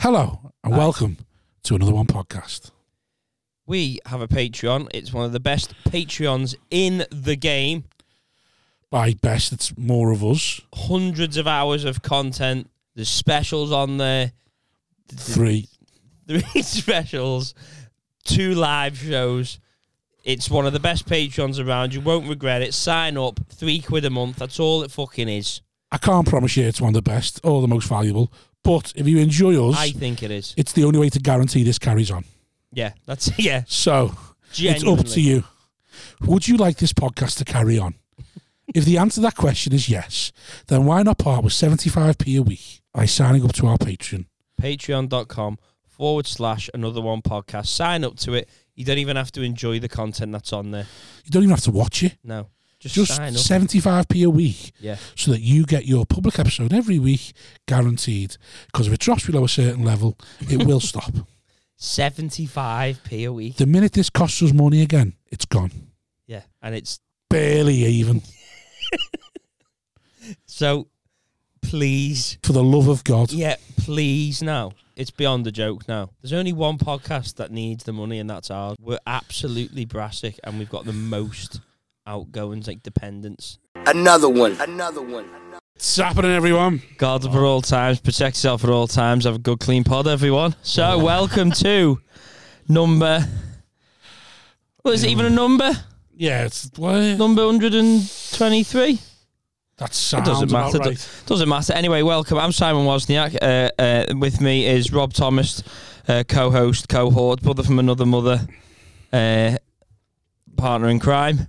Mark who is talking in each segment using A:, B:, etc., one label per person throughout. A: Hello and
B: Hi.
A: welcome to another one podcast.
B: We have a Patreon. It's one of the best Patreons in the game.
A: By best, it's more of us
B: Hundreds of hours of content. There's specials on there.
A: three.
B: Three specials. Two live shows. It's one of the best Patreons around. You won't regret it. Sign up. Three quid a month. That's all it fucking is.
A: I can't promise you it's one of the best or the most valuable, but if you enjoy us,
B: I think it is.
A: it's the only way to guarantee this carries on.
B: Yeah, that's yeah.
A: So it's
B: Genuinely.
A: up to you. Would you like this podcast to carry on? if the answer to that question is yes, then why not part with 75p a week by signing up to our Patreon?
B: patreon.com forward slash another one podcast. Sign up to it. You don't even have to enjoy the content that's on there.
A: You don't even have to watch it.
B: No. Just,
A: Just
B: sign up.
A: 75p a week
B: yeah.
A: so that you get your public episode every week guaranteed. Because if it drops below a certain level, it will stop.
B: 75p a week.
A: The minute this costs us money again, it's gone.
B: Yeah. And it's
A: Barely even.
B: so please.
A: For the love of God.
B: Yeah, please now. It's beyond a joke now. There's only one podcast that needs the money and that's ours. We're absolutely brassic and we've got the most outgoings like dependents.
C: Another one. Another one.
A: It's happening, everyone.
B: God for all times, protect yourself at all times, have a good clean pod, everyone. So welcome to number Well, is it even a number?
A: Yeah, it's. Well,
B: Number hundred and twenty three?
A: that sounds
B: doesn't matter,
A: about
B: does-
A: right.
B: Doesn't matter. Anyway, welcome. I'm Simon Wozniak. Uh, uh, with me is Rob Thomas, uh, co-host, cohort, brother from another mother, uh, partner in crime,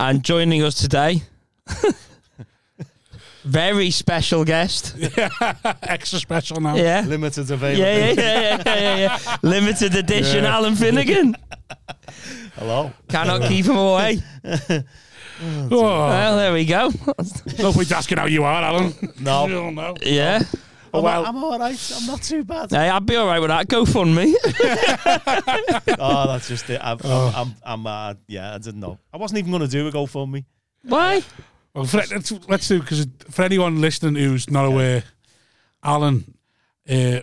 B: and joining us today, very special guest.
A: Extra special now.
B: Yeah.
D: Limited
B: Yeah,
D: available.
B: yeah, yeah, yeah, yeah, yeah, yeah. Limited edition
D: Yeah.
B: Alan Finnegan.
D: Hello.
B: Cannot keep him away.
A: Oh,
D: Oh.
B: Well, there we go.
A: no point asking how you are, Alan.
D: No.
A: You don't know.
B: Yeah.
A: Oh, well.
D: I'm all right. I'm not too bad.
B: Hey, I'd be all right with that. Go fund me.
D: oh, that's just it. I'm, I'm, I'm, I'm uh, yeah, I didn't know. I wasn't even going to do a GoFundMe.
B: Why?
A: Well, for, let's, let's do because for anyone listening who's not aware, Alan, uh,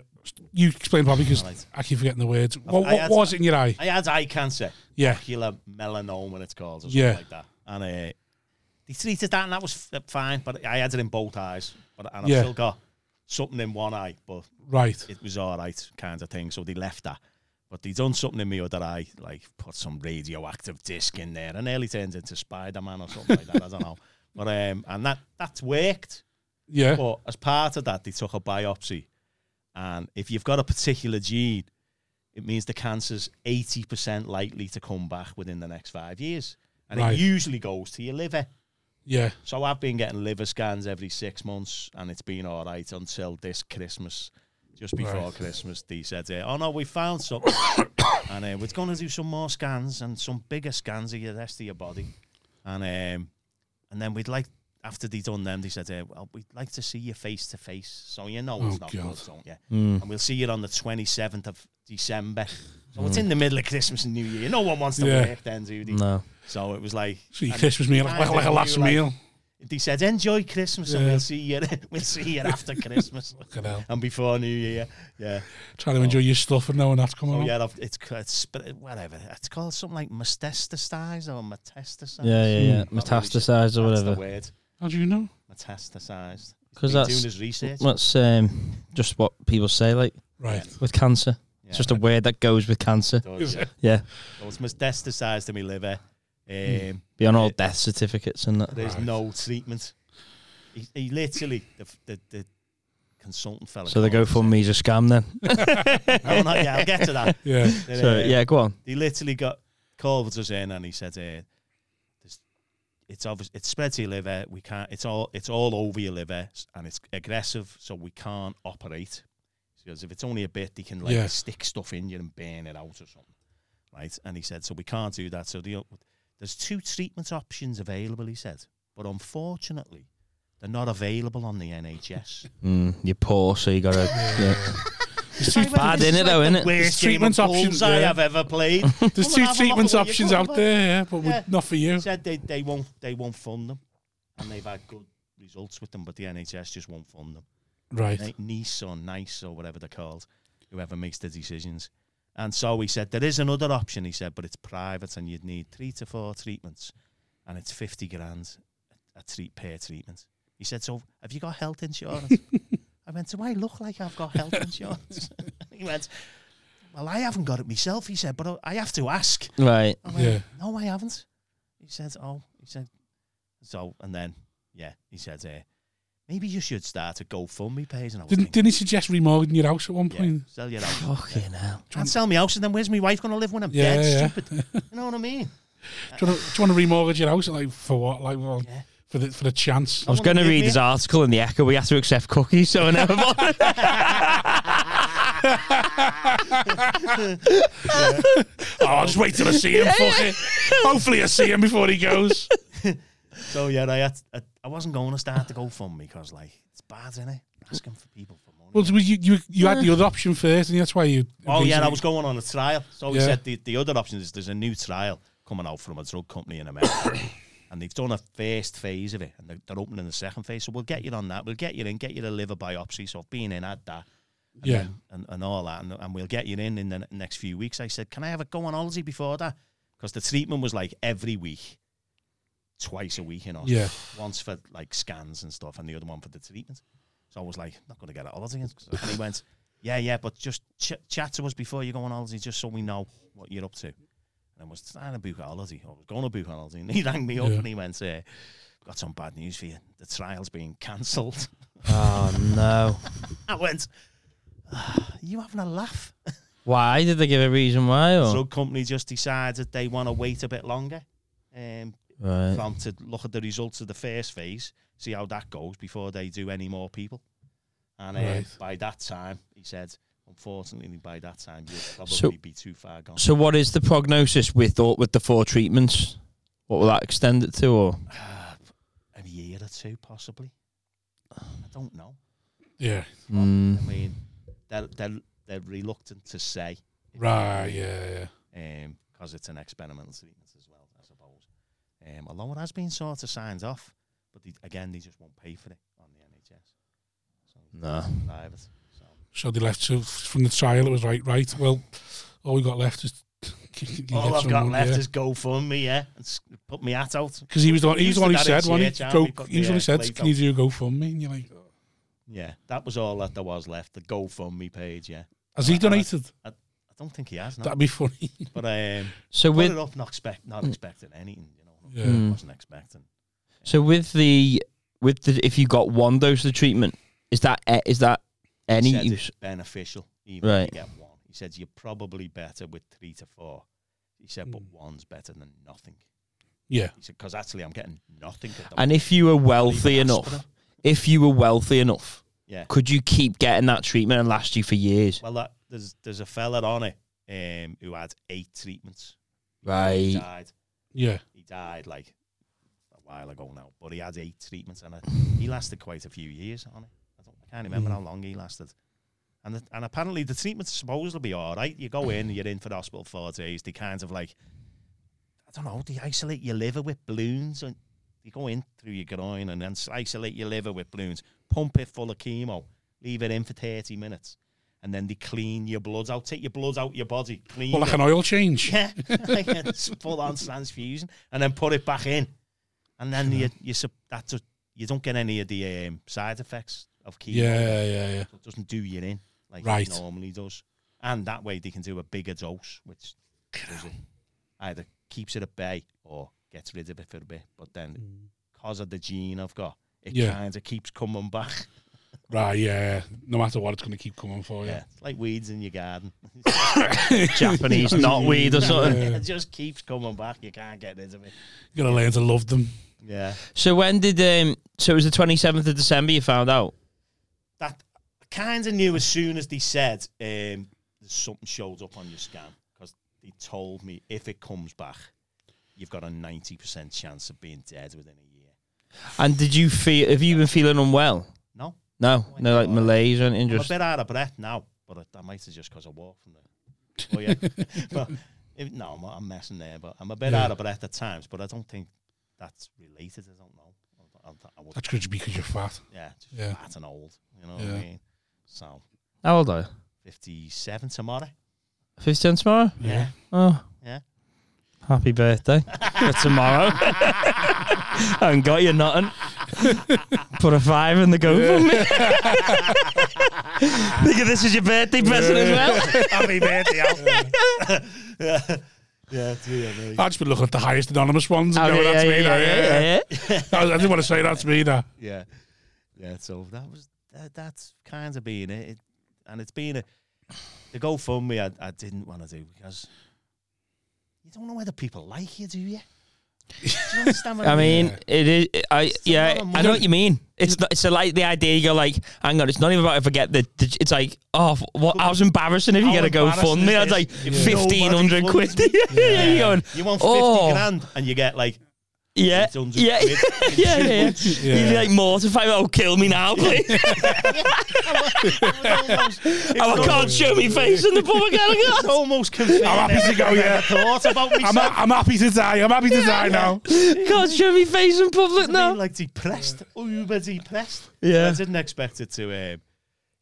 A: you explain probably because
D: Right.
A: I keep forgetting the words. What,
D: I
A: what
D: had-
A: was it in your eye?
D: I had eye cancer,
A: Yeah,
D: ocular melanoma, it's called, or something
A: Yeah.
D: like that. And uh, they treated that, and that was f- fine. But I had it in both eyes, but and I've
A: Yeah.
D: still got something in one eye, but
A: right.
D: it was all right, kind of thing. So they left that. But they done something in my other eye, like put some radioactive disc in there, and nearly turns into Spider Man or something like that. I don't know. But um, and that that's worked.
A: Yeah,
D: But as part of that, they took a biopsy. And if you've got a particular gene, it means the cancer's 80% likely to come back within the next five years. And
A: Right.
D: it usually goes to your liver.
A: yeah,
D: So I've been getting liver scans every six months, and it's been all right until this Christmas. Just before
A: Right.
D: Christmas, they said, eh, "Oh no, we found something, and uh, we're going to do some more scans and some bigger scans of the rest of your body, and um, and then we'd like after they done them, they said, eh, well, we'd like to see you face to face, so you know it's
A: Oh, God.
D: not
A: Mm.
D: good, don't you? And we'll see you on the twenty seventh of December. So it's in the middle of Christmas and New Year. No one wants to
A: Mm. Yeah.
D: work then, do they?
B: No.
D: So it was like
A: so you
D: and
A: Christmas meal like,
D: kind of
A: like a
D: knew,
A: last
D: like,
A: meal.
D: they said, "Enjoy Christmas, and
A: Yeah.
D: we'll see you. we'll see you after Christmas
A: Fucking hell.
D: and before New Year." Yeah,
A: Trying to enjoy your stuff and knowing that's coming.
D: oh
A: up.
D: yeah, I've- it's, ca- it's sp- whatever. It's called something like metastasize or metastasize.
B: Yeah, yeah, yeah.
D: Not really sure.
B: Metastasised or
D: That's the
B: whatever.
D: word.
A: How do you know?
D: Metastasized.
B: 'Cause
D: He's been
B: that's-
D: doing his research.
B: That's um, just what people say, like
A: Right.
B: with cancer.
D: Yeah,
B: It's just a word that goes with cancer.
D: it does, yeah.
B: Yeah,
D: So it's metastasized to my liver. Um,
B: be on all death certificates and that.
D: There's
A: Hmm. Right.
D: no treatment. He, he literally the, the the consultant fella.
B: So the
D: called and
B: GoFundMe's a scam then.
D: said- No, no, yeah, I'll get to that. uh,
A: Yeah.
B: So yeah, go on.
D: he literally got called us in and he said, uh, this, "It's obvious. It's spread to your liver. We can't. It's all. It's all over your liver, s- and it's aggressive. So we can't operate. Because if it's only a bit, they can like
A: Yeah.
D: stick stuff in you and burn it out or something, right? And he said, so we can't do that. So the, o- there's two treatment options available. He said, but unfortunately, they're not available on the NHS.
B: Mm, you're poor, so you got to.
A: There's two,
B: Bad in it though, innit?
A: There's treatment options,
D: I
A: yeah.
D: have ever played.
A: there's
D: Come
A: two
D: and have a look at
A: treatment
D: what you're
A: options
D: talking
A: out
D: about.
A: there, yeah, but we-
D: Yeah.
A: not for you.
D: said they, they won't they won't fund them, and they've had good results with them, but the NHS just won't fund them.
A: Right.
D: Ni- Nice or nice or whatever they're called. whoever makes the decisions. And so he said, there is another option, he said, but it's private and you'd need three to four treatments and it's 50 grand a treat per treatment. He said, so have you got health insurance? I went, do I look like I've got health insurance? he went, well, I haven't got it myself, he said, but I- I have to ask.
B: Right.
D: I went,
A: Yeah.
D: No, I haven't. He said, Oh, he said, So, and then, yeah, he said, uh, Maybe you should start a GoFundMe page. And I
A: Didn't,
D: was thinking,
A: didn't he suggest remortgaging your house at one
D: yeah,
A: point?
D: sell your house.
B: Fucking hell.
D: Can't sell me house, and then where's my wife going to live when I'm
A: Yeah,
D: dead?
A: yeah.
D: Stupid. You know what I mean?
A: Do you, want to, do you want to remortgage your house? Like for what? Like well,
D: Yeah. Oh.
A: for the for the chance.
B: I was going to read his article in the Echo. We have to accept cookies, so I never bothered.
A: Oh, I'll just wait till I see him. Fuck it. Hopefully, I see him before he goes.
D: So, yeah, I, had, I, I wasn't going to start the GoFundMe because, like, it's bad, isn't it? Asking for people for money.
A: Well, you you you had the other option first, and that's why you.
D: Oh yeah, and I was going on a trial. So he
A: Yeah.
D: said the, the other option is there's a new trial coming out from a drug company in America, and they've done a first phase of it, and they're, they're opening the second phase. So we'll get you on that. We'll get you in, get you a liver biopsy. So I've been in, had that, and,
A: Yeah.
D: then- and, and all that, and, and we'll get you in in the ne- next few weeks. I said, can I have a go on holiday before that? Because the treatment was like every week, twice a week in hospital,
A: Yeah.
D: once for like scans and stuff, and the other one for the treatment. So I was like, not going to get a holiday. And he went, yeah, yeah, but just ch- chat to us before you go on holiday, just so we know what you're up to. And I was trying to book a holiday. I was going to book a holiday, and he rang me up
A: Yeah.
D: and he went, uh, "Got some bad news for you. The trial's being cancelled."
B: Oh, no.
D: I went, "Ah, "You having a laugh?"
B: Why? Did they give a reason why? Or?
D: Drug company just decided they want to wait a bit longer, um,
B: right.
D: for 'em to look at the results of the first phase, see how that goes before they do any more people. And uh,
A: Right.
D: by that time, he said, "Unfortunately, by that time, you'll probably
B: So-
D: be too far gone."
B: So, what is the prognosis with all, with the four treatments? What will that extend it to? Or
D: Uh, a year or two, possibly. I don't know.
A: Yeah.
B: Mm.
D: I mean, they're, they're, they're reluctant to say.
A: Right. Yeah. Yeah.
D: Because um, it's an experimental treatment as well, I suppose. Um, although it has been sort of signed off, but they, again, they just won't pay for it on the NHS. So
B: no.
D: it's private. So
A: So they left. So from the trial, it was right. Right. Well, all we got left is. you get
D: all I've got
A: someone,
D: left
A: yeah.
D: is GoFundMe, yeah, and s- put me hat out.
A: Because he was the one, he
D: He
A: was the
D: used
A: one who
D: to
A: said,
D: direct
A: one he,
D: church, aren't
A: go,
D: we? But
A: he was the one who
D: yeah,
A: said,
D: late
A: can you do a GoFundMe? And you're like,
D: Yeah, that was all that there was left. The GoFundMe page, yeah.
A: has he
D: I- I-
A: donated?
D: I don't think he has, no.
A: That'd be funny.
D: but um,
B: So
D: put
B: with
D: it up, not expect, not expecting anything. You know,
A: Mm. Yeah.
B: Mm.
D: wasn't expecting.
B: so with the with the if you got one dose of the treatment, is that e- is that any
D: said
B: use?
D: it's beneficial, even if
B: Right.
D: you get one. He said you're probably better with three to four. He said, but one's better than nothing.
A: Yeah.
D: He said, because actually I'm getting nothing. At the
B: And if you were
D: moment.
B: wealthy
D: Even
B: enough,
D: aspirin.
B: if you were wealthy enough,
D: yeah.
B: could you keep getting that treatment and last you for years?
D: Well, that, there's there's a fella on it um, who had eight treatments. He
B: Right.
D: died.
A: Yeah.
D: He died like a while ago now, but he had eight treatments, and I, he lasted quite a few years on it. I, don't, I can't remember
A: Mm.
D: how long he lasted. And the, and apparently the treatment's supposed to be all right. You
A: Hmm.
D: go in, you're in for the hospital four days. They kind of like, I don't know, they isolate your liver with balloons, and you go in through your groin and then s- isolate your liver with balloons, pump it full of chemo, leave it in for thirty minutes, and then they clean your bloods out, take your bloods out your body, clean.
A: Well,
D: it.
A: like an oil change.
D: Yeah, like a full on transfusion, and then put it back in, and then you you sup- that just, you don't get any of the um, side effects of chemo.
A: Yeah. Yeah. Yeah.
D: so it doesn't do you in like
A: Right.
D: it normally does, and that way they can do a bigger dose, which does it. either keeps it at bay or gets rid of it for a bit. But then, because of the gene I've got, it
A: Mm. Yeah.
D: kind of keeps coming back.
A: Right. Yeah. No matter what, it's going to keep coming for you.
D: Yeah, it's like weeds in your garden.
B: Japanese knotweed or something.
D: it just keeps coming back. You can't get rid of it.
A: You're going to learn to love them.
D: Yeah.
B: So when did um? So it was the twenty seventh of December. You found out.
D: that I kind of knew as soon as they said um, there's something showed up on your scan because they told me if it comes back, you've got a ninety percent chance of being dead within a year.
B: And did you feel? Have you been feeling unwell?
D: No,
B: No, no, like malaise or anything.
D: I'm a
B: Just
D: bit out of breath now, but I, I might have just because I walked from there. Oh yeah, but if, no, I'm, I'm messing there, but I'm a bit
A: Yeah.
D: out of breath at times. But I don't think that's related. I don't know. I, don't- I, would,
A: That's going to be because you're fat.
D: yeah, just
A: Yeah.
D: fat and old. You know what
A: Yeah.
D: I mean? So
B: how old are you?
D: 57 tomorrow.
B: 15 tomorrow?
D: Yeah.
B: Oh.
D: Yeah.
B: Happy birthday for tomorrow. Haven't got you nothing. Put a five in the go for me. Think of this as your birthday present as well.
D: Happy birthday, Al. yeah. Yeah, yeah, mate.
A: I just been looking at the highest anonymous ones
B: Oh,
A: and going, that's me now, yeah, yeah. I didn't want to say that's me now.
D: yeah, yeah. So that was that, that's kind of been it. it, and it's been a the GoFundMe. I, I didn't want to do because you don't know whether people like you, do you? Do you understand what
B: I mean,
A: Yeah.
B: it is. I
D: a
B: yeah,
D: lot of
B: I
D: money.
B: know what you mean. It's not, it's like the idea. You go like, hang on. It's not even about if I get the. the- It's like, oh, what? How's embarrassing if you
D: How
B: get a
D: embarrassing
B: GoFundMe?
D: is
B: It's like
D: if nobody
B: fifteen hundred quid.
D: funds
B: yeah, you're going,
D: You want fifty
B: oh,
D: grand and you get like
B: yeah,
D: eight hundred
B: yeah, yeah,
D: quid.
B: yeah, yeah. You'd be like mortified. Oh, kill me now, please. oh, I can't show me face in the pub
D: It's
B: again.
D: almost confusing.
A: I'm happy to go, yeah.
D: Thought about me.
A: I'm, I'm happy to die. I'm happy to die now.
B: I can't show me face in public
D: I mean,
B: now.
D: like depressed, uber depressed.
B: Yeah.
D: I didn't expect it to um,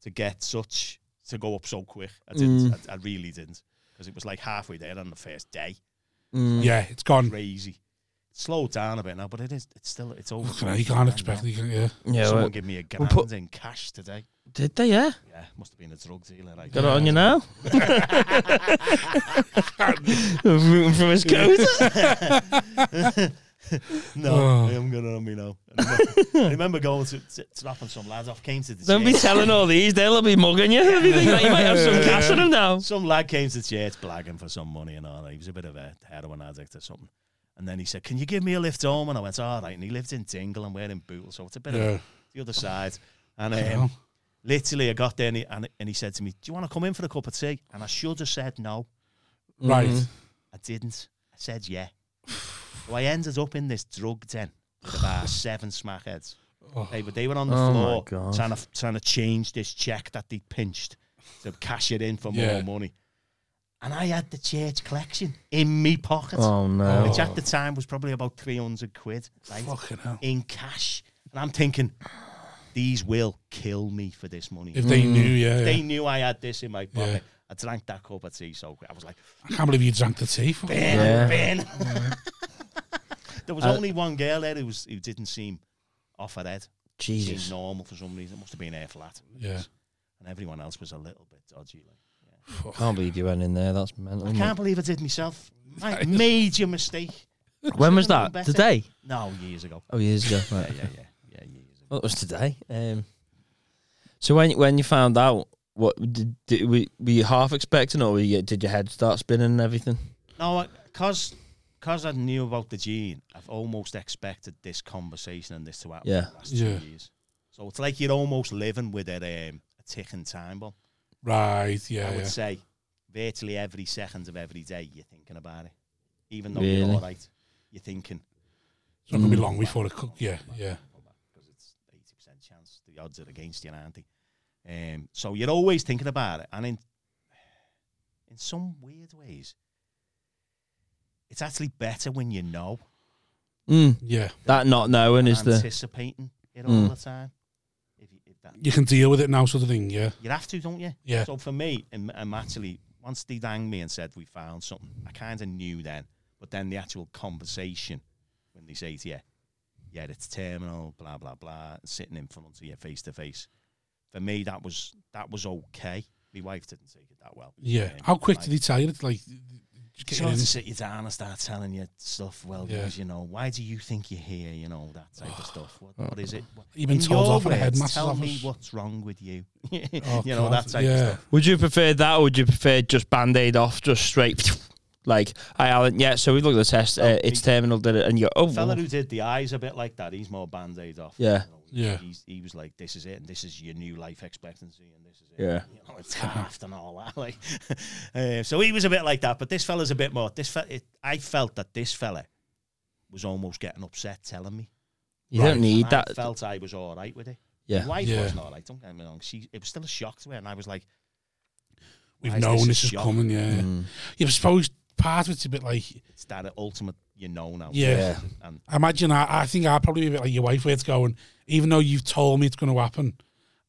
D: to get such to go up so quick. I didn't.
B: Mm.
D: I, I really didn't because it was like halfway there on the first day. Mm.
A: Yeah, it's gone.
D: Crazy. Slowed down a bit now, but it is. It's still. It's over.
A: Fucking hell, You can't expect it. Yeah.
B: Yeah,
D: Someone
B: well,
D: give me a
B: we'll
D: grand
B: put-
D: in cash today.
B: did they? Yeah,
D: Yeah, must have been a drug dealer. Like,
B: got it on you now. Rooting from his coat.
D: No,
A: Oh.
D: I'm gonna on me now. I remember- I remember going to, to slapping some lads off. Came to the
B: Don't be
D: church.
B: telling all these. They'll be mugging you. They'll be thinking that you might have some cash in them now.
D: Some lad came to the church blagging for some money and all that. He was a bit of a heroin addict or something. And then he said, Can you give me a lift home? And I went, All right. And he lived in Dingle and we're in Bootle. So it's a bit
A: Yeah.
D: of the other side. And
A: Yeah.
D: um, literally, I got there and he, and, and he said to me, Do you want to come in for a cup of tea? And I should have said no.
A: Right.
D: I didn't. I said yeah. so I ended up in this drug den with about seven smackheads. They, were, they were on the
B: Oh my
D: floor
B: God.
D: trying to, trying to change this check that they pinched to cash it in for
A: Yeah.
D: more money. And I had the church collection in me pocket,
B: Oh, no.
D: which at the time was probably about 300 quid right,
A: Oh, Fucking hell.
D: in cash. And I'm thinking, these will kill me for this money.
A: If they knew, yeah. yeah.
D: they knew I had this in my pocket. I drank that cup of tea so quick. I was like,
A: I can't believe you drank the tea. Fucking
D: Ben,
B: Yeah.
D: Ben. there
B: Uh,
D: was only one girl there who, was, who didn't seem off her head. Seemed
B: Jesus.
D: normal for some reason. It must have been air flat.
A: Yeah.
D: And everyone else was a little bit dodgy. Like.
B: Can't believe you went in there. That's mental.
D: I can't believe I did myself. My major mistake.
B: When was
D: Should've known
B: that?
D: better.
B: Today?
D: No, years ago.
B: Oh, years ago. Right.
D: Yeah, yeah, yeah, years ago.
B: Well, it was today. Um, so when when you found out, what did, did we were you half expecting, or were you, did your head start spinning and everything?
D: No, because because I knew about the gene, I've almost expected this conversation and this to happen
B: Yeah.
D: for the last
A: Yeah.
D: two years. So it's like you're almost living with a, um, a ticking time bomb.
A: Right. Yeah.
D: I would
A: yeah.
D: say virtually every second of every day you're thinking about it. Even though
B: Really? Mm.
D: you're all right, you're thinking
A: It's not going to be long before it cook. Yeah. Yeah.
D: because it's eighty percent chance the odds are against you, aren't they? Um, so you're always thinking about it, and in in some weird ways, it's actually better when you know
B: Mm,
A: Yeah.
B: that not knowing is the
D: anticipating it
B: Mm.
D: all the time. If you, if that,
A: You can deal with it now, sort of thing. Yeah.
D: you have to, don't you?
A: Yeah.
D: So for me, and, and actually, once they rang me and said we found something, I kind of knew then. But then the actual conversation when they say to you, "Yeah, it's terminal," blah blah blah, sitting in front of you face to face. For me, that was that was okay. My wife didn't take it that well.
A: Yeah.
D: Um,
A: How quick
D: like,
A: did he tell you? It's like, just
D: she
A: get in.
D: sort of sit you down and start telling you stuff. Well,
A: Yeah.
D: because you know, why do you think you're here? You know that type of stuff. What, what is it? What,
A: You've been
D: in
A: told
D: your
A: off at a
D: words,
A: headmaster's
D: Tell me
A: office.
D: what's wrong with you. you
A: Oh,
D: know
A: God,
D: that type of
A: yeah.
D: stuff.
B: Would you prefer that, or would you prefer just band aid off, just straight? Like, I Alan, yeah. So we looked at the test. Uh, it's terminal, did it, and you go, oh,
D: fella
B: well,
D: who did the eyes a bit like that, he's more band aid off.
B: Yeah.
D: You know,
A: Yeah.
D: He's, he was like, this is it, and this is your new life expectancy, and this is it.
B: Yeah.
D: You know, it's daft and all that. Like, uh, so he was a bit like that, but this fella's a bit more. This fella, it, I felt that this fella was almost getting upset telling me.
B: you don't need
D: And I
B: that.
D: felt I was all right with it.
B: Yeah.
D: My wife
A: Yeah.
D: wasn't all right, don't get me wrong. She, it was still a shock to her, and I was like,
A: We've
D: why is
A: known this,
D: a
A: is
D: shock?
A: coming. Yeah. Yeah. I suppose part of it's a bit like.
D: It's that ultimate, you know now.
A: Yeah.
B: Yeah.
D: And
A: I imagine. I, I think I probably be a bit like your wife where it's going. Even though you've told me it's going to happen,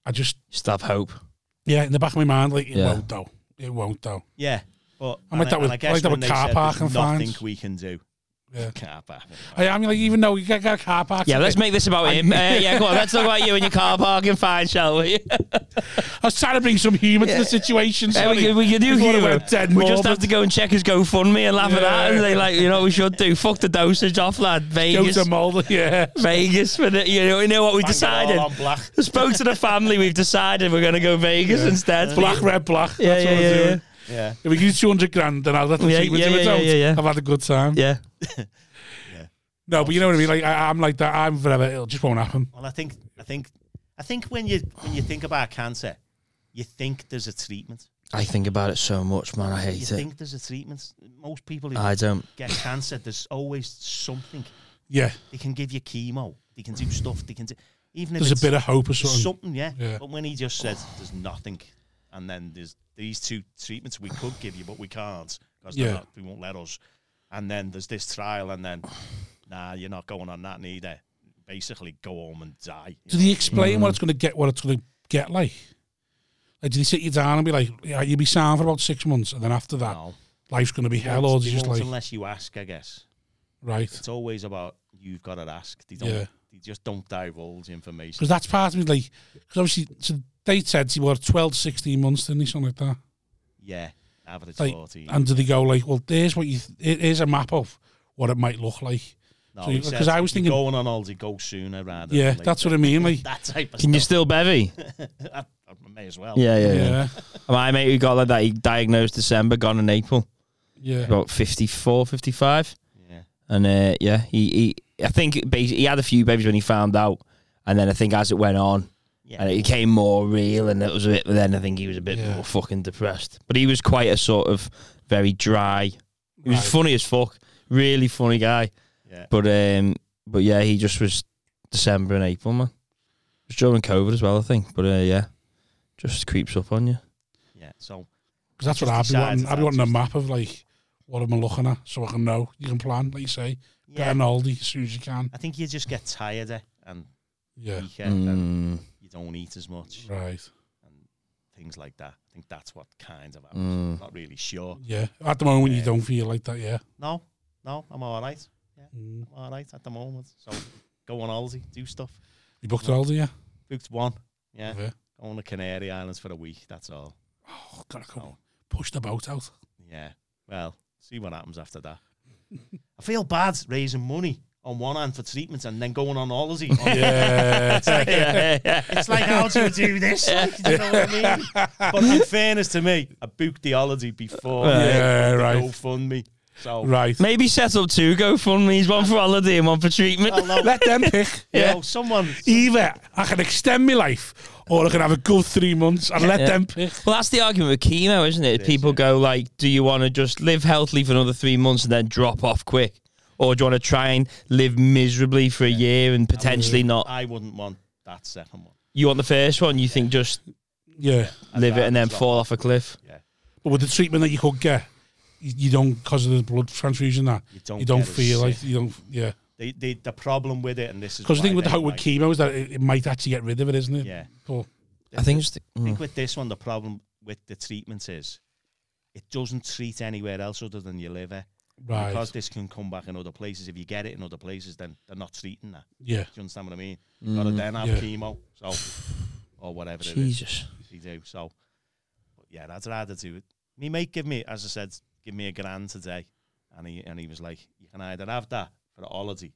A: I just
B: Just have hope.
A: Yeah, in the back of my mind, like it
B: Yeah.
A: won't though. It won't though.
D: Yeah. But
A: I'm like
D: and
A: that
D: I-
A: with-
D: and I
A: like
D: guess
A: that
D: when
A: with
D: they
A: car
D: said
A: park
D: there's
A: and
D: nothing
A: fines.
D: we can do.
A: Yeah.
D: Car park.
A: I, I mean, like even though you got, got a car park.
B: Yeah, let's make this about him. Uh, yeah, go on. Let's talk about you and your car parking fine, shall we?
A: I was trying to bring some humour to the situation.
B: Yeah,
A: sorry.
B: we, can, we can do
A: Before I
B: humour.
A: went dead
B: We just
A: morbid.
B: have to go and check his GoFundMe and laugh at that.
A: Yeah.
B: And they like, you know, what we should do. Fuck the dosage off, lad.
A: go
B: Vegas,
A: to Mulder. Yeah,
B: Vegas. For the, you know, you know what we decided.
D: On black.
B: Spoke to the family. We've decided we're going to go Vegas instead.
A: black, red, black.
B: Yeah,
A: That's
B: yeah,
A: what
B: yeah,
A: we're
B: yeah,
A: doing.
D: Yeah.
A: If we give you 200 grand, then I'll let them
B: Yeah,
A: see me
B: yeah,
A: do it
B: yeah,
A: out.
B: yeah, yeah.
A: I've had a good time.
B: yeah.
A: No, but you know what I mean? Like, I, I'm like that. I'm forever. It just won't happen.
D: Well, I think I think I think when you when you think about cancer, you think there's a treatment.
B: I think about it so much, man. I
D: You
B: hate it.
D: think there's a treatment. Most people who
B: I don't.
D: get cancer, there's always something.
A: Yeah.
D: They can give you chemo. They can do stuff. They can do even if
A: There's a
D: it's
A: bit of hope or something.
D: something. Yeah.
A: Yeah.
D: But when he just said there's nothing, and then there's these two treatments we could give you, but we can't because
A: Yeah.
D: not they won't let us. And then there's this trial, and then nah, you're not going on that neither. Basically, go home and die.
A: Do they explain
D: Mm.
A: what it's going to get? What it's going to get like? Like, do they sit you down and be like, yeah, you'll be sound for about six months, and then after that,
D: No.
A: life's going to be hell,
D: Won't-
A: or
D: they
A: is it just
D: won't
A: like,
D: unless you ask, I guess.
A: right?
D: It's always about you've got to ask. They don't.
A: Yeah.
D: They just don't divulge information.
A: Because that's part of me, like, because obviously, so they said to you, what, 12, 16 months, didn't they, something like that?
D: Yeah, average
A: Like,
D: forty.
A: And do they go, like, well, there's what you, th- here's a map of what it might look like.
D: No,
A: so
D: he
A: you- 'cause
D: says
A: I was
D: if you're
A: thinking-
D: going on holiday, go sooner rather. than
A: Yeah,
D: later.
A: that's what I mean. Like,
D: that type of
B: Can you
D: stuff.
B: still bevy?
D: I, I may as well.
B: Yeah, yeah, yeah.
A: yeah,
B: My mate who got like that, he diagnosed December, gone in April.
A: yeah.
B: About 54, 55.
D: Yeah.
B: And uh, yeah, he, he I think basically he had a few babies when he found out, and then I think as it went on,
D: Yeah.
B: and it became more real, and it was a bit. Then I think he was a bit
A: Yeah.
B: more fucking depressed. But he was quite a sort of very dry. He was
A: Right.
B: funny as fuck, really funny guy.
D: Yeah.
B: But um, but yeah, he just was December and April, man. It was during COVID as well, I think. But uh, yeah, just creeps up on you.
D: yeah. So
A: Because that's what
D: Just
A: I'd be
D: decides
A: wanting.
D: it's
A: I'd be wanting a map
D: artistic.
A: of like what am I looking at, so I can know. You can plan, like you say, get
D: yeah,
A: an oldie as soon as you can.
D: I think you just get tired eh, and
A: Yeah,
D: weaker, and
B: Mm,
D: you don't eat as much
A: right.
D: and things like that. I think that's what kind of. happens.
B: mm.
D: I'm not really sure.
A: Yeah, at the moment you
D: Yeah.
A: don't feel like that. Yeah,
D: No, no, I'm all right.
A: mm.
D: I'm all right at the moment. So go on holiday, do stuff.
A: you booked an oldie, yeah.
D: Booked one. Yeah.
A: yeah.
D: Go on the Canary Islands for a week. That's all.
A: Oh, gotta come
D: Oh.
A: push the boat out.
D: Yeah. Well, see what happens after that. I feel bad raising money on one hand for treatments and then going on holiday. on-
A: Yeah,
B: yeah, yeah, yeah.
D: It's like, how do you do this? Like, you know what I mean? But in fairness to me, I booked the holiday before
A: Yeah,
D: the
A: right.
D: GoFundMe. So,
A: right.
B: Maybe set up two GoFundMe's, one for holiday and one for treatment.
D: well, no,
A: Let them pick.
D: you know, someone,
A: Either I can extend my life, or I can have a good three months and let
B: Yeah.
A: them pick.
B: Well, that's the argument with chemo, isn't it?
D: It is,
B: People
D: yeah.
B: go like, "Do you want to just live healthily for another three months and then drop off quick, or do you want to try and live miserably for a year and potentially not?"
D: I wouldn't want that second one.
B: You want the first one? You think just
A: Yeah,
D: I'd
B: live it
D: rather
B: and then
D: drop
B: fall off a cliff?
A: but with the treatment that you could get, you, you don't because of the blood transfusion that
D: You don't,
A: you don't
D: get as
A: feel
D: sick.
A: like you don't. Yeah.
D: They, they, the problem with it, and this is
A: Because the
D: why
A: thing with the
D: they
A: hope with
D: like-
A: chemo is that it, it might actually get rid of it, isn't it?
D: yeah,
A: But
B: I think. Just,
D: I
B: mm.
D: think with this one, the problem with the treatment is it doesn't treat anywhere else other than your liver.
A: right.
D: Because this can come back in other places. If you get it in other places, then they're not treating that.
A: yeah.
D: Do you understand what I mean?
B: Mm,
D: Got to then have
A: yeah.
D: chemo, so or whatever
B: Jesus.
D: it is you do. So, but yeah, that's rather do it. Me mate give me, as I said, give me a grand today, and he and he was like, you can either have that for the holiday,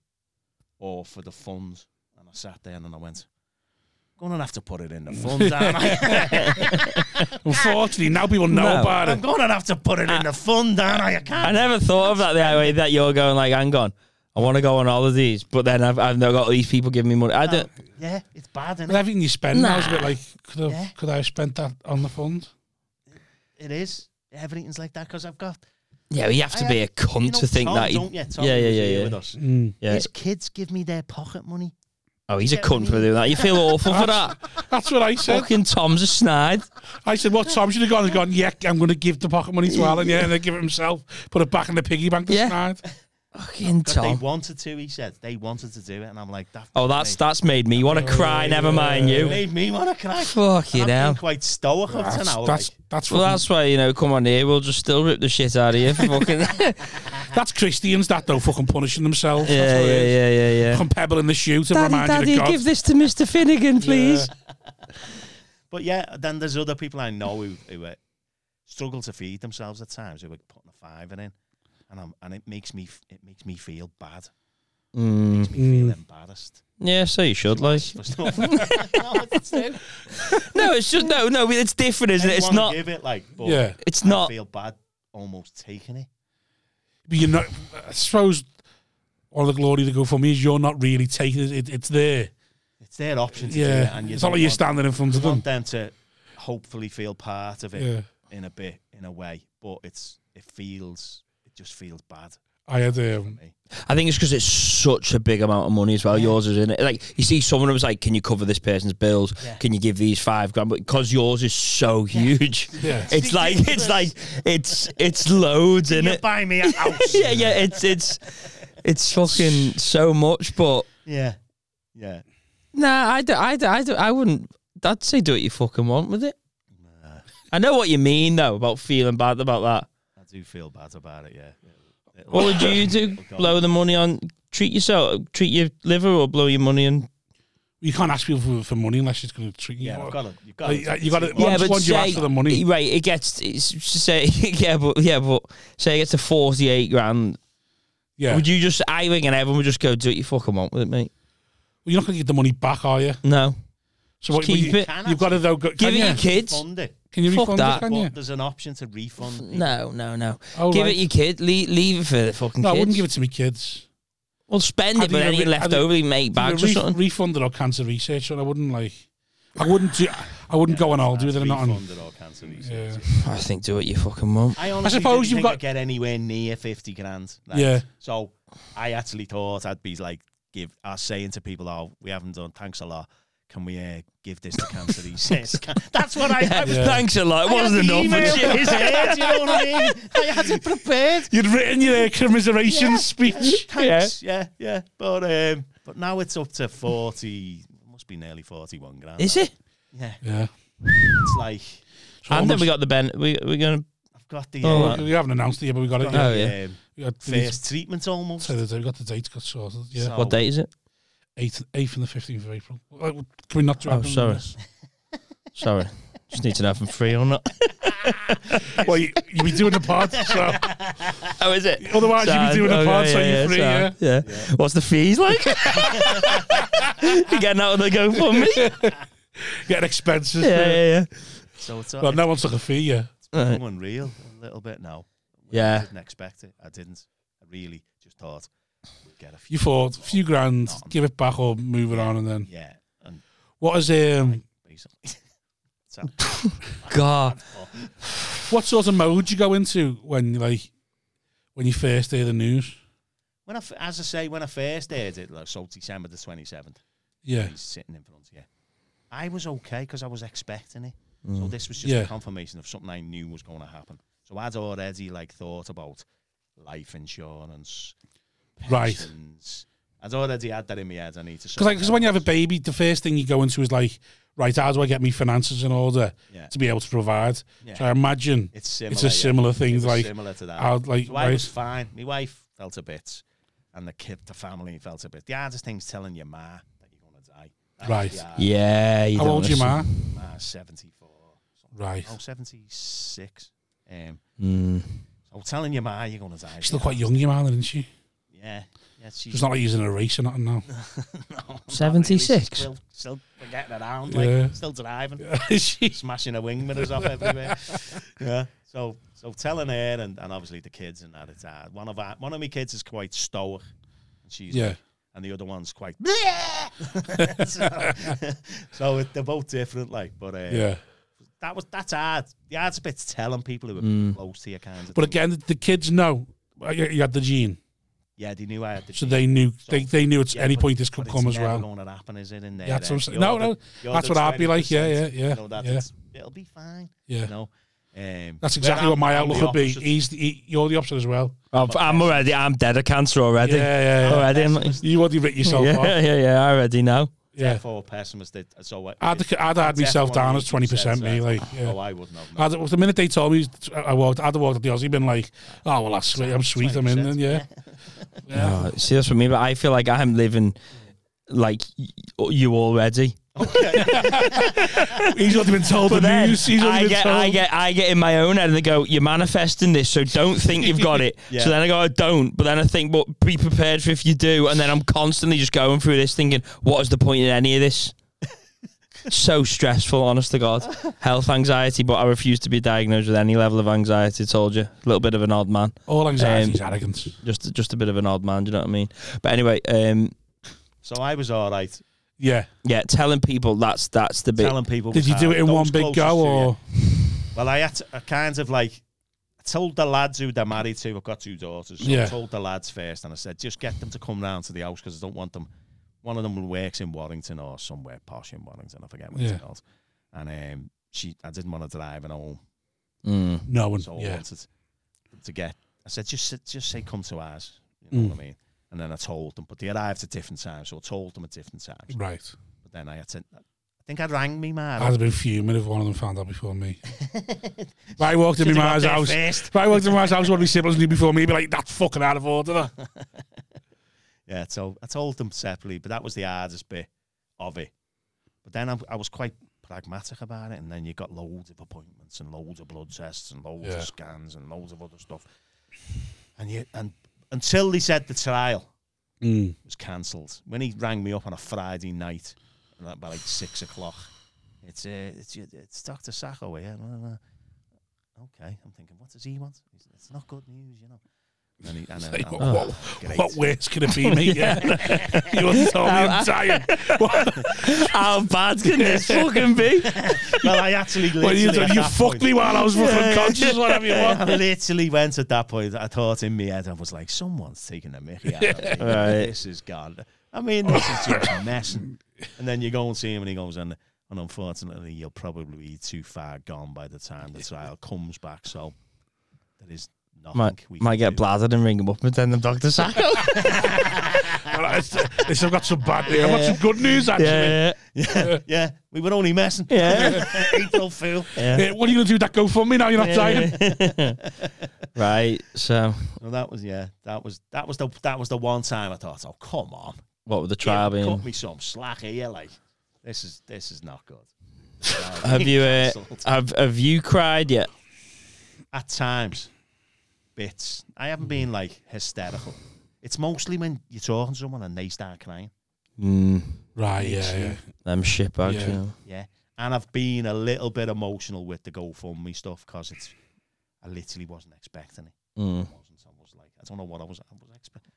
D: or for the funds. And I sat down and I went, gonna have to put it in the funds, aren't I?
A: Unfortunately, now people know
B: No.
A: about
D: I'm
A: it.
D: gonna have to put it in the fund, aren't I? I
B: I
D: can't.
B: never thought of that the way that you're going like, "Hang on, I want to go on holidays, but then I've I've now got all these people giving me money." I don't.
D: Yeah, it's bad,
A: But
D: isn't it?
A: everything you spend now is a bit like, could I,
D: Yeah.
A: could I have spent that on the fund?
D: It is. Everything's like that because I've got.
B: Yeah, you have to
D: I
B: be a
D: have-
B: cunt
D: you know,
B: to think
D: Tom,
B: that.
D: Don't
B: He,
D: you? Tom
B: Yeah, yeah,
D: was
B: yeah,
D: here
B: yeah.
D: With us.
A: Mm.
B: yeah.
D: His kids give me their pocket money.
B: Oh, he's a
D: get what I
B: cunt for
D: mean?
B: doing that. You feel awful for that.
A: That's what I said.
B: Fucking Tom's a snide.
A: I said, what Tom should have gone and gone, yeah, I'm going to give the pocket money to Alan, yeah, and then give it himself, put it back in the piggy bank this
B: Yeah.
A: night.
B: Fucking
D: God, they
B: Tom.
D: wanted to, he said. They wanted to do it. And I'm like, that
B: Oh, that's that's made me want to cry. Never mind
D: It
B: you.
D: made me want to cry.
B: Fucking
D: I'm being
B: hell.
D: quite stoic up to
A: That's
D: now.
A: that's
D: like.
A: that's,
B: Well,
A: fucking-
B: that's why you know. Come on here, we'll just still rip the shit out of you. for Fucking yeah,
A: that's Christians that though fucking punishing themselves. that's
B: yeah,
A: what it is.
B: yeah, yeah, yeah.
A: Fucking pebble in the shoe to remind you of God.
B: this to Mister Finnegan, please.
D: But yeah, then there's other people I know who, who uh, struggle to feed themselves at times, who are putting a fiver in. And, I'm, and it makes me f- it makes me feel bad.
B: Yeah, mm.
D: Makes me feel embarrassed.
B: yeah so you should like.
D: For stuff. no, it's, it's,
B: No, it's just no, no. It's different, isn't it? It's not.
D: Give it like, but
A: yeah,
B: It's
D: I
B: not.
D: feel bad almost taking it.
A: but you're not. I suppose one of the glory to go for me is you're not really taking it. it it's there.
D: It's their option to do it.
A: Yeah,
D: And you
A: it's not
D: don't
A: like you're
D: want-
A: standing in front
D: You
A: of them.
D: want them to hopefully feel part of it
A: Yeah.
D: in a bit, in a way, but it's it feels it just feels bad.
A: I had um,
B: I think it's because it's such a big amount of money as well. Yours is in it. Like you see, someone was like, "Can you cover this person's bills? Can you give these five grand?" But because yours is so huge,
A: Yeah.
B: it's like it's like it's it's loads in it.
D: buy me a house.
B: Yeah, yeah. It's it's it's fucking so much. But
D: yeah, yeah.
B: nah, I do, I do, I do, I wouldn't. I'd say do what you fucking want with it. I know what you mean though about feeling bad about that.
D: I do feel bad about it. Yeah. It'll-
B: What would you do?
D: God.
B: Blow the money on treat yourself, treat your liver, or blow your money on
A: you can't ask people for, for money unless it's going to treat you.
D: Yeah, I've got to. You've got
A: Like, you got to.
B: Yeah,
A: Once,
B: but
A: once you
B: say-
A: ask for the money,
B: Right, it gets it's say yeah, but yeah, but say it gets to forty eight grand.
A: yeah,
B: Would you just I think and everyone would just go do what you fucking want with it, mate?
A: Well, you're not going to get the money back, are you?
B: No.
A: So what,
B: keep
A: you,
B: it.
D: Can
A: You've got to though. Go,
B: Give
A: can
B: it
A: you?
B: your kids.
D: Fund it,
A: Can you
B: Fuck
A: refund
B: that.
A: it? Can
D: but
A: you?
D: there's an option to refund. people.
B: No, no, no.
A: Oh,
B: give
A: right.
B: it your kid. Leave, leave it for the fucking
A: No, I
B: kids.
A: wouldn't give it to my kids.
B: Well, spend
A: I
B: it, but
A: think
B: then
A: a
B: you
A: re- I
B: left
A: think-
B: over, you make bags or
A: Re-
B: something.
A: refund it or cancer research, or I wouldn't like. I wouldn't do. I wouldn't go on holiday with it or not. on-
D: Refund it or cancel these.
A: Yeah.
B: I think do what you fucking want.
D: I honestly
A: suppose you've
D: didn't think
A: got-
D: I'd get anywhere near fifty grand. right?
A: Yeah.
D: So I actually thought I'd be like, give, I was saying to people, "Oh, we haven't done. Thanks a lot. Can we uh, give this to cancer research?" That's what I. I was
A: Yeah.
B: Thanks a lot. It wasn't
D: I
B: enough. but
D: had the
B: shit.
D: email in his head, you know what I mean? I had it prepared.
A: You'd written your uh, commiseration
D: Yeah.
A: speech.
D: Thanks. Yeah, yeah. But um, but now it's up to forty. Must be nearly forty-one grand.
B: Is it?
D: Yeah.
A: Yeah.
D: It's like
B: And then we got the Ben. We we gonna.
D: I've got the.
B: Oh,
D: uh,
A: We haven't announced it yet, but we got it.
D: got
A: Yeah.
B: Oh,
D: the,
B: yeah.
D: um,
A: We got the-
D: first treatment almost.
A: so the- we got the dates got sorted. Yeah,
D: So-
B: What date is it?
A: eighth, eighth and the fifteenth of April. Like, can we not do
B: Oh,
A: that?
B: sorry. Sorry, just need to know if I'm free or not.
A: Well, you, you'll be doing the part. So
B: Oh, is it?
A: otherwise, you'll be doing the part. so you're free. Yeah.
B: so- Oh, yeah. What's the fees like? you're getting out of the GoFundMe. yeah,
A: Getting expenses.
B: yeah,
D: So it's
A: Well,
D: all,
A: no one's took a fee. Yeah.
B: yeah. Right.
D: unreal a little bit now. I
B: Yeah.
D: didn't expect it. I didn't. I really just thought we'd get a few.
A: You thought a few grand,
D: Not-
A: give it back or move it on, and then
D: Yeah, and
A: what is um
D: basically. so,
B: God.
A: what sort of mode you go into when like when you first hear the news?
D: when I, f- as I say, when I first heard it, like, so December the twenty seventh,
A: Yeah,
D: he's sitting in front. Yeah, I was okay because I was expecting it. So this was just
A: Mm. Yeah.
D: a confirmation of something I knew was going to happen. So I'd already like thought about life insurance,
A: Right.
D: pensions. I'd already had that in my head. I need to
A: because when you have a baby, the first thing you go into is like, right, how do I get my finances in order
D: yeah,
A: to be able to provide?
D: yeah.
A: So I imagine
D: it's similar.
A: it's
D: yeah.
A: a similar
D: It
A: thing,
D: was
A: like
D: similar to that.
A: how like
D: So I was
A: right,
D: fine. My wife felt a bit, and the kid, the family felt a bit. The hardest thing's telling your ma that you're gonna die. That was
A: Right.
D: the hard-
B: Yeah. You
A: how
B: don't
A: old you
B: listen.
A: are,
D: Ma's seventy-four.
A: right?
D: Oh, 76. Um,
B: Mm.
D: I'm telling your ma you're gonna die.
A: She's still quite young, your man, isn't she?
D: Yeah, yeah. She's
A: She's not like using a race or nothing now.
D: no, not really. She's
B: 76?
D: Still, still getting around, like
A: Yeah.
D: still driving,
A: she,
D: smashing her wingmans off everywhere. yeah. So, so telling her and, and obviously the kids and that it's hard. One of our, one of my kids is quite stoic. And she's
A: yeah,
D: and the other one's quite. so so it, they're both different, like. But uh,
A: yeah.
D: that was that's hard. The hardest bit's telling people who are close to your kind of.
A: But
D: thing.
A: again, the kids know uh, you you had the gene,
D: yeah, they knew I had the.
A: so they knew they, they knew at
D: Yeah,
A: any
D: but-
A: point this could
D: but
A: come
D: it's
A: as
D: never
A: well.
D: Going to happen, is it? In there,
A: Yeah, that's what I'm saying.
D: You're
A: No, no,
D: you're
A: that's what I'd be like. Yeah, yeah,
D: 20%,
A: yeah,
D: You know, that
A: yeah.
D: it's- it'll be fine.
A: Yeah.
D: You know, Um,
A: That's exactly
D: I'm-
A: what my
D: I'm
A: outlook
D: the
A: would be.
D: opposite.
A: He's the, he, you're the opposite as well.
B: I'm, I'm already. I'm dead of cancer already.
A: Yeah, yeah, yeah.
B: Already. I'm like-
A: You already writ yourself off.
B: yeah, yeah, yeah. I already know.
A: Yeah.
D: Therefore, pessimist. Did, so I,
A: I'd, I'd had myself down as 20% me. Like, yeah.
D: Oh, I wouldn't have.
A: I'd, well, the minute they told me I walked, I'd have walked at the Aussie, been like, "Oh well, that's sweet. I'm sweet. I'm in." Then yeah, yeah.
B: Oh, see, that's what I mean. But I feel like I'm living like y- you already.
A: he's already been told the
B: then
A: news. He's already
B: I
A: been
B: get,
A: told.
B: I get, I get in my own head, and they go, "You're manifesting this, so don't think you've got it."
D: Yeah.
B: So then I go, "I don't," but then I think, "But be prepared for if you do." And then I'm constantly just going through this, thinking, "What is the point in any of this?" so stressful, honest to God. Health anxiety, but I refuse to be diagnosed with any level of anxiety. Told you, a little bit of an odd man,
A: All anxiety
B: Um,
A: is arrogance.
B: just just a bit of an odd man. Do you know what I mean? But anyway, um,
D: So I was all right.
A: Yeah.
B: yeah, telling people that's that's the bit.
D: Telling people.
A: Did
D: was
A: you
B: uh,
A: do
D: hard.
A: it in
D: Those
A: one big
D: closest to
A: go
D: you.
A: or?
D: Well, I had to, I kind of like I told the lads who they're married to. I've got two daughters. So
A: Yeah.
D: I told the lads first, and I said, just get them to come round to the house because I don't want them. One of them works in Warrington or somewhere posh in Warrington. I forget what
A: Yeah.
D: it's called. And um, she, I didn't want to drive her home,
B: Mm.
A: No one.
D: so I
A: Yeah.
D: wanted to get. I said, just sit- just say come to ours. You know
A: Mm.
D: what I mean? And then I told them, but they arrived at different times, so I told them at different times.
A: Right.
D: But then I had to. I think I rang me
A: Mm. I'd
D: man.
A: have been fuming if one of them found out before me. if I walked in
D: Should've
A: my
D: got
A: mum's
D: there
A: house,
D: first.
A: if I walked in my mum's house, one of my siblings knew before me, he'd be like, "That's fucking out of order."
D: Yeah, so I told them separately, but that was the hardest bit of it. But then I, I was quite pragmatic about it, and then you got loads of appointments and loads of blood tests and loads
A: Yeah.
D: of scans and loads of other stuff. And you and until they said the trial
A: Mm.
D: was cancelled, when he rang me up on a Friday night, and about like six o'clock, it's uh, it's your- it's Doctor Sacco here. Blah, blah, blah. Okay, I'm thinking, what does he want? He said, It's not good news, you know. And, he, and, then-
A: Like,
D: and-
A: what, what,
D: Oh, Great.
A: what worse could it be, mate? yeah. you wouldn't tell me I'm dying. What,
B: How bad can this fucking be?
D: well, I actually
A: what you
D: literally
A: done?
D: at
A: You
D: that
A: fucked
D: point-
A: me while I was fucking conscious, whatever you want.
D: I literally went at that point. I thought in my head, I was like, someone's taking a mickey out of me.
B: Right.
D: This is God. I mean, this is just messing. And then you go and see him, and he goes, and, and unfortunately, you'll probably be too far gone by the time the trial comes back. So there is nothing
B: Might,
D: we
B: might
D: can
B: get
D: do.
B: bladdered and ring him up and send them Dr. Sacco.
A: Well, it's, it's, I've got some bad news. I've got some good news, actually.
D: Yeah, yeah, we were only messing.
B: Yeah.
D: April Fool.
A: Eh, what are you going to do? That GoFundMe now? You're not dying.
B: right. So,
D: Well, that was yeah. That was that was the that was the one time I thought, oh come on,
B: what would the trial
D: Yeah, Cut
B: be?
D: me some slack here, like this is this is not good.
B: Have you uh,
D: Cancelled.
B: have have you cried yet?
D: At times, bits. I haven't been like hysterical. It's mostly when you're talking to someone and they start crying.
B: Mm,
A: Right, yeah, yeah.
B: them shitbags.
A: Yeah.
B: You know.
D: Yeah, and I've been a little bit emotional with the GoFundMe stuff because it's. I literally wasn't expecting it.
B: Mm.
D: I wasn't. I was like, I don't know what I was. I was expecting.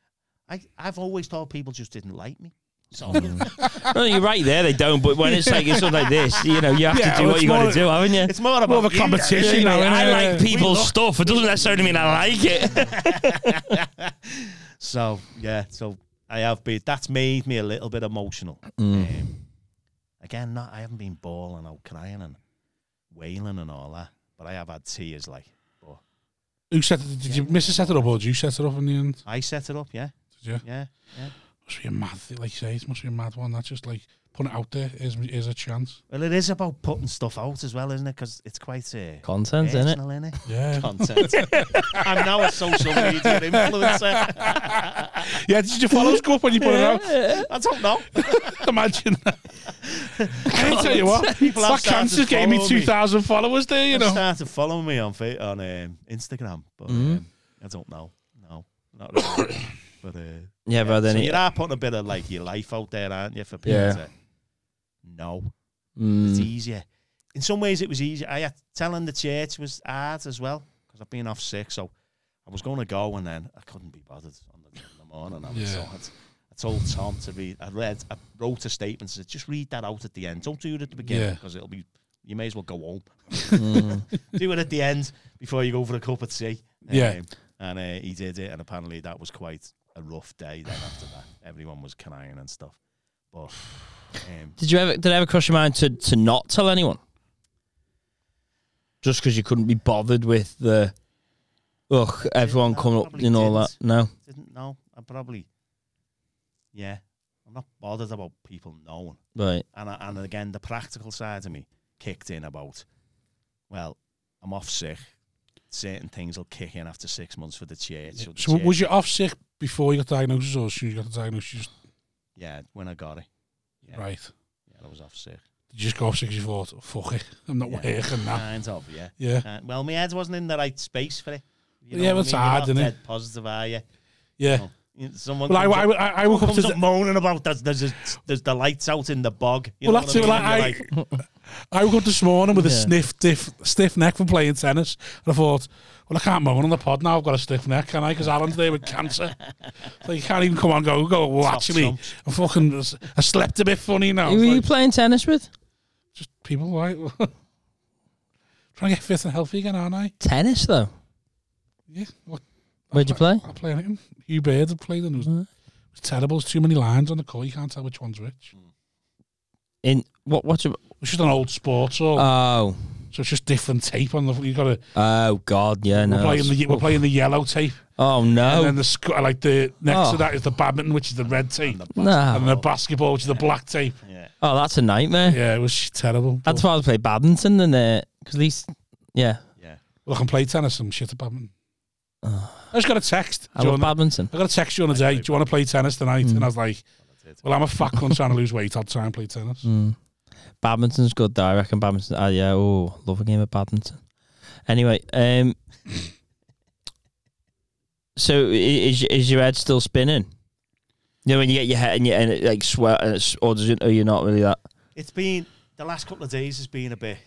D: I I've always thought people just didn't like me. So
B: Mm. No, you're right there. They don't. But when it's like it's something like this, you know, you have
A: Yeah,
B: to do
A: well,
B: what
A: it's
B: you got
A: more-
B: to do, haven't you?
D: it's more about
A: More of a
D: you.
A: competition
B: You know,
A: now,
B: I
A: innit?
B: like people's stuff. It doesn't necessarily mean I like it.
D: So yeah, so I have been. That's made me a little bit emotional.
B: Mm.
D: Um, again, not I haven't been bawling out, crying and wailing and all that, but I have had tears. Like
A: Who set it? Did you miss a set it up or did you set it up in the end?
D: I set it up, yeah,
A: Did you?
D: yeah.
A: Must be a mad, thi- like you say, it must be a mad one. That's just like putting it out there. Is is a chance?
D: Well, it is about putting stuff out as well, isn't it? Because it's quite uh,
B: Content, isn't it?
D: personal, innit?
A: Yeah,
D: Content. I'm now a social media influencer.
A: yeah. Did your followers go up when you put it out?
D: I don't know.
A: Imagine. I tell you what,
D: People have
A: that
D: started
A: cancer gave me
D: following me.
A: two thousand followers there. You
D: You
A: know,
D: started following me on fa- on um, Instagram, but
B: Mm.
D: um, I don't know. No, not really. but. Uh,
B: Yeah, but
D: So
B: then
D: you
B: it,
D: are putting a bit of like your life out there, aren't you, for people
B: Yeah.
D: to No, It's
B: mm,
D: easier. In some ways, it was easy. I had, telling the church was hard as well because I've been off sick, so I was going to go and then I couldn't be bothered on the, on the morning. I was
A: Yeah.
D: so I'd- I told Tom to read. I read. I wrote a statement. Said just read that out at the end. Don't do it at the beginning
A: Yeah.
D: because it'll be. You may as well go home.
B: mm.
D: do it at the end before you go for a cup of tea.
A: Yeah.
D: Um, and uh, he did it, and apparently that was quite a rough day. Then after that, everyone was crying and stuff. But um,
B: Did you ever did it ever cross your mind to to not tell anyone? just because you couldn't be bothered with the ugh everyone
D: I
B: coming up
D: probably
B: and all that.
D: didn't.
B: No,
D: Didn't know. I probably, yeah, I'm not bothered about people knowing.
B: right,
D: And I, and again, the practical side of me kicked in about, well, I'm off sick. Certain things will kick in after six months for the church. So, the
A: So
D: church-
A: was you off sick before you got diagnosed, or as soon as you got the diagnosis? you just-
D: yeah, when I got it, Yeah.
A: Right.
D: yeah, I was off sick.
A: Did you just go off sick? 'cause You thought, fuck it, I'm not
D: Yeah.
A: working now.
D: Kind of, yeah.
A: Yeah,
D: Uh, well, my head wasn't in the right space for it. You
A: Yeah,
D: what
A: that's
D: I mean? You're
A: hard,
D: not
A: isn't it?
D: dead Positive, are you?
A: yeah.
D: No. You- Someone
A: Well, I,
D: comes
A: I,
D: up,
A: I, I woke up
D: comes
A: to
D: up moaning about there's there's, a, there's the lights out in the bog. You
A: Well,
D: know
A: that's
D: what
A: it.
D: I mean?
A: like,
D: You're like,
A: I, I woke up this morning with a
B: Yeah.
A: sniff, diff, stiff neck from playing tennis, and I thought, well, I can't moan on the pod now. I've got a stiff neck, can I? Because Alan's there with cancer, so you can't even come on. Go, go. Well,
D: Top
A: actually,
D: trumps.
A: I fucking, I slept a bit funny now.
B: who
A: It's
B: were you
A: like,
B: playing tennis with?
A: just people like trying to get fit and healthy again, aren't I?
B: Tennis though.
A: Yeah. Well,
B: Where'd you play?
A: I play him. Hugh Baird had played and it was,
B: Mm.
A: it was terrible. There's too many lines on the court. You can't tell which one's which.
B: In what? What's your?
A: It's just an old sport, so
B: Oh,
A: so it's just different tape on the. You got to.
B: oh God, yeah, no.
A: we're playing the
B: that's-
A: ye- we're playing the yellow tape.
B: Oh
A: And then
B: no,
A: the sc- like the next
B: Oh.
A: to that is the badminton, which is the red tape, and the,
B: no.
A: basketball, which is the black tape.
D: yeah.
B: Oh, that's a nightmare.
A: Yeah, it was terrible.
B: That's why I play badminton and uh 'cause at least, yeah,
D: Yeah.
A: Well, I can play tennis and shit at badminton. I just got a text.
B: I
A: during
B: love
A: the-
B: badminton.
A: I got a text during the day. Do you want to play tennis tonight? And I was like, Well, I'm a fat cunt trying to lose weight. I'll try and play tennis.
B: Mm. Hmm. Badminton's good though. I reckon badminton. Ah, yeah. Oh, love a game of badminton. Anyway, um, so i- is y- is your head still spinning? You know, when you get your head and, you, and it like sweat, and it's, or does it, or you're not really that.
D: It's been the last couple of days has been a bit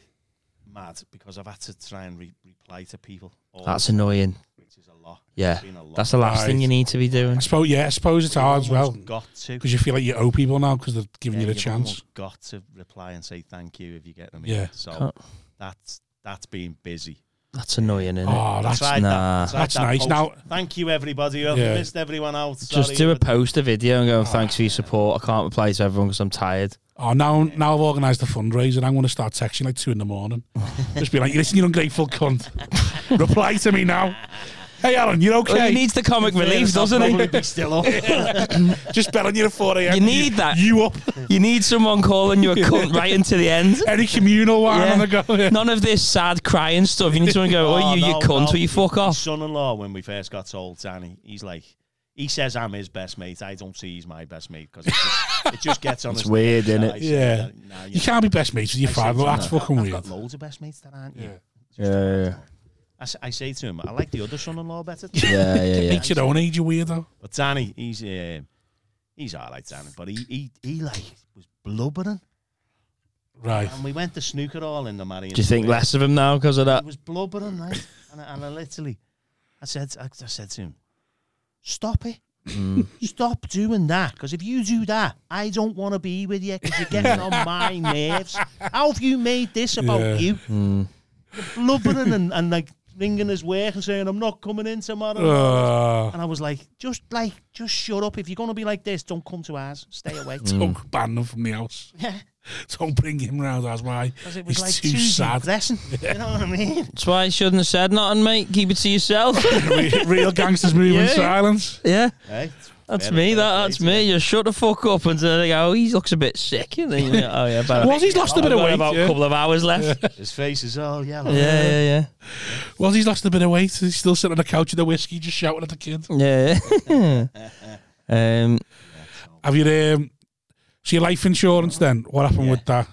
D: mad because I've had to try and re- reply to people. All,
B: That's annoying.
D: which is a lot.
B: Yeah,
D: It's been a lot.
B: that's the last
A: Right.
B: thing you need to be doing.
A: I suppose, yeah, I suppose it's hard as
D: You've
A: well
D: almost Got to
A: because you feel like you owe people now because they're giving
D: Yeah,
A: you the
D: you've
A: chance.
D: almost Got to reply and say thank you if you get them.
A: Yeah.
D: So
B: Can't-
D: that's that's been busy.
B: That's annoying, isn't it?
A: Oh, that's
D: I tried that-
B: nah.
D: I tried
A: That's
D: that
A: nice.
D: post.
A: Now-
D: thank you everybody. I've
A: Yeah.
D: missed everyone out.
B: Just
D: Sorry,
B: do a
D: but-
B: post, a video, and go. Thanks for your support. I can't reply to everyone because I'm tired.
A: Oh, now now I've organised a fundraiser. I'm going to start texting like two in the morning. Just be like, listen, you ungrateful cunt. Reply to me now. Hey, Alan, you're okay.
B: Well, he needs the comic relief,
D: I'll
B: doesn't he?
D: probably be still up.
A: Just bet on you at 4 a.m.
B: You need that.
A: You up.
B: You need someone calling you a cunt right into the end.
A: Any communal one
B: Yeah.
A: on the go. Yeah.
B: None of this sad crying stuff. You need someone to go, oh, you, you
D: no,
B: cunt,
D: no.
B: or you fuck
D: My
B: off.
D: son-in-law, when we first got told, Danny, he's like, he says I'm his best mate. I don't see he's my best mate because it, just- it just gets on.
B: It's
D: his
B: weird,
D: nerves.
B: innit?
D: I said,
A: Yeah.
D: nah,
A: You can't be best mates with your
D: I say
A: father.
D: to him, uh,
A: That's
D: "I've
A: fucking
D: got-
A: weird.
D: I've got loads of best mates that aren't you.
A: Yeah.
B: Yeah,
D: I, s- I say to him, I like the other son-in-law better.
B: yeah, yeah.
A: It's your own age, you weirdo.
D: But Danny, he's um, he's all right, Danny. But he he he like was blubbering,
A: Right.
D: and we went to snooker all in the Marion.
B: Do you think
D: Square.
B: less of him now because of that?
D: He was blubbering, right? and, I, and I literally, I said, I, I said to him, "Stop it!
B: Mm.
D: Stop doing that! Because if you do that, I don't want to be with you because you're getting on my nerves. How have you made this about
A: Yeah.
D: you?
B: Mm.
D: You're blubbering and, and like ringing his work and saying, "I'm not coming in tomorrow."
A: Uh,
B: Mm.
D: and I was like, just like, just shut up. If you're gonna be like this, don't come to ours. Stay away.
B: Mm.
A: Don't ban them from the house.
D: Yeah,
A: Don't bring him round. That's why.
D: because it was
A: He's
D: like
A: too
D: Tuesday
A: sad.
D: dressing. You know what I mean?
B: That's why you shouldn't have said nothing, mate. Keep it to yourself.
A: Re- Real gangsters move in
B: Yeah.
A: silence.
B: yeah,
D: Right.
B: that's
D: Fair
B: me.
D: play,
B: That, that's
D: fair play.
B: me. Just shut the fuck up and say, like, oh, he looks a bit sick. And then, you know, oh, yeah, about,
A: Was he's lost a
B: I've
A: bit of
B: got
A: weight?
B: about a
A: yeah.
B: couple of hours left.
D: His face is all yellow.
B: Yeah, yeah,
A: Well, he's lost a bit of weight. He's still sitting on the couch with the whiskey, just shouting at the kid.
B: yeah. Yeah. um,
A: Have you um, so your life insurance then? What happened
D: Yeah.
A: with that?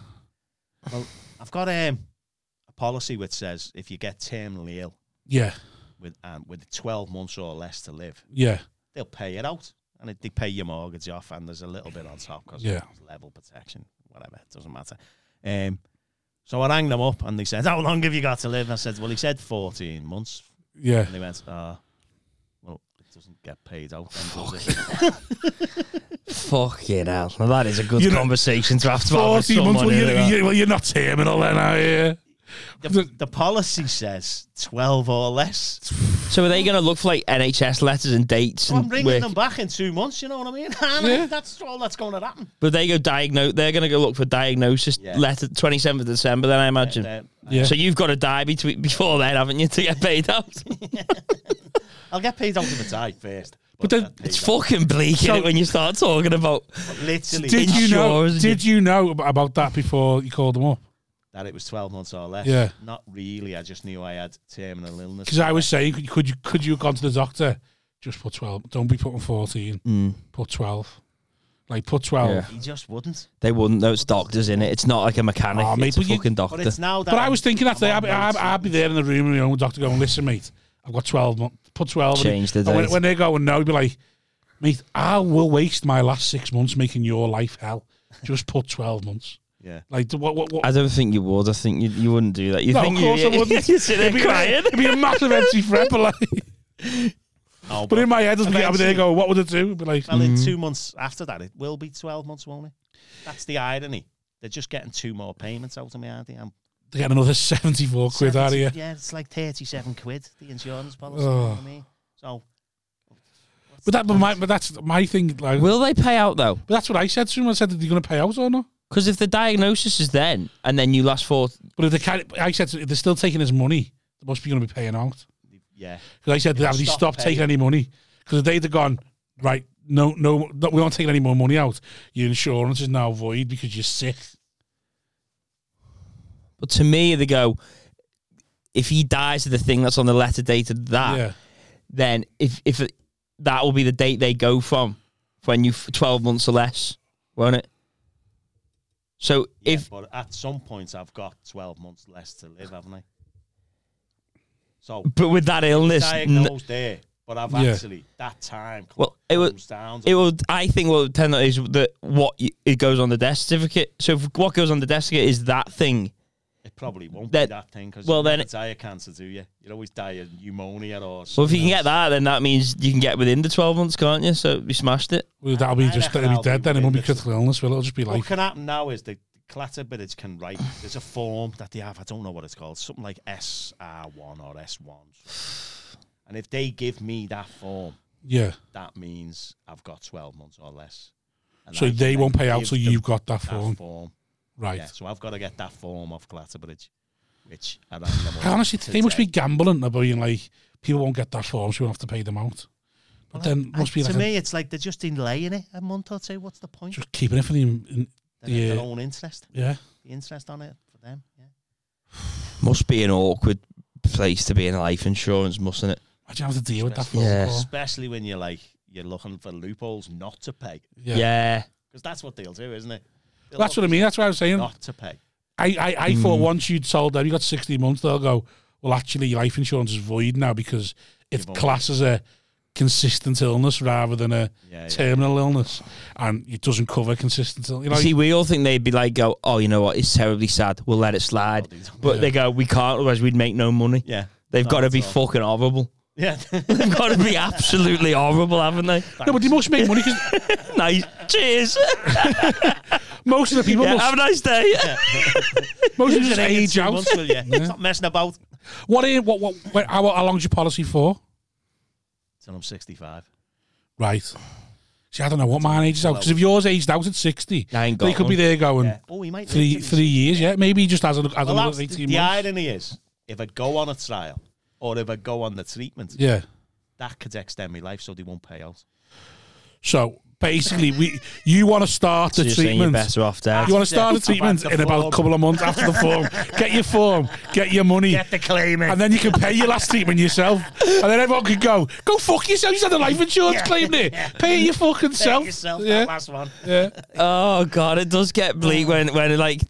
D: I've got um, a policy which says if you get terminally ill
A: Yeah,
D: with um, with 12 months or less to live,
A: yeah,
D: they'll pay it out, and it, they pay your mortgage off, and there's a little bit on top because
A: Yeah.
D: it's level protection, whatever. It doesn't matter. Um, so I rang them up, and they said, "How long have you got to live?" And I said, "Well, he said 14 months."
A: yeah.
D: And they went, ah, well, it doesn't get paid out then, does it?
B: fucking hell. Now, that is a good
A: You know,
B: conversation to have to have with
A: 40
B: someone.
A: months. Well,
B: isn't
A: you're,
B: it?
A: you well, you're not terminal then, are you?
D: The, the policy says 12 or less.
B: So are they going to look for like NHS letters and dates?
D: I'm
B: and
D: ringing
B: work-
D: them back in two months. You know what I mean? And
A: Yeah.
D: That's all that's going to happen.
B: But they go diagnose. They're going to go look for diagnosis
D: Yeah.
B: letter twenty seventh of December. Then I imagine.
D: Uh,
A: Yeah.
B: So you've got to die between, before then, haven't you, to get paid out?
D: I'll get paid out of the tie first.
A: But then
D: I'll get
B: It's
D: paid out.
B: fucking bleak isn't it, when you start talking about.
D: literally
A: Did you know?
B: Sure,
A: Did you know ab- about that before you called them up?
D: that it was 12 months or less.
A: Yeah.
D: Not really. I just knew I had terminal illness.
A: Because I was saying, could you, could you could you have gone to the doctor? Just put twelve. Don't be putting fourteen. Put twelve. Like put twelve.
B: Mm. Yeah.
D: He just wouldn't.
B: They wouldn't. Those doctors in it. It's not like a mechanic.
A: Aw, mate,
B: it's a
A: but you-
B: fucking
D: But
B: doctor.
D: it's now that.
A: But I
D: I'm-
A: was thinking that day,
D: I'm
A: I'd,
D: on
A: I'd,
D: notes.
A: I'd be there in the room with my own doctor going, listen, mate, I've got 12 months. Put 12 in it."
B: Change the
A: And when,
B: date.
A: when they go and no, he'd be like, mate, I will waste my last six months making your life hell. Just put 12 months.
D: Yeah.
A: Like, what? what, what?
B: I don't think you would. I think you, you wouldn't do that. You
A: No,
B: think
A: of course
B: you,
A: I wouldn't.
B: You're sitting
A: It'd
B: there
A: be,
B: crying.
A: it'd be a massive empty threat, but, like,
D: Oh,
A: but
D: but
A: in my Mm. head, I'd be, I'd be there
D: Eventually.
A: going, what would I do? I'd be like,
D: well, in two months after that, it will be 12 months, won't it? That's the irony. They're just getting two more payments out of me, aren't they? I'm
A: they're getting another 74 quid out of
D: 70
A: you.
D: Yeah, it's like 37 quid, the insurance policy.
A: Oh.
D: You know what I mean? So. what's
A: But, that, but,
D: point?
A: my, but that's my thing. Like,
B: Will they pay out though?
A: but that's what I said to him. I said, are you going to pay out or not?
B: Because if the diagnosis is then, and then you last for
A: But if they can't, I said, to him, if they're still taking his money, they must be going to be paying out.
D: Yeah.
A: Because I said,
D: Yeah,
A: have they
D: stop
A: stopped
D: paying.
A: taking any money? Because they'd have gone, right, no, no, no, we aren't taking any more money out. Your insurance is now void because you're sick.
B: But to me, they go, if he dies of the thing that's on the letter dated
D: Ah.
B: that,
A: yeah.
B: then if if it, that will be the date they go from when you twelve months or less, won't it? So
D: yeah,
B: if
D: but at some point, I've got 12 months less to live, haven't I? So.
B: but with that illness, n-
D: diagnosed there, but I've
A: Yeah.
D: actually that time comes
B: Well, it was-
D: down.
B: it will. I think what will depend on is that what you, it goes on the death certificate. So if what goes on the death certificate is that thing.
D: it probably won't
B: that-
D: be that thing because
B: well,
D: well, you
B: then
D: then
B: it-
D: die of cancer, do you? You'd always die of pneumonia
B: Well,
D: or.
B: if you
D: something
B: can
D: else.
B: get that, then that means you can get within the twelve months, can't you? So we smashed it.
A: Well, that'll be
D: I
A: just,
D: reckon
A: he'll be
D: I'll
A: dead
D: be
A: then. It won't be
D: witness.
A: critical illness, will it? It'll just be like,
D: what can happen now is the clatter bidders can write. There's a form that they have. I don't know what it's called. Something like SR1 or S1. And if they give me that form,
A: yeah.
D: that means I've got 12 months or less. And
A: So
D: I
A: they
D: can
A: won't pay
D: give
A: out till
D: them
A: you've got that
D: that
A: form.
D: form.
A: Right.
D: Yeah, so I've got to get that form off Clatterbridge, which I don't know.
A: I honestly think they must be gambling about being like, people won't get that form, so we'll have to pay them out. But then must be
D: to
A: like, a-
D: me, it's like they're just delaying it a month or two. What's the point?
A: just keeping it for them. in-
D: They have
A: yeah.
D: Their own interest,
A: Yeah.
D: the interest on it for them. Yeah.
B: Must be an awkward place to be in life insurance, mustn't it?
A: Imagine having to deal with that
D: Especially-
A: form.
B: Yeah.
A: call.
D: Especially when you're like you're looking for loopholes not to pay,
A: Yeah.
B: yeah.
D: because that's what they'll do, isn't it? They'll
A: That's what I mean. That's what I was saying.
D: not to pay.
A: I, I, I thought once you'd sold them, you got 16 months, they'll go, well, actually, your life insurance is void now because it's
D: You've
A: classed as a consistent illness rather than a
D: Yeah, yeah.
A: terminal illness. And it doesn't cover consistent illness. You know,
B: See, we all think they'd be like, "Go, oh, you know what? It's terribly sad. We'll let it slide." But they go, "We can't, otherwise we'd make no money."
D: Yeah,
B: They've
D: No,
B: got to
D: that's
B: be
D: all.
B: fucking horrible.
D: yeah.
B: They've got to be absolutely horrible, haven't they?
A: no, but they must make money because
B: Nice. Cheers.
A: most of the people
B: Yeah, have
A: must,
B: a nice day.
A: most of them
D: You're
A: just
D: gonna get
A: age
D: two
A: out.
D: months, will you? Stop messing about.
A: What, i- what, what, what, how, how long's your policy for?
D: Till I'm 65.
A: Right. See, I don't know what mine ages out because if yours aged out at 60,
B: I ain't
A: they
B: got
A: could be
B: one.
A: there going
D: Yeah. Oh, he might live
A: three
D: till he's
A: three years, yeah? Maybe he just has, a, has
D: Well,
A: another
D: that's
A: 18 months.
D: the, the irony is, if I go on a trial or if I go on the treatment,
A: yeah.
D: that could extend my life, so they won't pay out.
A: So basically, we you want to start the
B: Just saying you're
A: treatment.
B: better off dead.
A: You want to start the
D: After
A: treatment
D: the
A: in about a
D: form.
A: couple of months after the form. Get your form, get your money,
D: the claim
A: and then you can pay your last treatment yourself. And then everyone can go, go fuck yourself. You had a life insurance claim there. Pay it your fucking self.
D: yourself
A: yeah,
D: that last one.
A: yeah.
B: Oh god, it does get bleak when when like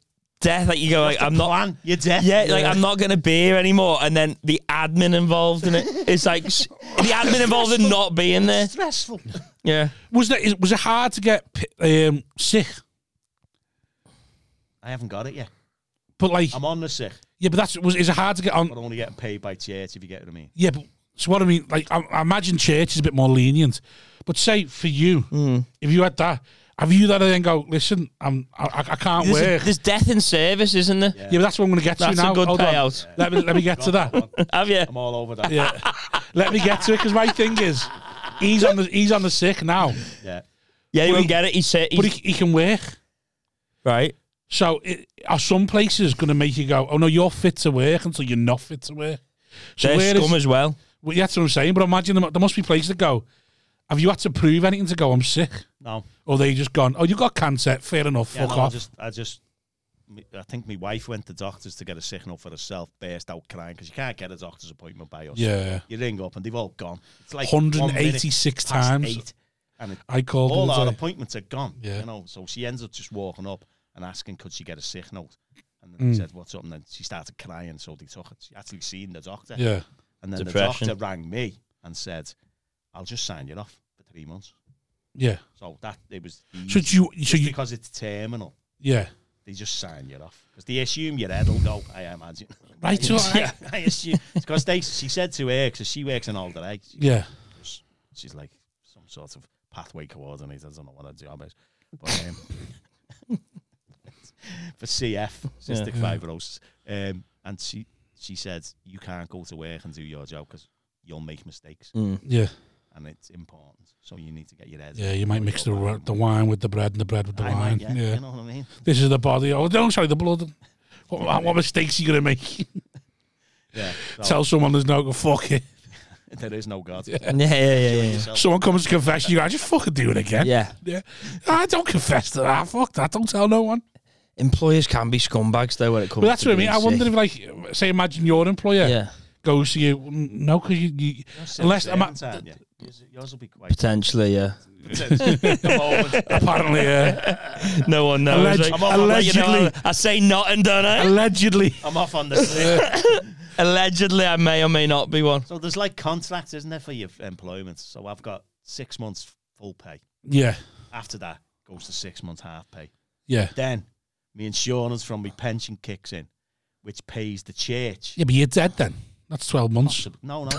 B: death. Like you go, like I'm not.
D: Plan, you're dead.
B: Yeah, like I'm not gonna be here anymore, and then the admin involved in it. It's like s- the admin involved in not being there.
D: Stressful.
B: Yeah,
A: Was that is, was it hard to get p- um, sick?
D: I haven't got it yet.
A: But like,
D: I'm on the sick,
A: yeah, but that's was is it hard to get
D: but
A: on?
D: only getting paid by church, if you get what I mean.
A: Yeah, but so what I mean, like, I, I imagine church is a bit more lenient. But say for you, if you had that, have you that and then go, listen, I'm I, I- I can't
B: there's,
A: work.
B: there's death in service, isn't there?
A: Yeah, but that's what I'm going to get
B: That's
A: to
B: a
A: now.
B: good
A: Hold on.
B: payout.
A: Let me let me get to that.
B: Have
D: I'm
B: you?
D: all over that.
A: Yeah. Let me get to it because my thing is, he's on the he's on the sick now,
D: Yeah.
B: Yeah, he
A: But
B: won't
A: he-
B: get it. He's, sick,
A: but
B: he's-
A: he, he can work.
B: right.
A: So it, are some places going to make you go, oh no, you're fit to work until you're not fit to work? So
B: They're
A: where is-
B: scum as well.
A: well, that's what I'm saying. But imagine there mu- there must be places that go, have you had to prove anything to go? I'm sick,
D: No.
A: or they just gone, oh, you got cancer. Fair enough.
D: Yeah,
A: fuck
D: no, I
A: off.
D: just, I just, me- I think my wife went to doctors to get a signal for herself, burst out crying because you can't get a doctor's appointment by us.
A: yeah,
D: You ring up and they've all gone. It's like one minute
A: 186
D: past
A: times
D: eight, and it,
A: I called.
D: all
A: the other
D: our
A: day.
D: appointments are gone.
A: Yeah.
D: You know, so she ends up just walking up and asking, could she get a sick note? And
A: Hmm.
D: then they said, what's up? And then she started crying, so they took it. She actually seen the doctor.
A: yeah.
D: And then
B: Depression.
D: the doctor rang me and said, I'll just sign you off for three months.
A: Yeah.
D: So that it was
A: So do
D: easy.
A: you? So
D: Just
A: you?
D: because it's terminal,
A: Yeah.
D: they just sign you off because they assume your head will go. I imagine.
A: Right. So I-
D: I, I assume because they she said to her because she works in older age.
A: yeah.
D: She's, she's like some sort of pathway coordinator. I don't know what her job is, but um, for CF cystic
A: Yeah.
D: fibrosis, um, and she she said you can't go to work and do your job because you'll make mistakes
A: Yeah.
D: and it's important. So you need to get your head.
A: Yeah. You might
D: before
A: mix the
D: go back
A: ri-
D: and
A: the
D: work."
A: wine with the bread and the bread with the
D: I
A: wine.
D: might, yeah,
A: yeah.
D: you know what I mean.
A: This is the body. Oh, no, sorry, the blood. What, what mistakes are you going to make?
D: Yeah, so
A: Tell someone there's no go, fuck it.
D: there is no God.
B: Yeah, yeah, yeah, yeah.
D: Yourself.
A: Someone comes to confession, you go, I just fucking do it again.
B: Yeah.
A: Yeah. I don't confess to that. Fuck that. Don't tell no one.
B: Employers can be scumbags though when it comes.
A: But that's
B: to
A: what I mean.
B: being
A: I wonder
B: sick.
A: if, like, say, imagine your employer
B: yeah,
A: goes to you. "Mm, No, because you, you unless I'm at,
D: Time, yeah. yours, yours will be quite.
B: potentially. Yeah,
A: apparently, uh,
B: no one knows.
A: Alleg-
B: Like, I'll let you know, Eh?
A: allegedly.
B: I say nothing, don't I?
A: allegedly.
D: I'm off on this. thing.
B: Allegedly, I may or may not be one.
D: so there's like contracts, isn't there, for your employment? So I've got six months full pay.
A: Yeah.
D: After that goes to six months half pay.
A: Yeah.
D: Then my insurance from my pension kicks in, which pays the church.
A: Yeah, but you're dead then. That's 12 months.
D: So- No, no.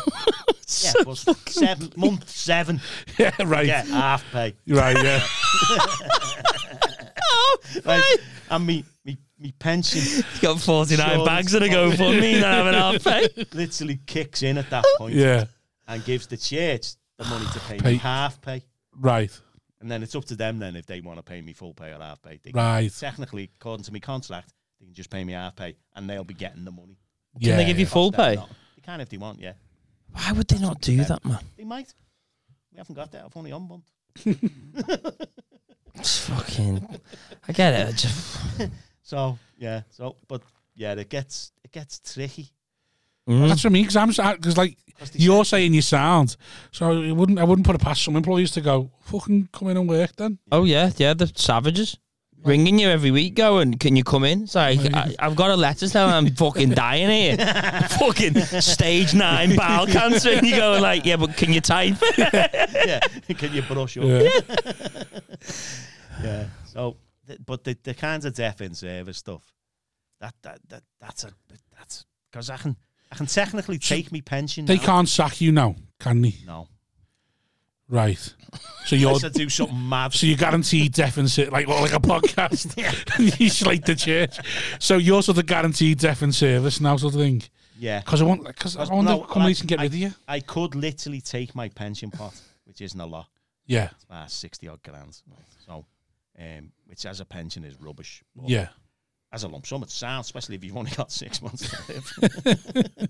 D: yeah, but seven month seven.
A: yeah, right.
D: Yeah, half pay.
A: Right, yeah.
D: Right. And me, me, me pension
B: He's got 49
D: Sure.
B: bags and a go for me, and I have an half pay.
D: literally kicks in at that point
A: yeah.
D: and gives the church the money to pay
A: Pay.
D: me half pay.
A: Right.
D: And then it's up to them then if they want to pay me full pay or half pay. They can-
A: Right.
D: Technically, according to my contract, they can just pay me half pay and they'll be getting the money.
A: Yeah.
B: Can they give you full
D: Them
B: pay?
D: not. They can if they want, yeah.
B: Why would they not do that, man?
D: They might. We haven't got that. I've only on one.
B: It's fucking. I get it. I just,
D: So yeah. So but yeah, it gets it gets tricky.
A: That's what I mean. Because I'm because like
D: Because they
A: you're saying you sound, so it wouldn't I wouldn't put it past some employees to go fucking come in and work then.
B: Oh yeah, yeah, the savages. Ringing you every week, going, can you come in? It's like, I, I've got a letter saying I'm fucking dying here. fucking stage nine bowel cancer. And you go like, yeah, but can you type?
D: yeah. Can you brush up?
A: Yeah.
D: Yeah. So, th- but the the kinds of deaf in service stuff, that that, that that's a that's because I can I can technically take me pension.
A: They
D: now.
A: can't sack you now, can they?
D: No,
A: Right. So you're
D: unless I do something mad.
A: so you're guaranteed deaf and ser- like like a podcast. you slate the church. So you're sort of guaranteed deaf and service now, sort of thing.
D: Yeah,
A: Because I want because I
D: Because,
A: want
D: no,
A: to come
D: like,
A: and get rid of you.
D: I could literally take my pension pot, which isn't a lot,
A: Yeah.
D: it's about sixty odd grand. So, um, which as a pension is rubbish. but
A: Yeah.
D: as a lump sum, it sounds, especially if you've only got six months to live.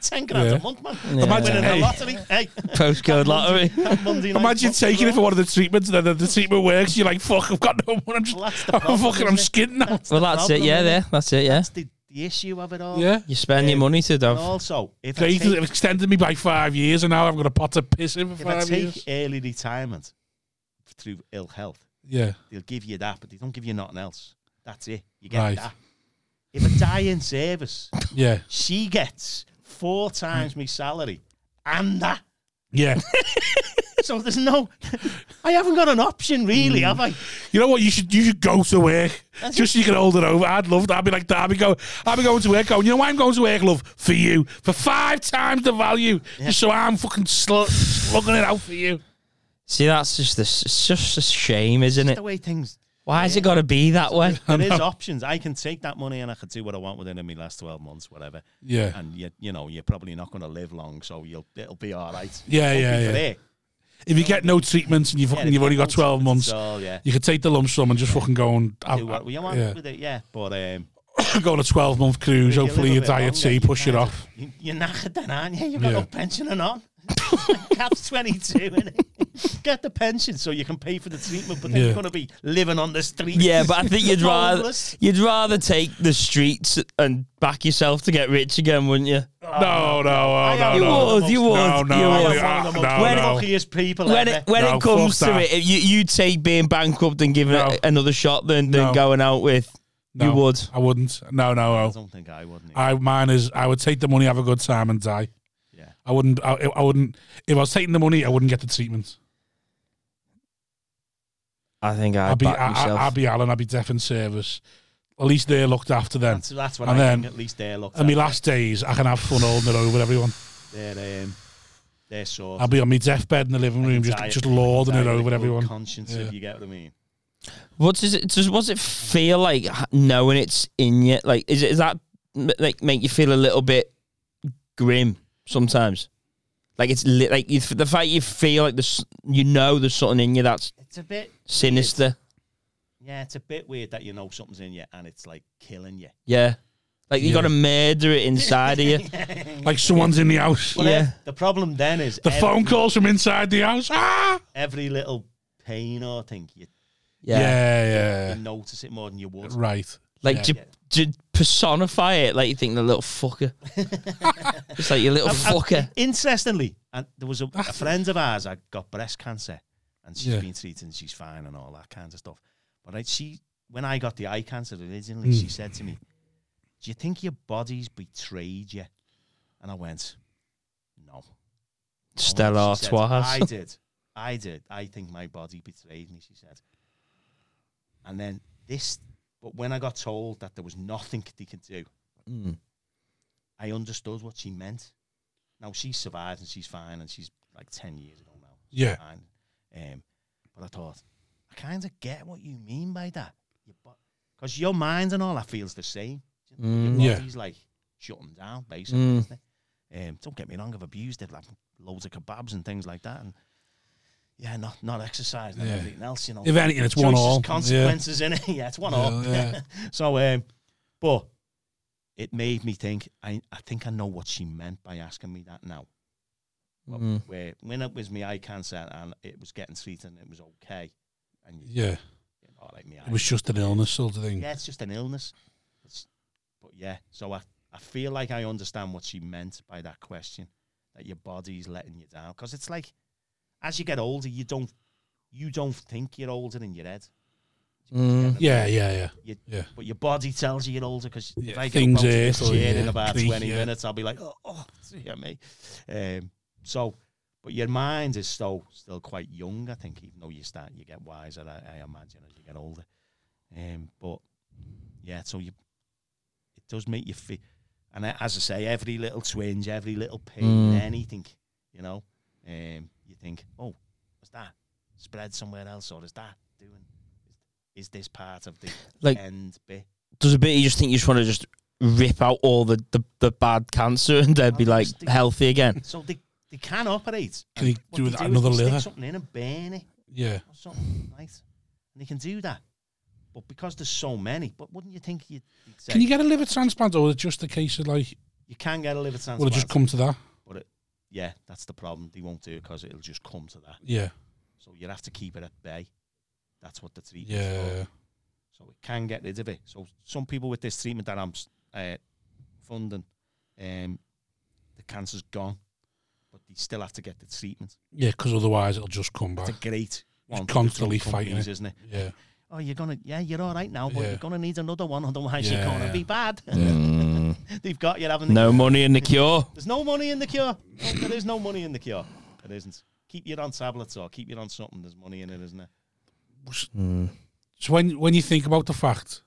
D: Ten grand
A: Yeah.
D: a month, man.
B: Yeah.
D: Imagine winning
A: Hey.
D: the lottery. Hey,
B: Postcode lottery.
D: that Monday night
A: Imagine
D: football.
A: taking it for one of the treatments, and then the treatment works. You're like, "Fuck, I've got no one. I'm just,
D: Well, that's the
A: I'm
D: problem,
A: Oh, fucking, I'm
D: isn't it?
A: skinned now."
D: That's
B: Well,
D: the
B: that's it.
D: problem,
B: Yeah,
D: isn't
B: there. That's it. Yeah.
D: That's the, the issue of it all.
A: Yeah.
B: You spend your money to
D: And
B: have.
D: also, if
A: So
D: I
A: he
D: take,
A: have extended me by five years, and now I've got a pot to piss in for
D: if I
A: five
D: take
A: years.
D: early retirement through ill health,
A: Yeah,
D: they'll give you that, but they don't give you nothing else. That's it. You get
A: Right.
D: that. If I die in service,
A: yeah,
D: she gets four times my salary and that.
A: yeah.
D: So there's no, I haven't got an option
A: Mm.
D: really, have I?
A: you know what? You should you should go to work just so you can hold it over. I'd love that. I'd be like that. I'd be go. I'd be going to work. Going. You know why I'm going to work, love? For you, for five times the value. Just so I'm fucking sl- slugging it out for you.
B: See, that's just this. It's just a shame, isn't
D: It's
B: it?
D: the way things.
B: Why's it got to be that way?
D: There is options. I can take that money and I can do what I want with it in my last twelve months, whatever.
A: Yeah.
D: And you, you know, you're probably not going to live long, so you'll it'll be all right.
A: Yeah,
D: It'll
A: yeah,
D: be
A: yeah.
D: great.
A: If you get no treatments and you've,
D: Yeah,
A: fucking you've only got
D: it's
A: 12 months,
D: all, yeah.
A: you could take the lump sum and just fucking go and have,
D: Do what you want
A: yeah.
D: with it, yeah. But um,
A: go on a 12 month cruise.
D: If you
A: Hopefully,
D: live a
A: your
D: bit
A: diet
D: longer,
A: tea
D: you
A: push it
D: kinda-
A: off.
D: you, you're knackered then, aren't you? You've got
A: Yeah.
D: no pension and on. Cap's 22, innit? Get the pension so you can pay for the treatment, but then
A: Yeah.
D: you're going to be living on the street.
B: Yeah, but I think you'd rather
D: Homeless.
B: you'd rather take the streets and back yourself to get rich again, wouldn't you?
A: No, no, oh,
D: am
A: no,
D: You
A: no.
B: would, you would,
A: No, no,
B: you
A: I-
B: would.
A: ah,
D: One of the
A: no,
B: When-
A: no.
D: Luckiest people
B: When
D: ever.
B: it when
A: No,
B: it comes to
A: fuck that.
B: it, if you you take being bankrupt and giving
A: No.
B: it another shot than, than
A: No.
B: going out with. You
A: No,
B: would.
A: I wouldn't. No, no,
D: I
A: no.
D: don't think I would. Nick.
A: I mine is. I would take the money, have a good time, and die.
D: Yeah.
A: I wouldn't. I, I wouldn't. If I was taking the money, I wouldn't get the treatment.
B: I think I'd,
A: I'd, be.
B: back
A: I,
B: myself.
A: I, I'd be Alan. I'd be deaf in service. At least they're looked after then.
D: That's, that's what
A: And
D: I
A: then-
D: think at least they're looking
A: And my last days, I can have fun holding it over everyone.
D: They're, um, they're sort
A: I'll be on my deathbed in the living room, just just lording it over everyone.
D: Conscience,
A: Yeah.
D: if you get what I mean.
B: What does it does what's it feel like h- knowing it's in you? Like is it is that m- like make you feel a little bit grim sometimes? Like it's li- like you, the fact you feel like there's you know there's something in you that's
D: It's a bit
B: sinister.
D: Yeah, it's a bit weird that you know something's in you and it's like killing you.
B: Yeah, like you
A: Yeah.
B: got to murder it inside of you.
A: Like someone's in the house.
B: Well, Yeah.
D: The problem then is
A: The
D: every,
A: phone calls from inside the house. Ah!
D: every little pain or thing you,
B: Yeah,
A: yeah, yeah.
D: you notice it more than you would.
A: Right.
B: like
A: Yeah.
B: to to personify it. Like you think the little fucker. it's like your little
D: And- and
B: fucker.
D: Interestingly, and there was a, a friend of ours that got breast cancer, and she's
A: Yeah.
D: been treated, and she's fine, and all that kind of stuff. But I, she, when I got the eye cancer originally,
A: Hmm.
D: she said to me, "Do you think your body's betrayed you?" And I went, "No."
B: Stella
D: She said, I
B: Artois.
D: did. I did. I think my body betrayed me, she said. And then this, but when I got told that there was nothing they could do,
B: Mm.
D: I understood what she meant. Now she's survived and she's fine and she's like 10 years ago now. She's
A: Yeah.
D: Fine. Um, but I thought, I kind of get what you mean by that. Because your mind and all that feels the same.
B: Mm.
A: Yeah.
D: Your body's like shutting down, basically.
B: Mm.
D: Isn't it? Um, don't get me wrong, I've abused it, like loads of kebabs and things like that. And yeah, not not exercise and
A: Yeah.
D: everything else, you know.
A: If anything, it's one
D: Choices,
A: all.
D: consequences in it. Yeah, it's one all.
A: Yeah,
D: so, um, but it made me think. I, I think I know what she meant by asking me that now. Well,
A: Mm-hmm.
B: Mm.
D: Where when it was my eye cancer and it was getting treated and it was okay, and you,
A: Yeah.
D: you know, like me,
A: It was just an illness sort of thing.
D: yeah, it's just an illness. It's, but yeah, so I, I feel like I understand what she meant by that question that your body's letting you down because it's like as you get older, you don't you don't think you're older in your head.
B: Mm.
A: Yeah, yeah, yeah.
D: But your body tells you you're older because
A: Yeah,
D: if I get
A: things
D: up out of this
A: hurt or,
D: chair in
A: yeah,
D: about
A: creak,
D: 20
A: yeah.
D: minutes, I'll be like, oh, oh dear me. Um, so, but your mind is still still quite young, I think, even though you start, you get wiser, I, I imagine, as you get older. Um, but yeah, so you, it does make you feel, and a- as I say, every little twinge, every little pain,
B: Mm.
D: anything, you know, um, you think, oh, is that spread somewhere else, or is that doing, is this part of the
B: Like-
D: end bit?
B: there's a bit you just think you just want to just rip out all the, the, the bad cancer and then be
D: Well,
B: like
D: just the-
B: healthy again.
D: So they, they can operate.
A: Can you
D: What
A: do
D: they
A: with
D: is
A: another
D: they stick
A: leather?
D: something in and burn it
A: Yeah.
D: or something, right? And they can do that. But because there's so many, but wouldn't you think you'd, you'd say
A: Can you get a liver transplant or is it just a case of like,
D: you can get a liver transplant?
A: will it just come to that?
D: But it, yeah, that's the problem. They won't do it because it'll just come to that.
A: Yeah.
D: So you'd have to keep it at bay. That's what the treatment
A: Yeah.
D: So it can get rid of it. So some people with this treatment that I'm s- uh, funding, um, the cancer's gone, but they still have to get the treatment.
A: Yeah, because otherwise it'll just come
D: It's
A: back.
D: a great one. for the
A: constantly
D: drug
A: fighting
D: companies,
A: it.
D: isn't it?
A: Yeah.
D: Oh, you're gonna, yeah, you're all right now, but
A: Yeah.
D: you're gonna need another one, otherwise
A: Yeah,
D: you're gonna
A: yeah.
D: be bad.
B: Mm.
D: They've got you, haven't they?
B: No money in the cure.
D: There's no money in the cure. No, there is no money in the cure. There isn't. Keep you on tablets or keep you on something. There's money in it, isn't there?
A: So when when you think about the fact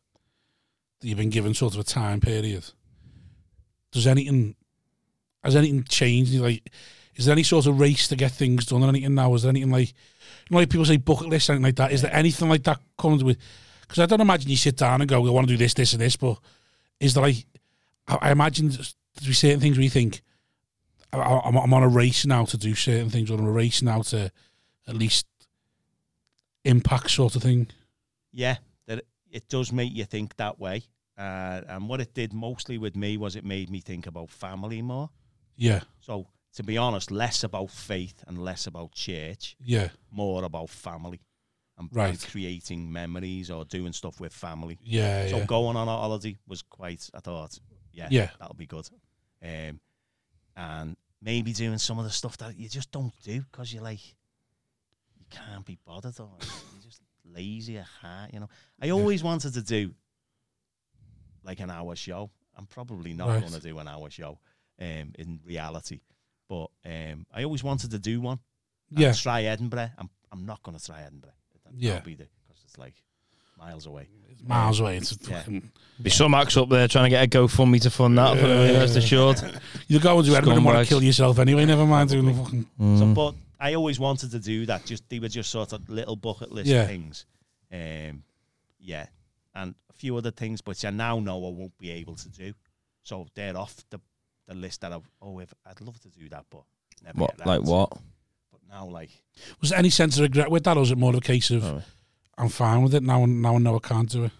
A: that you've been given sort of a time period, does anything has anything changed? Like, is there any sort of race to get things done or anything now? Is there anything like, you know, like people say bucket list, anything like that? Is there anything like that comes with? Because I don't imagine you sit down and go, "We want to do this, this, and this." But is there like, I, I imagine there's there's certain things we think. I, I- I'm, I'm on a race now to do certain things, or I'm on a race now to at least impact sort of thing.
D: yeah, that it does make you think that way. Uh, and what it did mostly with me was it made me think about family more.
A: Yeah,
D: So to be honest, less about faith and less about church,
A: yeah,
D: more about family and, and
A: Right.
D: creating memories or doing stuff with family.
A: yeah,
D: So
A: yeah.
D: going on a holiday was quite. I thought, yeah,
A: Yeah.
D: that'll be good. Um, and maybe doing some of the stuff that you just don't do because you're like, you can't be bothered or you're just lazy at heart. You know, I always wanted to do like an hour show. I'm probably not
A: Right.
D: going to do an hour show um, in reality, but um, I always wanted to do one. and
A: Yeah.
D: try Edinburgh. I'm I'm not going to try Edinburgh. That,
A: Yeah.
D: that'll be because it's like miles away.
A: It's miles away. It's a
D: Yeah.
A: fucking,
B: Be some acts up there trying to get a GoFundMe to fund that. for the rest assured.
A: you go and do Edinburgh and want
B: Scumbags.
A: to kill yourself anyway. Never mind doing the fucking.
D: So,
B: Mm.
D: but I always wanted to do that. Just they were just sort of little bucket list
A: Yeah.
D: things. Um, yeah, and a few other things, which I now know I won't be able to do. So they're off the, the list that I've. Oh, if, I'd love to do that, but never.
B: What
D: get
B: like
D: around to
B: what?
D: it. But now, like,
A: Was there any sense of regret with that, or was it more of a case of
B: Oh.
A: I'm fine with it now? And now I know I can't do it.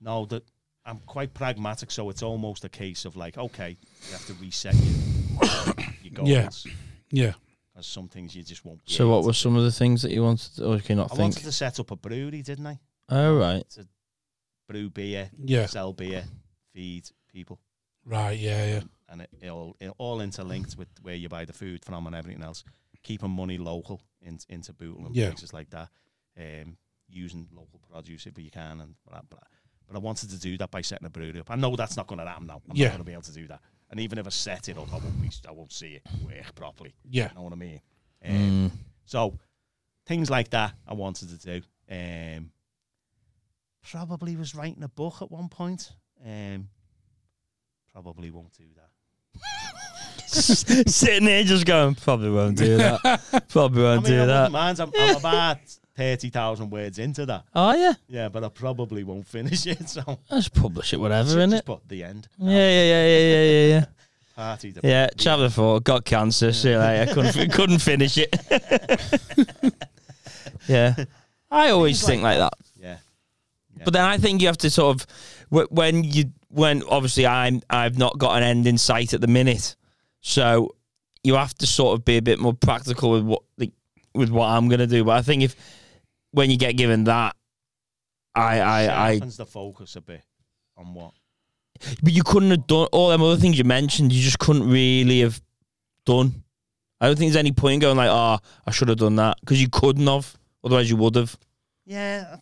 D: no, that I'm quite pragmatic. So it's almost a case of like, okay, you have to reset your, your goals.
A: Yeah. Yeah,
D: Because some things you just won't. be
B: So
D: able
B: what
D: to
B: were some of the things that you wanted? To, oh, okay,
D: do.
B: not
D: I
B: think.
D: wanted to set up a brewery, didn't I?
B: All right.
D: Brew beer,
A: yeah,
D: sell beer, feed people.
A: right, yeah, yeah,
D: and it, it all it all interlinked with where you buy the food from and everything else. Keeping money local in, into Bootle and
A: Yeah.
D: places like that. Um, using local produce if you can and blah blah. But I wanted to do that by setting a brewery up. I know that's not going to happen now. I'm
A: Yeah.
D: not going to be able to do that. And even if I set it up, I won't be, I won't see it work properly.
A: yeah,
D: You know what I mean? Um,
B: Mm.
D: So things like that I wanted to do. Um, probably was writing a book at one point. Um, probably won't do that.
B: Sitting here just going, probably won't do that. probably won't
D: I
B: do
D: wouldn't
B: that.
D: mind. I'm, I'm about 30,000 words into that.
B: Oh yeah,
D: Yeah, but I probably won't finish it. So
B: let's publish it, whatever,
D: just
B: innit?
D: put the end.
B: Yeah, yeah, yeah, yeah, yeah, yeah, yeah.
D: Party the
B: Yeah, chapter four. Got cancer. See you later. Couldn't couldn't finish it. yeah, I always think like that.
D: Yeah.
B: But then I think you have to sort of wh- when you when obviously I'm I've not got an end in sight at the minute, so you have to sort of be a bit more practical with what like, with what I'm gonna do. But I think if when you get given that, I I, I
D: Sharpens the focus a bit on what.
B: but you couldn't have done all them other things you mentioned. You just couldn't really have done. I don't think there's any point in going like, oh, I should have done that because you couldn't have. Otherwise, you would have
D: Yeah.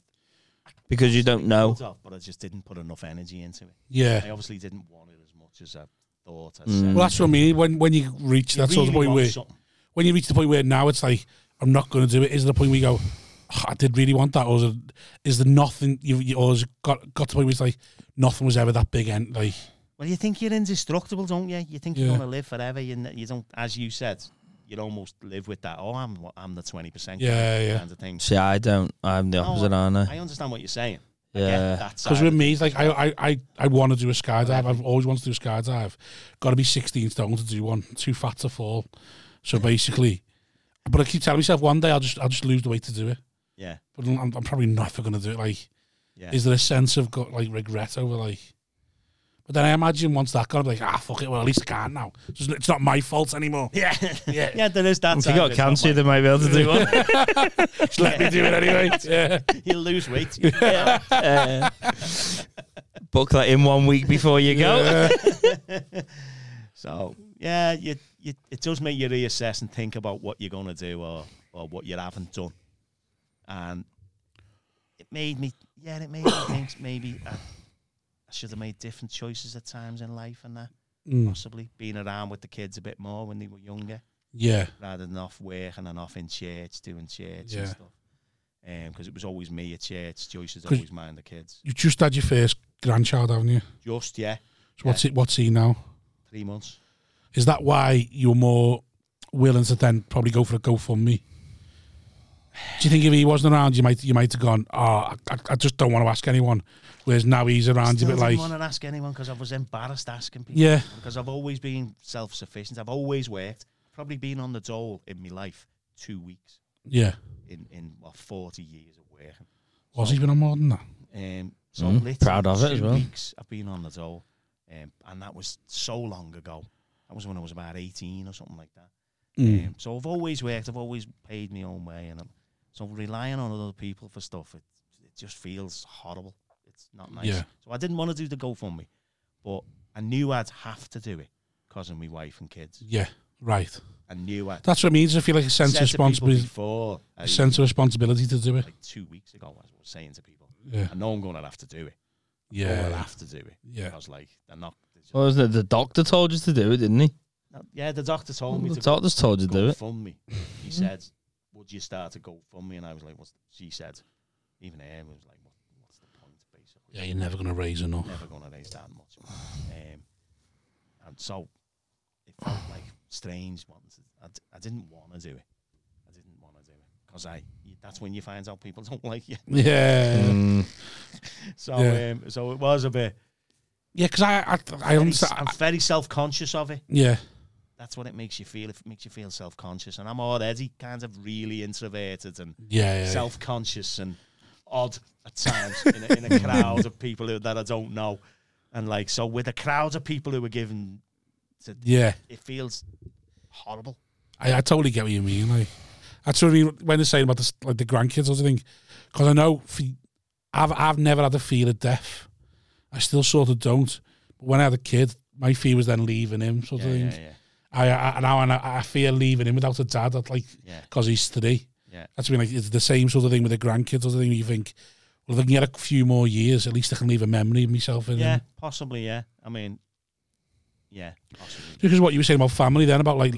B: because you don't
D: I
B: know.
D: pulled off, but I just didn't put enough energy into it. I
A: yeah.
D: obviously didn't want it as much as I thought. I
B: Mm.
D: said.
A: Well, that's what I mean. When when you reach
D: You
A: that sort of
D: really
A: point
D: want
A: where
D: something.
A: when you reach the point where now it's like I'm not going to do it. Is there a point where you go? "Oh, I did really want that, or is, it, is there nothing? You, you always got got to the point where it's like nothing was ever that big end. Like
D: Well, you think you're indestructible, don't you? You think
A: Yeah.
D: you're going to live forever. You, n- you don't, as you said, you'd almost live with that. Oh, I'm I'm the 20%
A: yeah, yeah.
D: kind of thing.
B: See, I don't. I'm the
D: No,
B: opposite, aren't I?
D: I understand what you're saying. I get
B: yeah.
D: that side
A: Because
D: of
A: with
D: it.
A: me, it's like I, I, I, I want to do a skydive. I've always wanted to do a skydive. Got to be 16 stone to do one. Too fat to fall. So basically, but I keep telling myself one day I'll just I'll just lose the weight to do it.
D: Yeah,
A: But I'm, I'm probably never going to do it. Like,
D: yeah.
A: is there a sense of got like regret over like? But then I imagine once that got, I'm like, ah, fuck it. Well, at least I can't now. It's just- it's not my fault anymore.
D: yeah,
A: Yeah.
D: yeah. There is that.
B: If
D: side
B: you
D: of
B: got
D: it, it's not
B: cancer,
D: mine.
B: they might be able to do one.
A: Just let me do it anyway. Yeah.
D: you lose weight.
B: Uh, book that in one week before you go.
A: Yeah.
D: so yeah, you, you, it does make you reassess and think about what you're gonna do or or what you haven't done. And it made me, yeah, it made me think maybe I, I should have made different choices at times in life and that
A: Mm.
D: possibly being around with the kids a bit more when they were younger.
A: yeah.
D: rather than off working and off in church, doing church
A: Yeah.
D: and stuff. Because it was always me at church. Joyce has
A: 'Cause-
D: always mind the kids.
A: You just had your first grandchild, haven't you?
D: Just, yeah,
A: So what's it? What's he now?
D: three months.
A: Is that why you're more willing to then probably go for a GoFundMe? Do you think if he wasn't around, you might you might have gone, oh, I, I- I just don't want to ask anyone. Whereas now he's around, you're a
D: Still
A: bit
D: didn't
A: like,
D: want to ask anyone because I was embarrassed asking people.
A: yeah,
D: Because I've always been self sufficient. I've always worked. Probably been on the dole in my life two weeks
A: yeah.
D: in in what forty years of working.
A: Was he been on more than that?
D: Um, so
B: Mm,
D: literally
B: proud of it
D: two
B: as well.
D: Weeks I've been on the dole, um, and that was so long ago. That was when I was about eighteen or something like that.
A: Mm.
D: Um, so I've always worked. I've always paid my own way, and I'm, so relying on other people for stuff, it, it just feels horrible. It's not nice.
A: Yeah.
D: So I didn't want to do the GoFundMe, but I knew I'd have to do it because of my wife and kids.
A: Yeah, right.
D: I knew I'd
A: That's what it means. I feel like a
D: said
A: sense of
D: to people
A: responsibility,
D: before. I,
A: a sense of responsibility to do it.
D: like two weeks ago, I was saying to people,
A: Yeah,
D: I know I'm going to have to do it. Yeah. I'll
A: yeah,
D: have to do it.
A: yeah.
D: I was like, they're not. they're just-
B: Well, wasn't it the doctor told you to do it, didn't he?
D: No, yeah, the doctor told me
B: The
D: to go,
B: doctor's told you to do it. Mm-hmm.
D: fund me. He said, "Would you start a GoFundMe?" And I was like, "What's?" She said, "Even him was like, what, what's the point? Basically,
A: Yeah, you're never gonna raise enough.
D: never gonna raise that much." Um, and so it felt like strange. Wanting to, I, d- I didn't want to do it. I didn't want to do it because I. That's when you find out people don't like you.
A: Yeah,
B: Mm.
D: So,
A: Yeah.
D: um, so it was a bit.
A: yeah. Because I, I, I
D: very s-
A: understand.
D: I'm very self conscious of it.
A: yeah,
D: That's what it makes you feel. It makes you feel self conscious, and I'm already kind of really introverted and
A: yeah, yeah.
D: self conscious and odd at times in a, in a crowd of people who, that I don't know. And like, so with a crowd of people who are giving, to,
A: yeah.
D: it feels horrible.
A: I, I totally get what you mean. Like that's what I mean when they're saying about the s- like the grandkids. I think because I know for, I've I've never had a fear of death. I still sort of don't. But when I had a kid, my fear was then leaving him. Sort of thing.
D: yeah.
A: I, I now and I, I fear leaving him without a dad. That's like
D: Yeah.
A: because he's three.
D: Yeah.
A: That's been like it's the same sort of thing with the grandkids. Sort of thing where you think, well, if I can get a few more years, at least I can leave a memory of myself in.
D: Yeah,
A: him.
D: possibly, yeah. I mean, yeah, possibly.
A: Because what you were saying about family then about like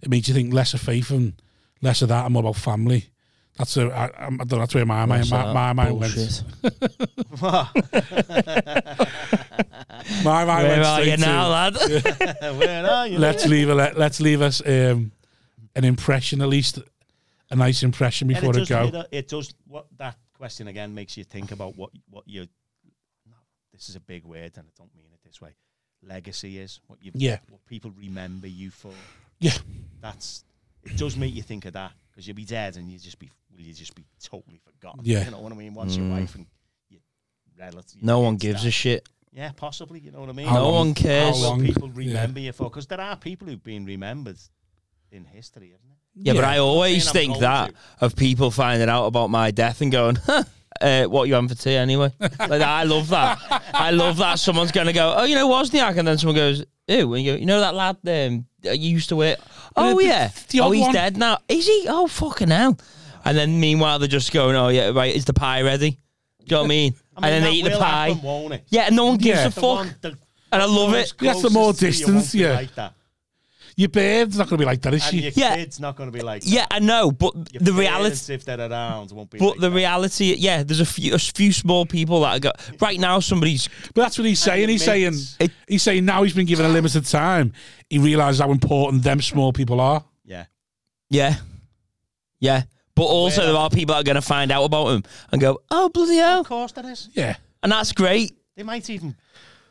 A: it makes you think less of faith and less of that and more about family. That's a, I, I don't know, that's where my mind my, my mind went.
B: Bullshit.
A: My mind
B: Where
A: went
B: are
A: straight
B: you now,
A: to,
B: lad?
D: Where are you?
A: Let's leave a, let, let's leave us um, an impression at least a nice impression
D: And
A: before
D: it
A: I
D: does,
A: go.
D: It, it does. What that question again makes you think about what what you. No, this is a big word, and I don't mean it this way. Legacy is what you.
A: Yeah.
D: What people remember you for.
A: Yeah.
D: That's. It does make you think of that because you'll be dead and you just be will you just be totally forgotten.
A: Yeah.
D: You know what I mean? Once your wife and your relatives.
B: Mm. No one gives a shit.
D: Yeah, possibly. You know what I mean?
A: How
B: No
A: long-
B: one cares.
A: how
D: What
A: long-
D: people
A: Yeah.
D: remember you for because there are people who've been remembered in history, isn't it?
B: Yeah, but I always
D: Saying I'm
B: think that
D: going
B: of people finding out about my death and going, huh, uh, "What you having for tea anyway?" like I love that. I love that someone's going to go, "Oh, you know Wozniak," and then someone goes, "Ew," and you go, "You know that lad um, that you used to work? Oh
A: the-
B: yeah,
A: the
B: oh
A: odd
B: he's
A: one."
B: dead now. Is he? Oh fucking hell!" And then meanwhile they're just going, "Oh yeah, right, is the pie ready?" Do you know what I mean? and then
D: that
B: they eat the
D: will
B: pie.
D: happen, won't it?
B: Yeah, and no one gives
A: Yeah.
B: a
A: The
B: fuck, and I love it.
A: That's the more distance, yeah.
D: Like that.
A: Your bird's not going to be like that, is
D: And
A: she?
D: your
B: Yeah.
D: kid's not going to be like
B: Yeah, I know, but
D: that. Your
B: the reality.
D: parents, if they're around, won't be.
B: But
D: like
B: the
D: that.
B: reality, yeah, there's a few, a few small people that I got right now. Somebody's
A: But that's what he's saying.
D: your
A: He's
D: mates.
A: saying he's saying now he's been given a limited time. He realises how important them small people are.
D: yeah,
B: yeah, yeah. But also there are people that are going to find out about him and go, oh bloody
D: of
B: hell,
D: course there is.
A: Yeah,
B: and that's great.
D: They might even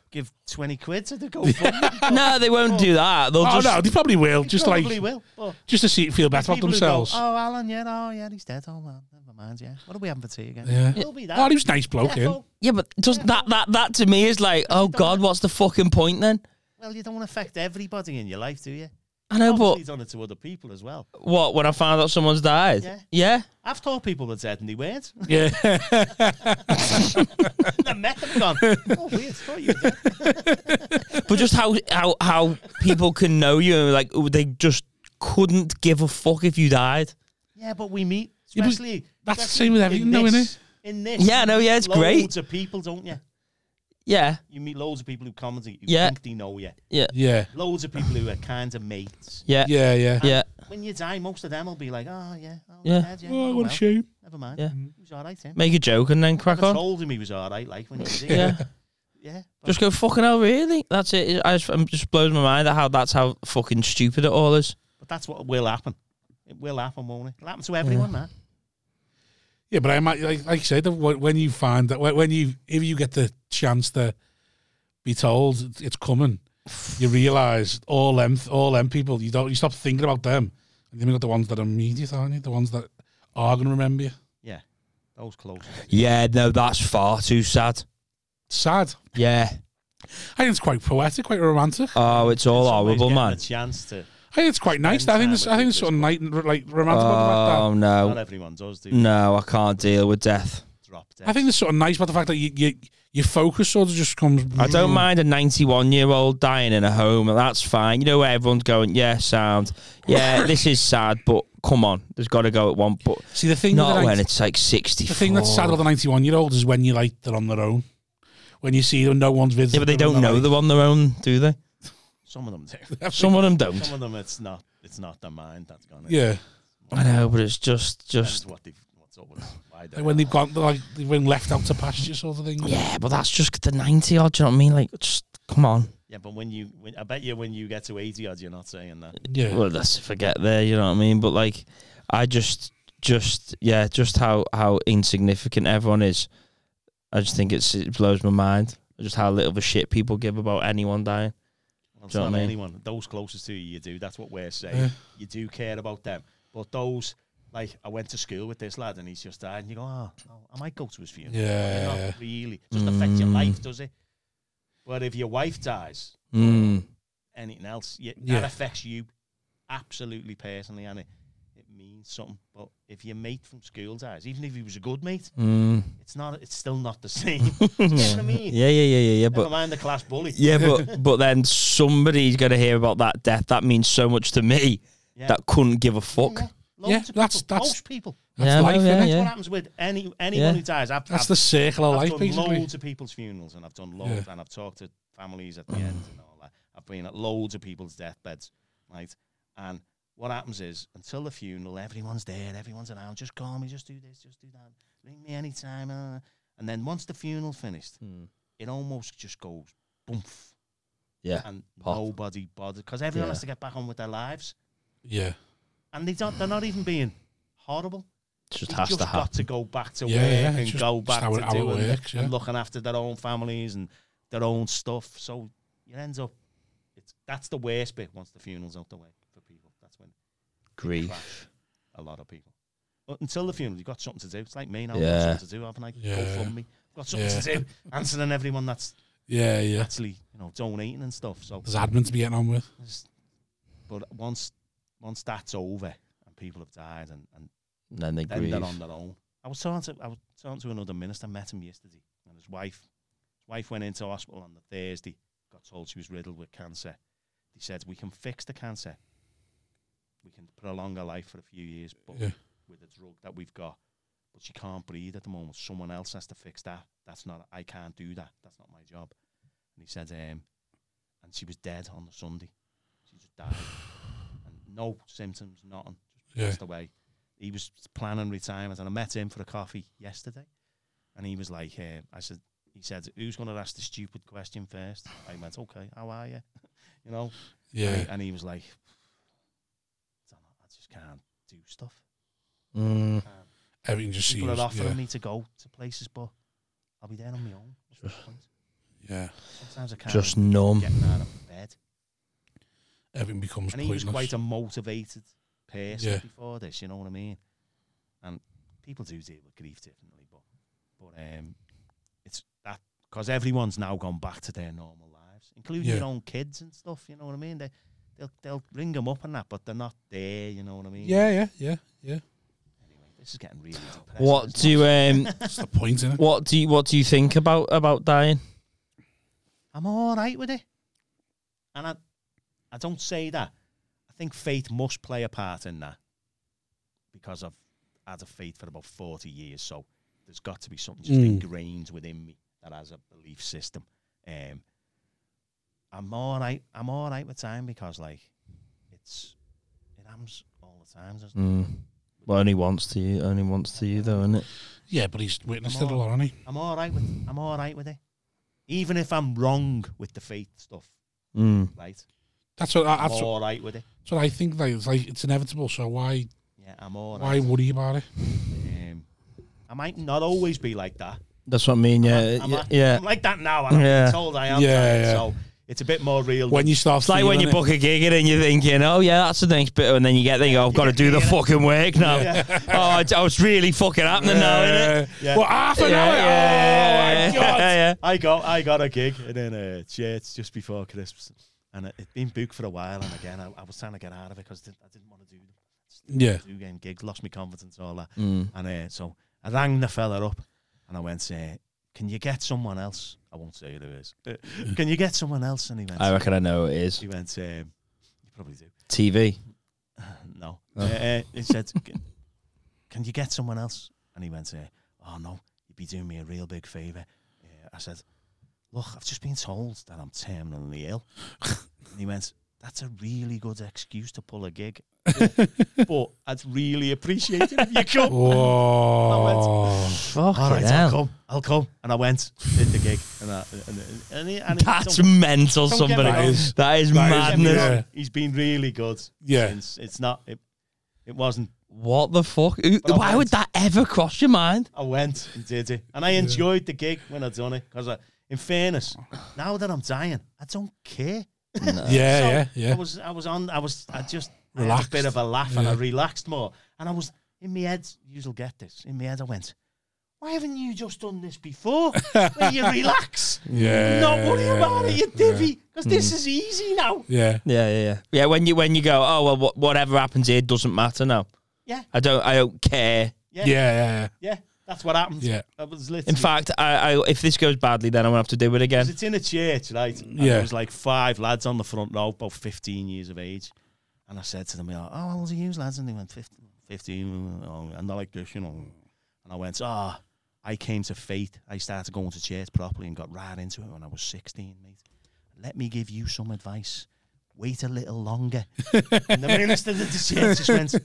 D: give twenty quid to the GoFundMe.
B: No, they won't do that. They'll
A: Oh
B: just
A: no, they probably will.
D: They
A: Just
D: probably
A: like
D: will. But
A: just to see feel better about
D: people who
A: themselves.
D: Go, oh, Alan, yeah, oh, yeah, he's dead. Oh, well, never mind. Yeah, what are we having for tea again?
A: Yeah.
D: it'll be that.
A: oh, he was a nice bloke.
D: Yeah,
A: in.
D: well,
B: yeah, but just that that that to me is like, oh god, what's the fucking point then?
D: well, you don't want to affect everybody in your life, do you?
B: I know, but
D: Obviously, done it to other people as well.
B: what when I found out someone's died?
D: Yeah.
B: yeah,
D: I've told people were dead and they weren't.
A: Yeah,
D: I met them and gone, oh, weird, thought you were dead.
B: but just how how how people can know you, like they just couldn't give a fuck if you died.
D: Yeah, but we meet,
A: Yeah, but
D: especially.
A: that's the
D: especially
A: same with everything, though,
D: in
A: innit?
D: this- In this,
B: Yeah,
D: you
B: no,
D: meet
B: yeah, it's
D: loads
B: great.
D: of people, don't you?
B: Yeah,
D: You meet loads of people who commentate, who
B: Yeah.
D: think they know you.
B: yeah,
A: yeah,
D: Loads of people who are kind of mates.
B: yeah, yeah.
A: yeah, yeah.
B: yeah.
D: When you die, most of them will be like, "Oh yeah, oh,
B: Yeah.
D: yeah. Dad, yeah
A: Oh,
D: oh,
A: what a
D: well,
A: shame.
D: never mind.
B: Yeah.
D: He was all right, him.
B: make a joke and then crack
D: I
B: on.
D: told him he was all right, like when he was here.
B: Yeah.
D: yeah. but
B: Just go fucking hell, really? That's it. I just, I'm just blows my mind at how that's how fucking stupid it all is.
D: But that's what will happen. It will happen, won't it? It'll happen to everyone, man.
A: Yeah, but I might like like I said wh- when you find that when- when you if you get the chance to be told it- it's coming, you realise all them all them people you don't you stop thinking about them. And then you got the ones that are immediate, aren't you? The ones that are gonna remember you.
D: Yeah, those close.
B: Yeah, no, that's far too sad.
A: Sad.
B: Yeah.
A: I think it's quite poetic, quite romantic.
B: Oh, it's all
D: Somebody's
B: horrible,
D: getting
B: man.
D: A chance to.
A: I think it's quite nice. I think
D: time
A: there's, I
D: with
A: think there's
D: people
A: something light and, like romantic about
B: Oh Mm.
A: the fact
D: Not
B: no,
D: everyone does. Do you?
B: no, I can't deal with death.
D: drop dead.
A: that. I think there's something nice about the fact that you you, your focus sort of just comes.
B: I don't mind a 91 year old dying in a home, and that's fine. You know where everyone's going, yeah, sound, yeah, this is sad, but come on, there's got to go at one. But
A: See the thing. that
B: not
A: I-
B: when it's like 60.
A: The thing that's sad about the 91 year olds is when you like they're on their own. When you see them, no one's visiting.
B: yeah, but they
A: them
B: don't
A: and they're
B: know they're on their own, do they?
D: some of them do.
A: like-
B: Some of them don't.
D: Some of them, it's not. It's not their mind that's gone.
A: Yeah.
B: I know, but it's just, just
D: Depends what they what's up with them, why they
A: Like when they've gone, they're like they've been left out to pasture, sort of thing.
B: yeah, but that's just the 90 odd. Do you know what I mean? Like, just come on.
D: Yeah, but when you, when, I bet you, when you get to eighty odd, you're not saying that.
A: Yeah.
B: well let's forget there you know what i mean but like i just just yeah just how how insignificant everyone is i just think it's it blows my mind just how little of a shit people give about anyone dying
D: Well, it's
B: Do you know
D: not
B: what I mean?
D: anyone. Those closest to you, you do. That's what we're saying.
A: Yeah.
D: You do care about them. But those, like, I went to school with this lad and he's just died, and you go, oh, no, I might go to his funeral.
A: Yeah.
D: Not really. Doesn't affect your
B: Mm.
D: life, does it? But if your wife dies,
B: mm.
D: anything else, you,
A: Yeah.
D: that affects you absolutely personally, and it, it means something. But if your mate from school dies, even if he was a good mate,
B: Mm.
D: it's not. It's still not the same. you know what I mean?
B: yeah yeah yeah yeah yeah
D: Never
B: but
D: mind the class bully.
B: yeah but but then somebody's gonna hear about that death that means so much to me
D: Yeah.
B: that couldn't give a fuck
D: Yeah, loads
A: Yeah,
D: of
A: that's-
D: people,
A: that's-
D: most people.
A: That's
B: yeah,
A: life,
B: no,
A: innit?
B: yeah,
A: That's
D: What
B: yeah.
D: happens with any anyone
B: Yeah.
D: who dies? I've,
A: That's
D: I've,
A: the circle of
D: I've
A: life,
D: done
A: Oh, basically.
D: loads of people's funerals, and I've done loads, and I've talked to families at the end and all that. I've been at loads of people's deathbeds, right? And what happens is, until the funeral, everyone's there, everyone's around. Just call me, just do this, just do that. Ring me anytime. uh, and then once the funeral finished,
B: Mm.
D: it almost just goes boomf,
B: yeah
D: and
B: Pop.
D: nobody bothers because everyone
B: Yeah.
D: has to get back on with their lives,
A: Yeah.
D: and they don't. They're not even being horrible.
B: it just
D: They
B: has
D: just
B: to happen
D: got to go back to
A: Yeah,
D: work
A: yeah,
D: and
A: just-
D: go
A: just
D: back
A: how it-
D: to
A: how it
D: doing it
A: works, yeah.
D: and looking after their own families and their own stuff. So it ends up it's that's the worst bit once the funeral's out the way for people. That's when
B: grief
D: crash a lot of people. But until the funeral, you've got something to do. It's like me now. I've
B: Yeah.
D: got something to do, haven't I?
A: Yeah.
D: Go fund me. I've got something to do. Answering everyone that's
A: Yeah. Yeah.
D: actually you know donating and stuff. So
A: There's admin to be getting on with.
D: it's- but once once that's over and people have died and, and
B: and then they
D: then
B: grieve
D: they're on their own. I was talking to I was talking to another minister, met him yesterday, and his wife his wife went into hospital on the Thursday, got told she was riddled with cancer. He said, We can fix the cancer. We can prolong her life for a few years, but
A: Yeah.
D: with a drug that we've got. But she can't breathe at the moment. Someone else has to fix that. That's not I can't do that. That's not my job. And he said, um, and she was dead on the Sunday. She just died. And no symptoms, nothing. Just
A: Yeah.
D: passed away he was planning retirement, and I met him for a coffee yesterday, and he was like, uh, "I said, he said, who's going to ask the stupid question first? I went, "Okay, how are you?" you know, and,
A: Yeah.
D: he, and he was like, "Dunno, "I just can't do stuff.
B: Mm.
D: Can't.
A: Everything just seems.
D: People are offering
A: Yeah.
D: me to go to places, but I'll be there on my own. What's the point?
A: yeah.
D: Sometimes I can't
B: just
D: just
B: numb
D: getting out of bed."
A: Everything becomes
D: and he was
A: pointless.
D: quite a motivated person
A: Yeah.
D: before this. You know what I mean? And people do deal with grief differently, but but um, it's that because everyone's now gone back to their normal lives, including
A: Yeah.
D: your own kids and stuff. You know what I mean? They they'll they'll ring them up and that, but they're not there. You know what I mean?
A: yeah. Yeah. Yeah. Yeah.
D: Anyway, this is getting really depressing.
B: what
D: isn't it?
B: do um
A: That's the point, isn't it?
B: What do you What do you think about about dying?
D: I'm all right with it, and I I don't say that. I think faith must play a part in that because I've had a faith for about 40 years. So there's got to be something just
A: Mm.
D: ingrained within me that has a belief system. Um, I'm all right. I'm all right with time because like it's it happens all the time. doesn't it?
B: Mm. Well, only once to you. Only once to you, though, isn't it?
A: Yeah, but he's witnessed
D: Come
A: it a
D: on.
A: lot, hasn't he?
D: I'm all right with I'm all right with it, even if I'm wrong with the faith stuff.
B: Mm.
D: Right?
A: That's what. I-
D: I'm
A: That's what,
D: all right with it.
A: that's what I think. Like it's like it's inevitable. So why
D: Yeah, I'm all right.
A: why worry about it?
D: Um, I might not always be like that.
B: That's what I mean. Yeah,
D: I'm,
B: yeah.
D: like,
B: yeah.
D: I'm like that now. and I'm
B: Yeah.
D: told I am.
A: Yeah,
D: tired,
A: yeah.
D: So it's a bit more real.
A: When you start
B: It's like when
A: feeling
B: you
A: it.
B: book a gig and then you're thinking, oh yeah, that's the next bit, and then you get there, you go, I've got to do the fucking work now. oh, I, oh, it's really fucking happening now, isn't it?
A: Uh, Well, half an hour. oh my god.
B: yeah.
D: I got I got a gig and then uh, it's- yeah, it's just before Christmas, and it, it'd been booked for a while. And again, I, I was trying to get out of it because I didn't, I didn't want to do
A: Yeah. Mm.
D: two game gigs, lost my confidence, all that. And uh, so I rang the fella up and I went, uh, "Can you get someone else?" I won't say who it is. Uh, Can you get someone else? And he went,
B: I reckon I know what it is.
D: he went, um, you probably do.
B: TV.
D: No. Uh, uh, he said, "C- Can you get someone else? And he went, uh, Oh, no, you'd be doing me a real big favour. Uh, I said, Look, I've just been told that I'm terminally ill. and he went, That's a really good excuse to pull a gig. but I'd really appreciate it if you come.
A: Whoa.
D: All right,
B: hell.
D: I'll come. I'll come. And I went, did the gig. And, I, and, and, he- and he-
B: That's
D: don't-
B: mental.
D: don't get me
B: Somebody.
A: That
D: wrong.
A: is.
B: That
A: That
B: is
A: is-
D: don't get me
B: madness.
A: yeah.
D: wrong, He's been really good.
A: Yeah.
D: Since. It's not, it, it wasn't
B: What the fuck? Who-
D: But I
B: Why would
D: went.
B: that ever cross your mind?
D: I went and did it, and I enjoyed the gig when I done it. Because in fairness, now that I'm dying, I don't care.
A: Yeah, yeah,
D: So I
A: yeah.
D: was, I was on, I was, I just I had
A: Relaxed.
D: a bit of a laugh and I
A: Yeah.
D: relaxed more, and I was in my head. You'll get this. In my head, I went, "Why haven't you just done this before? Where you relax,
A: Yeah. Mm.
D: not worry about it, you divvy, because this is easy now."
A: Yeah.
B: Yeah, yeah, yeah. Yeah, when you when you go, oh well, wha- whatever happens here doesn't matter now.
D: Yeah,
B: I don't, I don't care.
A: Yeah, yeah,
D: yeah. That's what happened.
A: Yeah.
D: I was literally.
B: In fact, I, I if this goes badly, then I'm gonna have to do it again.
D: 'Cause it's in a church, right? And
A: Yeah.
D: There was like five lads on the front row, about 15 years of age. And I said to them, "Oh, how old are you lads?" And they went, "Fif- 15. oh," And they're like this, you know. And I went, ah, I came to faith. I started going to church properly and got right into it when I was 16, mate. Let me give you some advice. Wait a little longer. and the minister of the church just went,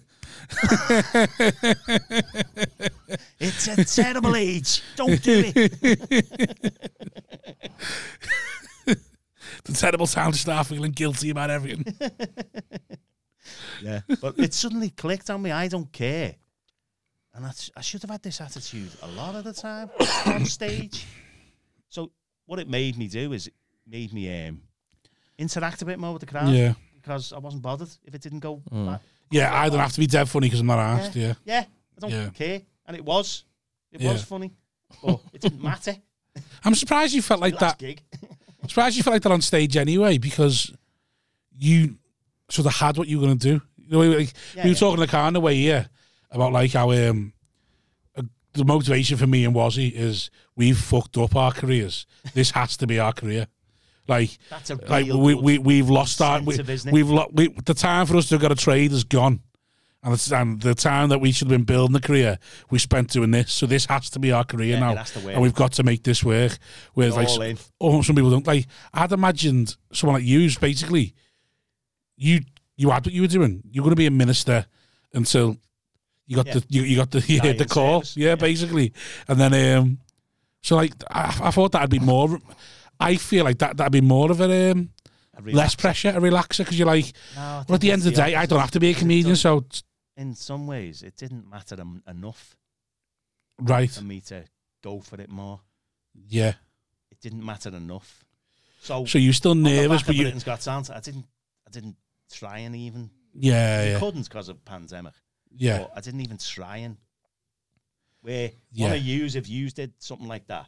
D: It's a terrible age. Don't do it.
A: The terrible time to start feeling guilty about everything.
D: Yeah. But it suddenly clicked on me. I don't care. And I, I should have had this attitude a lot of the time on stage. So what it made me do is it made me um, interact a bit more with the crowd
A: Yeah. Hmm.
D: because I wasn't bothered if it didn't go. back.
A: Yeah, I don't have to be dead funny because I'm not asked. Yeah.
D: Yeah. I don't
A: Yeah.
D: care. And it was. It
A: Yeah.
D: was funny. But it didn't matter.
A: I'm surprised you felt like that.
D: Last gig.
A: I'm surprised you felt like that on stage anyway because you sort of had what you were going to do. You know, like,
D: Yeah,
A: we were
D: yeah.
A: talking to Khan away here about like how um, uh, the motivation for me and Wazzy is we've fucked up our careers. This has to be our career. Like,
D: That's a real
A: like we,
D: good
A: we we've lost our we,
D: incentive, isn't it?
A: we've lo- we, the time for us to have got a trade is gone, and it's and the time that we should have been building the career we spent doing this. So this has to be our career
D: Yeah,
A: now,
D: it has to work.
A: and we've got to make this work. Whereas
D: Go
A: like
D: all in.
A: s- oh, some people don't like. I'd imagined someone like you, basically, you you had what you were doing. You're going to be a minister until you got
D: Yeah.
A: the you, you got the yeah,
D: Dying
A: the call,
D: service,
A: yeah,
D: yeah.
A: basically, and then um, so like I, I thought that'd be more. I feel like that that'd be more of a um,
D: a real-
A: less pressure, a relaxer, because you're like,
D: No, I
A: well,
D: think
A: at the
D: it's
A: end of the day, I
D: opposite.
A: don't have to be a
D: It
A: comedian,
D: doesn't-
A: so it's-
D: In some ways, it didn't matter em- enough
A: right,
D: for me to go for it more.
A: yeah.
D: it didn't matter enough. So,
A: So you're still
D: on the
A: nervous,
D: Oh, back of
A: but you,
D: Britain's Got Talent, I didn't, I didn't try and even. I
A: yeah, yeah,
D: couldn't because of pandemic.
A: yeah,
D: But I didn't even try and. Where
A: Yeah.
D: one of yous, if yous did something like that,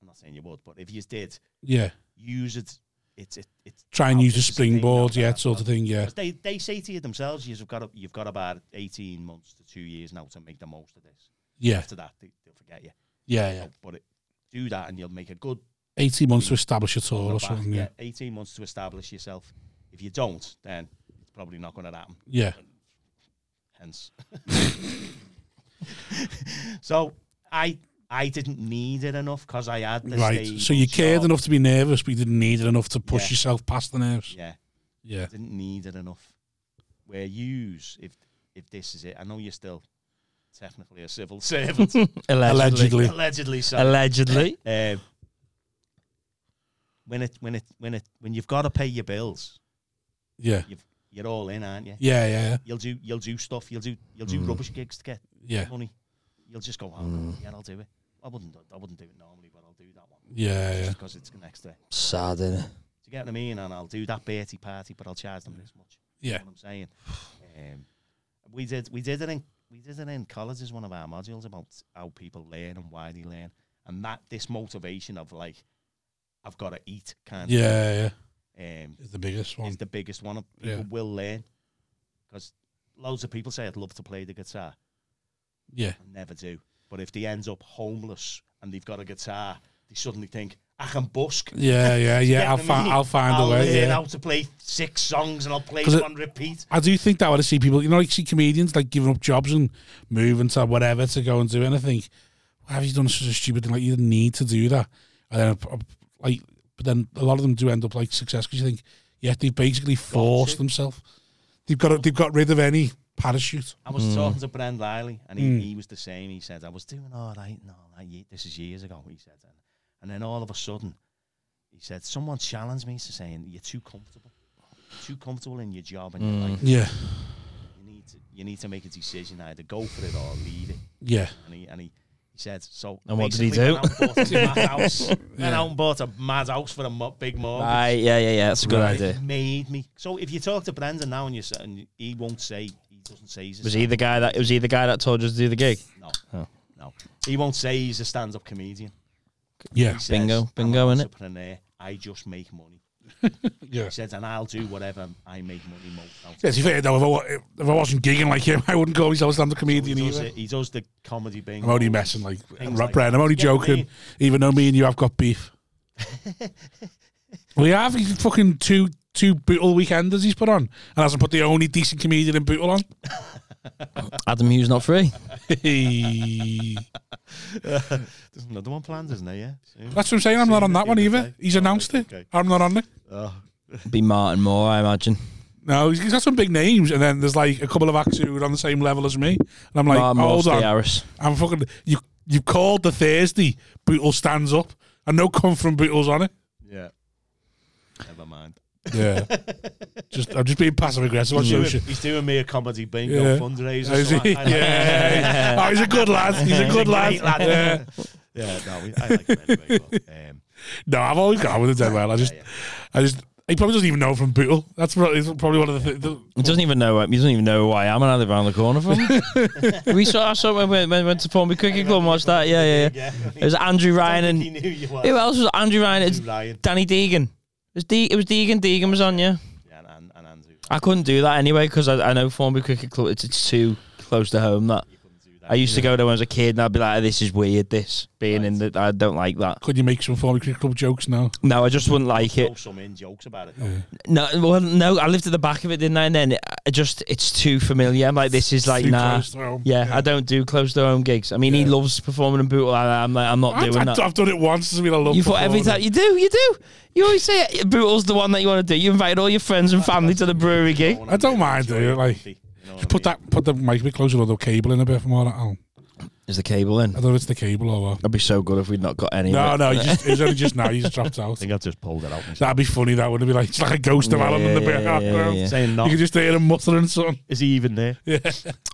D: I'm not saying you would, but if you did,
A: yeah.
D: use it. It's it, it's
A: Try and
D: out
A: use the
D: as a thing now
A: springboard,
D: that
A: yeah,
D: I've
A: sort of
D: done.
A: thing, yeah,
D: 'Cause They they say to you themselves, you've got a, you've got about eighteen months to two years now to make the most of this.
A: yeah,
D: After that, they, they'll forget you.
A: yeah, yeah.
D: But it, do that, and you'll make a good
A: Eighteen months to establish a tour
D: go
A: or
D: back,
A: something, yeah,
D: get 18 months to establish yourself. If you don't, then it's probably not going to happen.
A: yeah,
D: Hence. so I I didn't need it enough because I had the
A: right.
D: stage
A: So you cared
D: job.
A: enough to be nervous, but you didn't need it enough to push
D: Yeah.
A: yourself past the nerves.
D: Yeah,
A: Yeah,
D: didn't need it enough. Where yous, if if this is it, I know you're still technically a civil servant,
A: allegedly,
D: allegedly so.
B: Allegedly.
D: Um, when it when it when it when you've got to pay your bills,
A: yeah,
D: you've you're all in, aren't you?
A: yeah, yeah,
D: You'll do you'll do stuff. You'll do you'll do rubbish gigs to get
A: Mm. yeah, Mm.
D: money. you'll just go, oh, yeah, I'll do it. I wouldn't, do- I wouldn't do it normally, but I'll do that one
A: Yeah, yeah.
D: just because it's next day. Do
B: Sad, innit?
D: you get what I mean? And I'll do that Bertie party, but I'll charge them this much.
A: Yeah.
D: You know what I'm saying? Um, we did, we did it in, we did it in college as one of our modules about how people learn and why they learn, and that this motivation of like, I've got to eat kind
A: Yeah, yeah.
D: of um,
A: It's the biggest one.
D: is the biggest one. of People
A: Yeah.
D: will learn because loads of people say I'd love to play the guitar.
A: Yeah.
D: I never do. But if they end up homeless and they've got a guitar, they suddenly think I can busk.
A: Yeah, yeah, yeah. I'll, fi- I'll find
D: I'll
A: a way.
D: learn
A: Yeah.
D: how to play six songs and I'll play
A: 'Cause
D: it
A: it-
D: on repeat.
A: I do think that when I see people, you know, like see comedians like giving up jobs and moving to whatever to go and do anything. Why have you done such a stupid thing? Like you didn't need to do that. And then, uh, like, but then a lot of them do end up like success because you think, yeah, they basically forced themselves. They've got they've got rid of any parachute.
D: I was talking to Brent Riley and
A: Mm.
D: he, he was the same. He said I was doing all right and all that. Ye- This is years ago. He said, and, and then all of a sudden, he said someone challenged me to saying you're too comfortable, too comfortable in your job and your life.
A: Mm. Yeah,
D: You need to you need to make a decision either go for it or leave it.
A: yeah,
D: and he and he, he said so.
B: And what did he
D: basically
B: do?
D: Went out and bought a mad house. Went out and bought a mad house for a mo- big mortgage.
B: Right, yeah, yeah, Ah, yeah. That's a good
A: Right.
B: idea.
D: Made me. So if you talk to Brendan now and you s- and he won't say he doesn't say he's a
B: Was
D: stand-
B: he the guy that? Was he the guy that told us to do the gig?
D: no
B: Oh.
D: no he won't say he's a stand up comedian.
A: yeah,
D: He says,
B: Bingo,
D: "I'm
B: bingo,
D: an
B: innit?"
D: entrepreneur. I just make money.
A: yeah.
D: He said, and I'll do whatever I make money most out.
A: Yeah,
D: of.
A: to be fair though, if I, wa- if I wasn't gigging like him, I wouldn't call myself a stand-up
D: So
A: comedian
D: he, does
A: either.
D: it- he does the comedy bingo.
A: I'm only messing, like,
D: Things
A: Rob
D: like
A: Brand. I'm only
D: that. Yeah,
A: joking,
D: me.
A: even though me and you have got beef. we have he's fucking two two Bootle weekenders he's put on, and hasn't put the only decent comedian in Bootle on.
B: Adam Hughes not free.
A: That's
D: There's another one planned, isn't there? Yeah. Soon.
A: what I'm saying. I'm not on that one either. He's announced it.
D: Okay.
A: I'm not on it.
D: Oh.
B: Be Martin Moore, I imagine.
A: No, he's he's got some big names, and then there's like a couple of acts who are on the same level as me, and I'm like,
B: Martin Moore,
A: hold
B: Steve
A: on,
B: Harris.
A: I'm fucking you. You called the Thursday. Bootle stands up, and no come from Bootle's on it.
D: Yeah. Never mind.
A: Yeah, just I'm just being passive aggressive on
D: He's doing,
A: social.
D: he's doing me a comedy bingo
A: Yeah.
D: fundraiser.
A: Is
D: so
A: he?
D: I- I like him.
A: Yeah. oh, he's a good lad. He's a good lad.
D: Great lad.
A: Yeah.
D: Yeah, no, we, I like him anyway. But, um,
A: No, I've always got on with it dead well. I just, I just, he probably doesn't even know from Bootle. That's probably, it's probably one of the, th- the
B: He doesn't even know. He doesn't even know who I am, and I live around the corner from him. we saw. I saw when we when we went to Formby Cricket Club and watched that. Yeah, yeah, yeah.
D: yeah,
B: It was Andrew Ryan
D: he
B: and
D: knew you were.
B: who else was it? Andrew Ryan? It's
D: Andrew Ryan
B: Danny Deegan. It was, De- it was Deegan. Deegan was on, yeah.
D: yeah, and, and, and Andrew.
B: I couldn't do that anyway because I, I know Formby Cricket Club. It's, it's too close to home. That I used to go there when I was a kid, and I'd be like, "This is weird. This being in the I don't like that.
A: could you make some former cricket club jokes now?
B: No, I just wouldn't like
D: Throw
B: it.
D: some in jokes about it.
B: No, well, no. I lived at the back of it, didn't I? And then it, I just it's too familiar. I'm like, this is like
A: Too
B: nah.
A: close to home.
B: Yeah, I don't do close to home gigs. I mean, he loves performing in Bootle. and I'm like, I'm not
A: I,
B: doing that.
A: have done it once. It's been a love.
B: You thought every
A: performing.
B: time you do, you do. You always say it. Bootle's the one that you want to do. You invite all your friends and family to the brewery gig.
A: I don't mind doing it. Like,
D: You know
A: just put that, put the mic a bit closer or the cable in a bit more. Like, oh,
B: Is the cable in?
A: I don't know if it's the cable or what.
B: That'd be so good if we'd not got any.
A: No,
B: of it.
A: no, he just, he's only just now. He's dropped out.
D: I've just pulled it out. myself.
A: That'd be funny. That would be like it's like a ghost of
B: Yeah,
A: Alan in the
B: yeah, yeah,
A: background.
B: yeah.
D: Saying
A: You
D: not.
A: can just hear him muttering something.
D: Is he even there?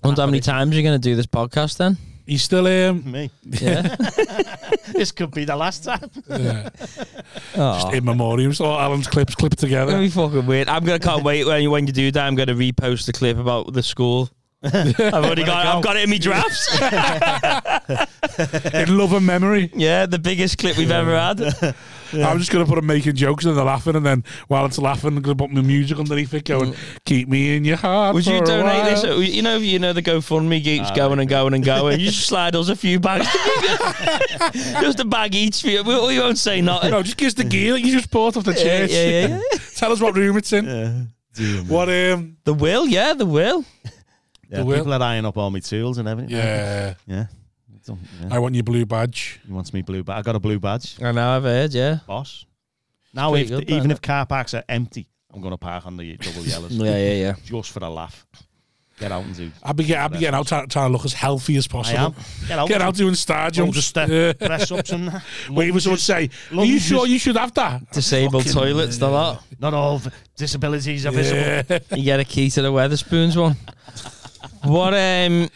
B: Wonder how many times you're going to do this podcast then?
A: He's still um,
D: Me.
B: Yeah.
D: This could be the last time.
A: yeah,
B: Aw.
A: in memoriam. So Alan's clips clipped together.
B: That'd be fucking weird. I'm gonna can't wait when you when you do that. I'm gonna repost the clip about the school. I've already got. I've got it in my drafts.
A: in love and memory.
B: yeah, the biggest clip we've ever had.
A: I'm just gonna put them making jokes and they're laughing, and then while it's laughing, I'm gonna put my music underneath it, going "Keep me in your heart."
B: Mm. Would you
A: for a
B: donate
A: while."
B: this? You know, you know the GoFundMe
D: Ah,
B: keeps going and going and going. You just slide us a few bags, just a bag each. For you. We, we won't say nothing.
A: No, just give us the gear that you just bought off the
B: Yeah,
A: church.
B: yeah, yeah, yeah.
A: Tell us what room it's in. What um?
B: The will, yeah, the will.
D: Yeah,
A: will.
D: people are eyeing up all my tools and everything.
A: Yeah,
D: Yeah. Don't- yeah.
A: I want your blue badge.
D: He wants me blue badge. I got a blue badge.
B: I know, I've heard. Yeah,
D: boss. Now,
B: pretty
D: if
B: good,
D: even
B: though,
D: if car parks are empty, I'm going to park on the double yellows
B: yeah, yeah, yeah.
D: just for a laugh. Get out and do.
A: I'll be, get, I'll be getting out trying, trying to look as healthy as
D: I
A: possible.
D: am. Get out.
A: Get out doing star jumps.
D: Just step,
A: Yeah.
D: press ups and that.
A: Wait for someone to say, "Are you
D: Lunges.
A: sure you should have that?"
B: Disabled toilets, the lot.
D: Not all v- disabilities are visible.
A: Yeah.
B: You get a key to the Weatherspoons one. What um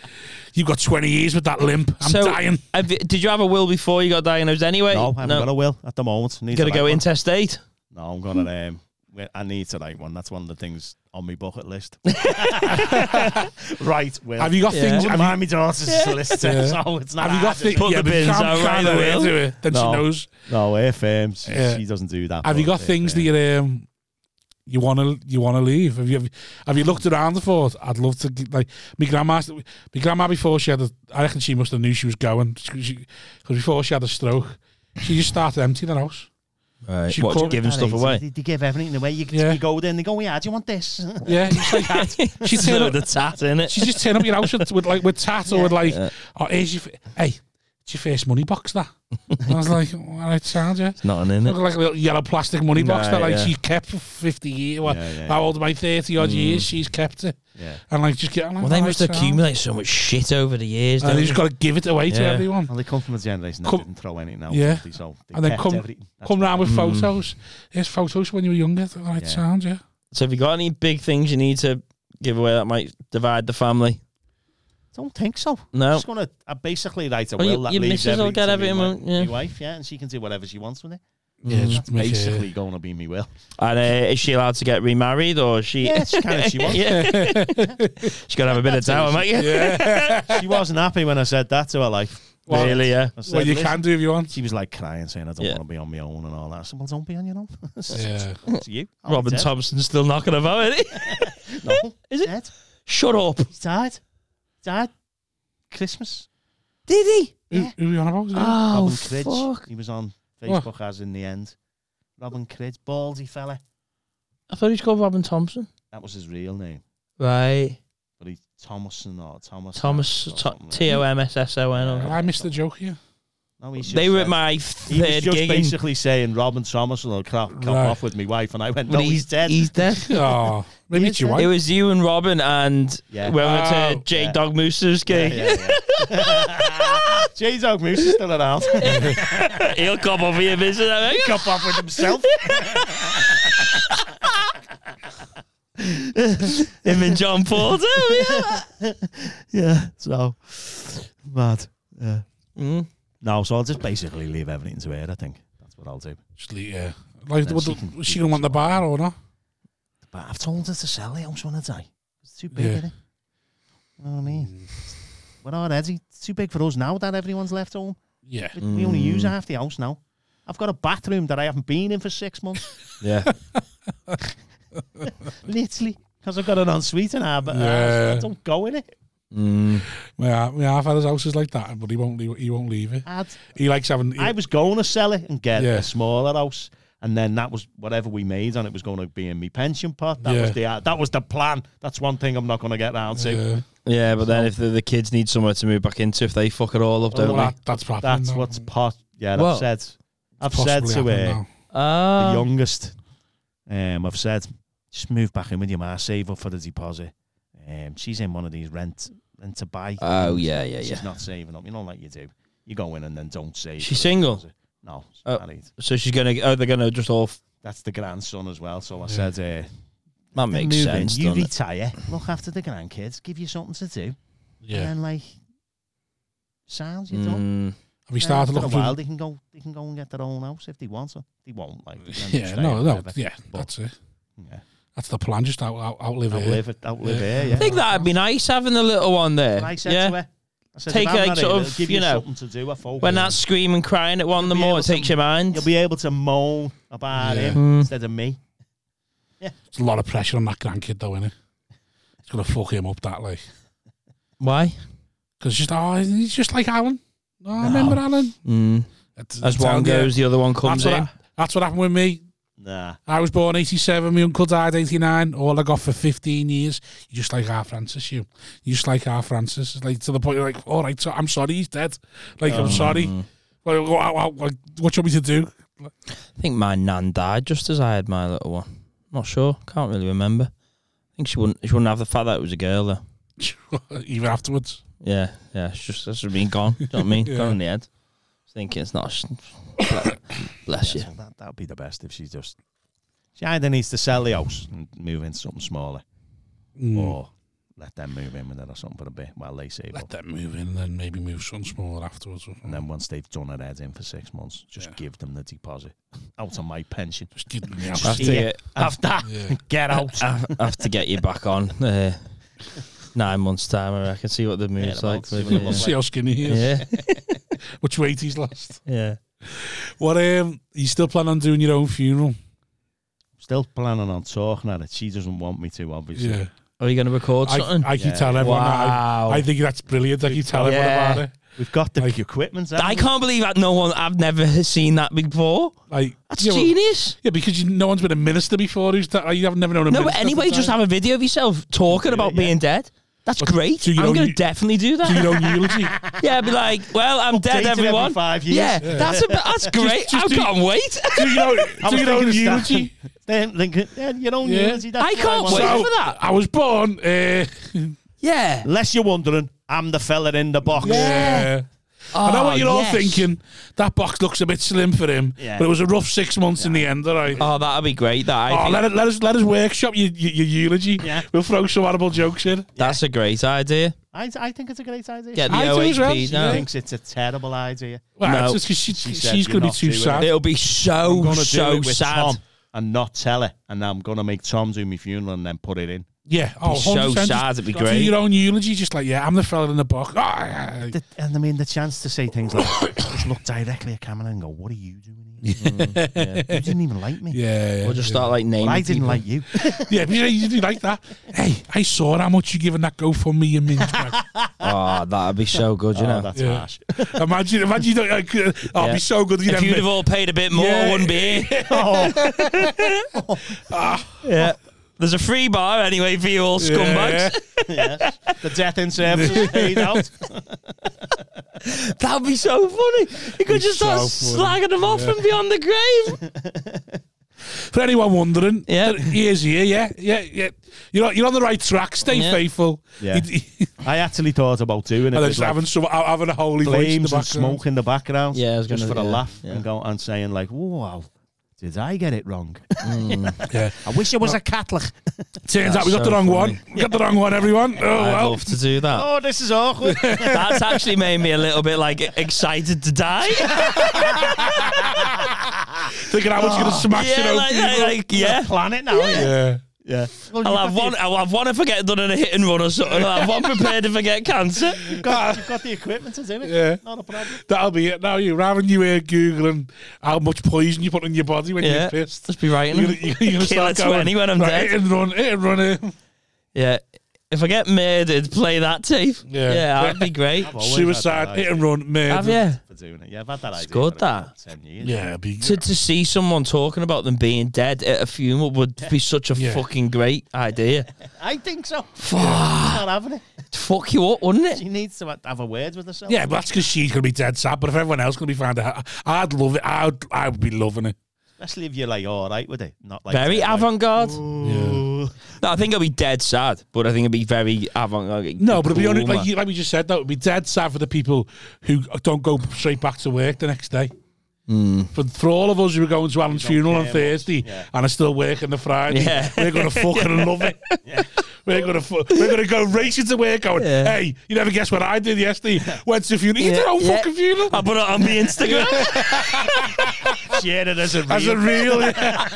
A: You've got 20 years with that limp. I'm
B: So-
A: dying.
B: Have you- did you have a will before you got diagnosed anyway?
D: No, I haven't got a will at the moment. Need
B: Gotta
D: to
B: go
D: write one.
B: intestate.
D: No, I'm gonna. Um, we- I need to write one. That's one of the things on my bucket list. right, will.
A: Have you got
B: Yeah.
A: things?
D: Wouldn't
A: Have you,
D: mind my daughter's solicitor,
A: Yeah.
D: so it's not.
A: have you got
D: hard, is
A: things?
D: it?
B: Put the bins out, right, I will.
A: do it. Then
D: No.
A: she knows.
D: No, her firm. She,
A: Yeah.
D: she doesn't do that.
A: Have you
D: but
A: got
D: her
A: things that
D: firm-
A: you um, you want to you want to leave? Have you have, you- have you looked around and thought I'd love to get, like my grandma? My grandma before she had a, I reckon she must have knew she was going because before she had a stroke, she just started emptying the house.
B: Right.
A: She
B: What,
A: called-
B: giving stuff
D: Right,
B: away?
D: They, they give everything away. You,
A: Yeah.
D: you go there and they go, yeah, do you want this?
A: Yeah, it's like she
B: She's
A: turned
B: load
A: up,
B: of tat in it.
A: she just turned up your house with, with like with tat or with like,
B: Yeah.
A: oh here's your f- hey, it's your first money box that. And I was like, all right, sound yeah.
B: Not an in
A: Look like a little yellow plastic money box
B: Right,
A: that like
B: yeah.
A: she's kept for fifty years. Well,
D: Yeah, yeah,
A: how old am I? Thirty odd years. She's kept it.
D: yeah.
A: and like just get. I'm Like,
B: Well, they
A: "Alright,
B: must
A: sound."
B: accumulate so much shit over the years.
A: And
B: don't
A: they just
B: they?
A: got to give it away to
B: Yeah.
A: everyone.
D: Well, they come from a generation that
A: Come-
D: didn't throw anything out.
A: Yeah.
D: did they? So they
A: And then
D: kept
A: come-
D: everything. That's
A: Come round with
B: Mm.
A: photos. Here's photos when you were younger. All right,
D: Yeah.
A: sound yeah.
B: So, have you got any big things you need to give away that might divide the family?
D: Don't think so.
B: No.
D: I'm just gonna I basically write a
B: Well,
D: will
B: you-
D: that
B: your
D: leaves
B: missus will
D: everything
B: get
D: to
B: everything,
D: my-
B: won't- yeah.
D: my wife, yeah, and she can do whatever she wants with it.
A: Yeah, just
D: That's
A: make
D: basically going to be my will.
B: And uh, is she allowed to get remarried, or is she?
D: Yeah, she can if she wants.
B: yeah. She's got to have a bit of time, mate.
A: it. Yeah.
D: She wasn't happy when I said that to her. Like,
A: Well,
B: Really, yeah.
D: I said,
A: well, you
D: "Listen,"
A: can do if you want.
D: She was like crying, saying, "I don't
B: Yeah.
D: want to be on my own" and all that. I said, "Well, don't be on your own.
A: Yeah.
D: It's you, I'll be
B: Robin
D: dead.
B: Thompson's still knocking about, is he?
D: No,
B: Is it?
D: Dead.
B: Shut up.
D: He's died. Died. Christmas.
B: Did he?
A: Who, who are you on about?
B: Oh,
D: Robin Cridge.
B: fuck.
D: He was on
A: What?
D: Facebook as in the end. Robin Cridge, baldy fella.
B: I thought he's called Robin Thompson.
D: That was his real name,
B: Right.
D: but he Thomas and or Thomas.
B: Thomas,
D: or something like that.
B: T O M S S O
A: Have
B: N.
A: I missed the joke here?
D: No, he's just
B: They were at
D: said-
B: my
D: He was
B: third
D: just
B: gig. in-
D: basically saying Robin Thomas will crop, crop
A: Right.
D: off with me wife, and I went,
B: Well,
D: "No, he's, dead."
B: He's dead.
A: Oh, maybe
D: He
A: it's your
D: is,
B: It
A: wife.
B: was you and Robin and
D: Yeah.
B: when we went
A: Oh.
B: to Jake
D: Yeah.
B: Dog Moose's
D: Yeah,
B: gig.
D: yeah, yeah. J Dog Moose is still around.
B: He'll come over here visit. I think.
D: Cop off with himself.
B: Him and John Paul too. Yeah.
D: yeah, so mad. Yeah.
B: Mm.
D: Mm-hmm. No, so I'll just basically leave everything to her. I think that's what I'll do.
A: Just leave- yeah. Like,
D: No,
A: what
D: she
A: the-
D: can-
A: was she gonna want the bar or not?
D: But I've told her to sell the house on a day. It's too big,
A: Yeah.
D: isn't it? You know what I mean? We're already it's too big for us now that everyone's left home.
A: Yeah.
D: We, we only use half the house now. I've got a bathroom that I haven't been in for six months,
B: Yeah.
D: literally, because I've got an ensuite in our but uh,
A: Yeah.
D: I don't go in it.
B: Mm.
A: My, my half had his house is like that, but he won't leave. He won't leave it.
D: I'd,
A: He likes having. He, uh,
D: I was going to sell it and get
A: Yeah.
D: a smaller house, and then that was whatever we made on it was going to be in my pension pot. That was the uh, that was the plan. That's one thing I'm not going to get round to.
A: yeah.
B: Yeah, but then if the, the kids need somewhere to move back into, if they fuck it all up,
D: Oh.
A: well,
B: don't
A: that, that's happening
D: That's
A: now.
D: what's pot. Yeah,
B: Well,
D: I've said. I've said
A: Possibly
D: to
A: happening
D: her,
A: now.
B: they?
D: the
B: Ah.
D: youngest. Um, I've said, just move back in with your ma, save up for the deposit. Um, she's in one of these rent rent to buy.
B: Oh
D: things.
B: yeah, yeah, yeah.
D: She's not saving up. You know, like you do. You go in and then don't save.
B: She's
D: for the
B: single?
D: deposit. No, she's
B: Oh.
D: married.
B: So she's gonna. Oh, they're gonna just all. f-
D: That's the grandson as well. So
A: Yeah.
D: I said, uh,
B: That makes
D: move
B: sense.
D: In, you
B: doesn't it?
D: retire, look after the grandkids, give you something to do, and
A: Yeah.
D: then like sounds you don't.
B: Mm.
A: Have you started
D: after
A: looking
D: a
A: for?
D: while, they can go. They can go and get their own house if they want to. They won't like. they can
A: Yeah.
D: stay or
A: No. No.
D: whatever.
A: Yeah.
D: But-
A: That's it.
D: yeah.
A: That's the plan. Just out, out outlive it.
D: Outlive it. Outlive
A: Yeah.
D: it.
B: I
D: Yeah.
B: think that'd be nice having the little one there.
D: And I said
B: yeah.
D: to her, I said,
B: Take
D: if I'm
B: like
D: not
B: sort
D: here,
B: of,
D: it'll give
B: you know,
D: something to do. I hope
B: When that's screaming, crying at one, the
D: be
B: more
D: able
B: it
D: to-
B: takes your mind.
D: you'll be able to moan about
A: Yeah.
D: him
B: Mm.
D: instead of me.
A: It's a lot of pressure on that grandkid, though, innit? It's gonna fuck him up that like.
B: Why?
A: Because just oh, he's just like Alan. Oh, I remember Alan.
B: Mm.
A: That's-
B: As
A: that's
B: one
A: how- yeah.
B: goes, the other one comes
A: That's what,
B: in.
A: ha- that's what happened with me.
D: Nah,
A: I was born eighty seven. My uncle died eighty nine. All I got for fifteen years. You just like our Francis. You, you just like our Francis. It's Like to the point, you're like all right, so I'm sorry, he's dead. Like I'm sorry.
B: Mm.
A: Like, what, what, what, what do you want me to do?
B: I think my nan died just as I had my little one. Not sure. Can't really remember. I think she wouldn't. She wouldn't have the fact that it was a girl though.
A: Even afterwards.
B: Yeah, yeah. It's just that's just been gone. Do you know what I mean?
A: Yeah.
B: Gone in the head. Just thinking it's not. bless- Bless you.
D: so that that would be the best if she just.
B: Hmm. Oh.
D: She either needs to sell the house and move in something smaller,
A: Mm.
D: or let them move in with it or something for a bit while they save
A: Let
D: up.
A: them move in, then maybe move some smaller afterwards. Or
D: And then once they've done it head in for six months, just
A: Yeah.
D: give them the deposit out of my pension.
A: just give them the
B: Have
A: house.
B: to
D: Yeah.
B: get,
D: After
A: yeah.
D: get out.
B: have, have to get you back on uh, nine months time. I reckon. See what the mood's
D: Yeah,
B: like.
D: about-
B: with
D: see
B: you,
D: what
A: See how skinny he is.
B: yeah.
A: Which weight he's lost.
B: yeah, yeah.
A: What um, you still plan on doing your own funeral?
D: Still planning on talking at it. She doesn't want me to, obviously.
A: Yeah.
B: Are you going to record
A: I,
B: something?
A: I keep
D: Yeah.
A: telling everyone. that.
B: wow.
A: I, I think that's brilliant. I keep telling
B: Yeah.
A: everyone about it.
D: We've got the
A: Like-
D: equipment. haven't
B: I
D: we?
B: can't believe that no one. I've never seen that before.
A: Like
B: That's
A: yeah, well-
B: genius.
A: yeah, because you, no one's been a minister before. Who's that? You have never known a
B: No,
A: minister.
B: but anyway, just have a video of yourself talking
D: Yeah,
B: about
D: yeah.
B: being dead. That's
A: Well,
B: great.
A: so you
B: I'm
A: know
B: going to
A: you-
B: definitely do that.
A: do your own eulogy.
B: yeah, be like, well, I'm dead,
D: Dated every
B: everyone.
D: five years.
B: Yeah, that's a, that's great.
A: just
B: I
A: do-
B: can't wait.
A: Do you know?
D: I
A: Do
D: was
A: you know
D: thinking of
A: eulogy?
D: that. Then Lincoln, yeah, you don't
A: Yeah.
D: eulogy. that's
B: I
D: what
B: can't
D: want.
B: wait.
D: So,
B: for that.
A: I was born. Uh,
B: yeah.
D: Unless you're wondering, I'm the fella in the box.
A: yeah. I know
B: Oh,
A: what you're
B: yes.
A: all thinking. That box looks a bit slim for him,
D: Yeah.
A: but it was a rough six months in the end. All right.
B: Oh, that'd be great. That I
A: Oh,
B: think
A: let, it, let us let us workshop your, your, your eulogy.
D: Yeah.
A: We'll throw some horrible jokes in.
B: that's a great idea.
D: I, I think it's a great idea.
B: Get the
A: I do as well.
B: OHP
D: She
B: now.
D: thinks it's a terrible idea.
A: Well,
B: No.
A: it's just 'cause she,
D: said
A: she's going to
D: you're
A: be
D: not
A: too
D: doing
A: sad.
B: It'll be
D: I'm
B: so
D: gonna do
B: so
D: it with
B: sad.
D: Tom and not tell her, and I'm gonna make Tom do my funeral and then put it in.
A: Yeah. Oh,
B: It'd be so
A: 100%.
B: sad. It'd be
A: Just Do
B: great.
A: your own eulogy, just like yeah, I'm the fella in the box. Oh, yeah, yeah.
D: The- and I mean, the chance to say things like, just look directly at camera and go, "What are you doing here? You didn't even like me.
A: yeah, yeah.
B: We'll just start like naming.
D: I didn't
B: people.
D: like you.
A: Yeah, but you, you do like that. Hey, I saw how much you giving that go for me in minutes. back.
B: Oh, that'd be so good, you
D: oh,
B: know.
D: that's
A: Yeah.
D: harsh.
A: imagine, imagine you don't. Like, uh, oh, it'd
B: Yeah.
A: be so good. if
B: if
A: never
B: you'd
A: met-
B: have all paid a bit more,
A: Yeah.
B: I wouldn't be here.
D: oh,
B: yeah. There's a free bar anyway for you all
A: Yeah.
B: scumbags.
D: yes. The death in service is paid out.
B: That'd be so funny. You could just start
A: so funny.
B: slagging them off from beyond the grave.
A: For anyone wondering,
B: Yeah.
A: yeah, he is here. Yeah, yeah, yeah. You're on, you're on the right track. Stay
B: Yeah.
A: faithful.
D: Yeah. I actually thought about doing it.
A: and then
D: It's
A: just
D: like
A: having some having a holy voice in the
D: flames and
A: background.
D: smoke in the background.
B: Yeah, I was
D: just
B: gonna-
D: for a
B: yeah,
D: laugh
B: yeah.
D: and go and saying like, "Wow, did I get it wrong?
A: Yeah.
D: I wish it was a Catholic."
A: Turns out we got
B: so
A: the wrong
B: funny.
A: one. We got the wrong one, everyone. Oh
B: I'd
A: well.
B: love to do that.
D: oh, this is awkward.
B: That's actually made me a little bit like excited to die.
A: Thinking I was going to smash it
B: Ah. yeah,
A: over.
B: like, like, like, yeah.
D: Planet now. Yeah.
A: yeah.
D: yeah. Well,
B: I'll
D: you've
B: have
D: got
B: one. I'll have one if I get done in a hit and run or something. I'll have one prepared if I get cancer.
D: The, you've, got, you've got the equipment to do it.
A: Yeah.
D: Not a problem.
A: That'll be it now. You rather than you uh, googling how much poison you put in your body when
B: Yeah,
A: you're pissed.
B: just be writing.
A: You're, gonna- you're gonna
B: Kill
A: start
B: a 20
A: going,
B: when I'm
A: right,
B: dead.
A: Hit and run, hit and run. eh.
B: Yeah. If I get murdered, play that tape.
A: Yeah.
B: yeah that'd be great.
D: I've always had that
A: Suicide, hit and
D: idea
A: run, murder.
B: Have you?
D: For doing it. Yeah, I've had that idea.
B: good,
D: for about
B: that.
D: Ten years.
A: Yeah, be
B: To, to see someone talking about them being dead at a funeral would be such a
A: Yeah.
B: fucking great idea.
D: I think so. She's
B: Fuck,
D: not having it.
B: fuck you up, wouldn't it?
D: She needs to have a word with herself.
A: Yeah, but that's because she's gonna be dead sad. But if everyone else gonna be found out, I'd love it. I'd I would be loving it.
D: Especially if you're like all right with it, not like
B: Very
D: they're like,
B: avant-garde.
D: "Ooh."
B: No, I think it'd be dead sad, but I think it'd be very avant-garde.
A: No, but it'd be
B: Cool,
A: only
B: man.
A: like, you- like we just said. That would be dead sad for the people who don't go straight back to work the next day.
B: Hmm.
A: For, for all of us who are going to Alan's funeral on
D: care much,
A: Thursday
D: yeah.
A: and are still working the Friday,
B: Yeah.
A: we're gonna fucking love it. We're gonna fu- we're gonna go racing to work. Going,
B: Yeah.
A: hey, you never guess what I did yesterday. Went to funeral. You
B: Yeah,
A: did our
B: yeah.
A: fucking funeral.
B: I put it on the Instagram.
D: Share it as a
A: As a
D: real-
A: real, yeah.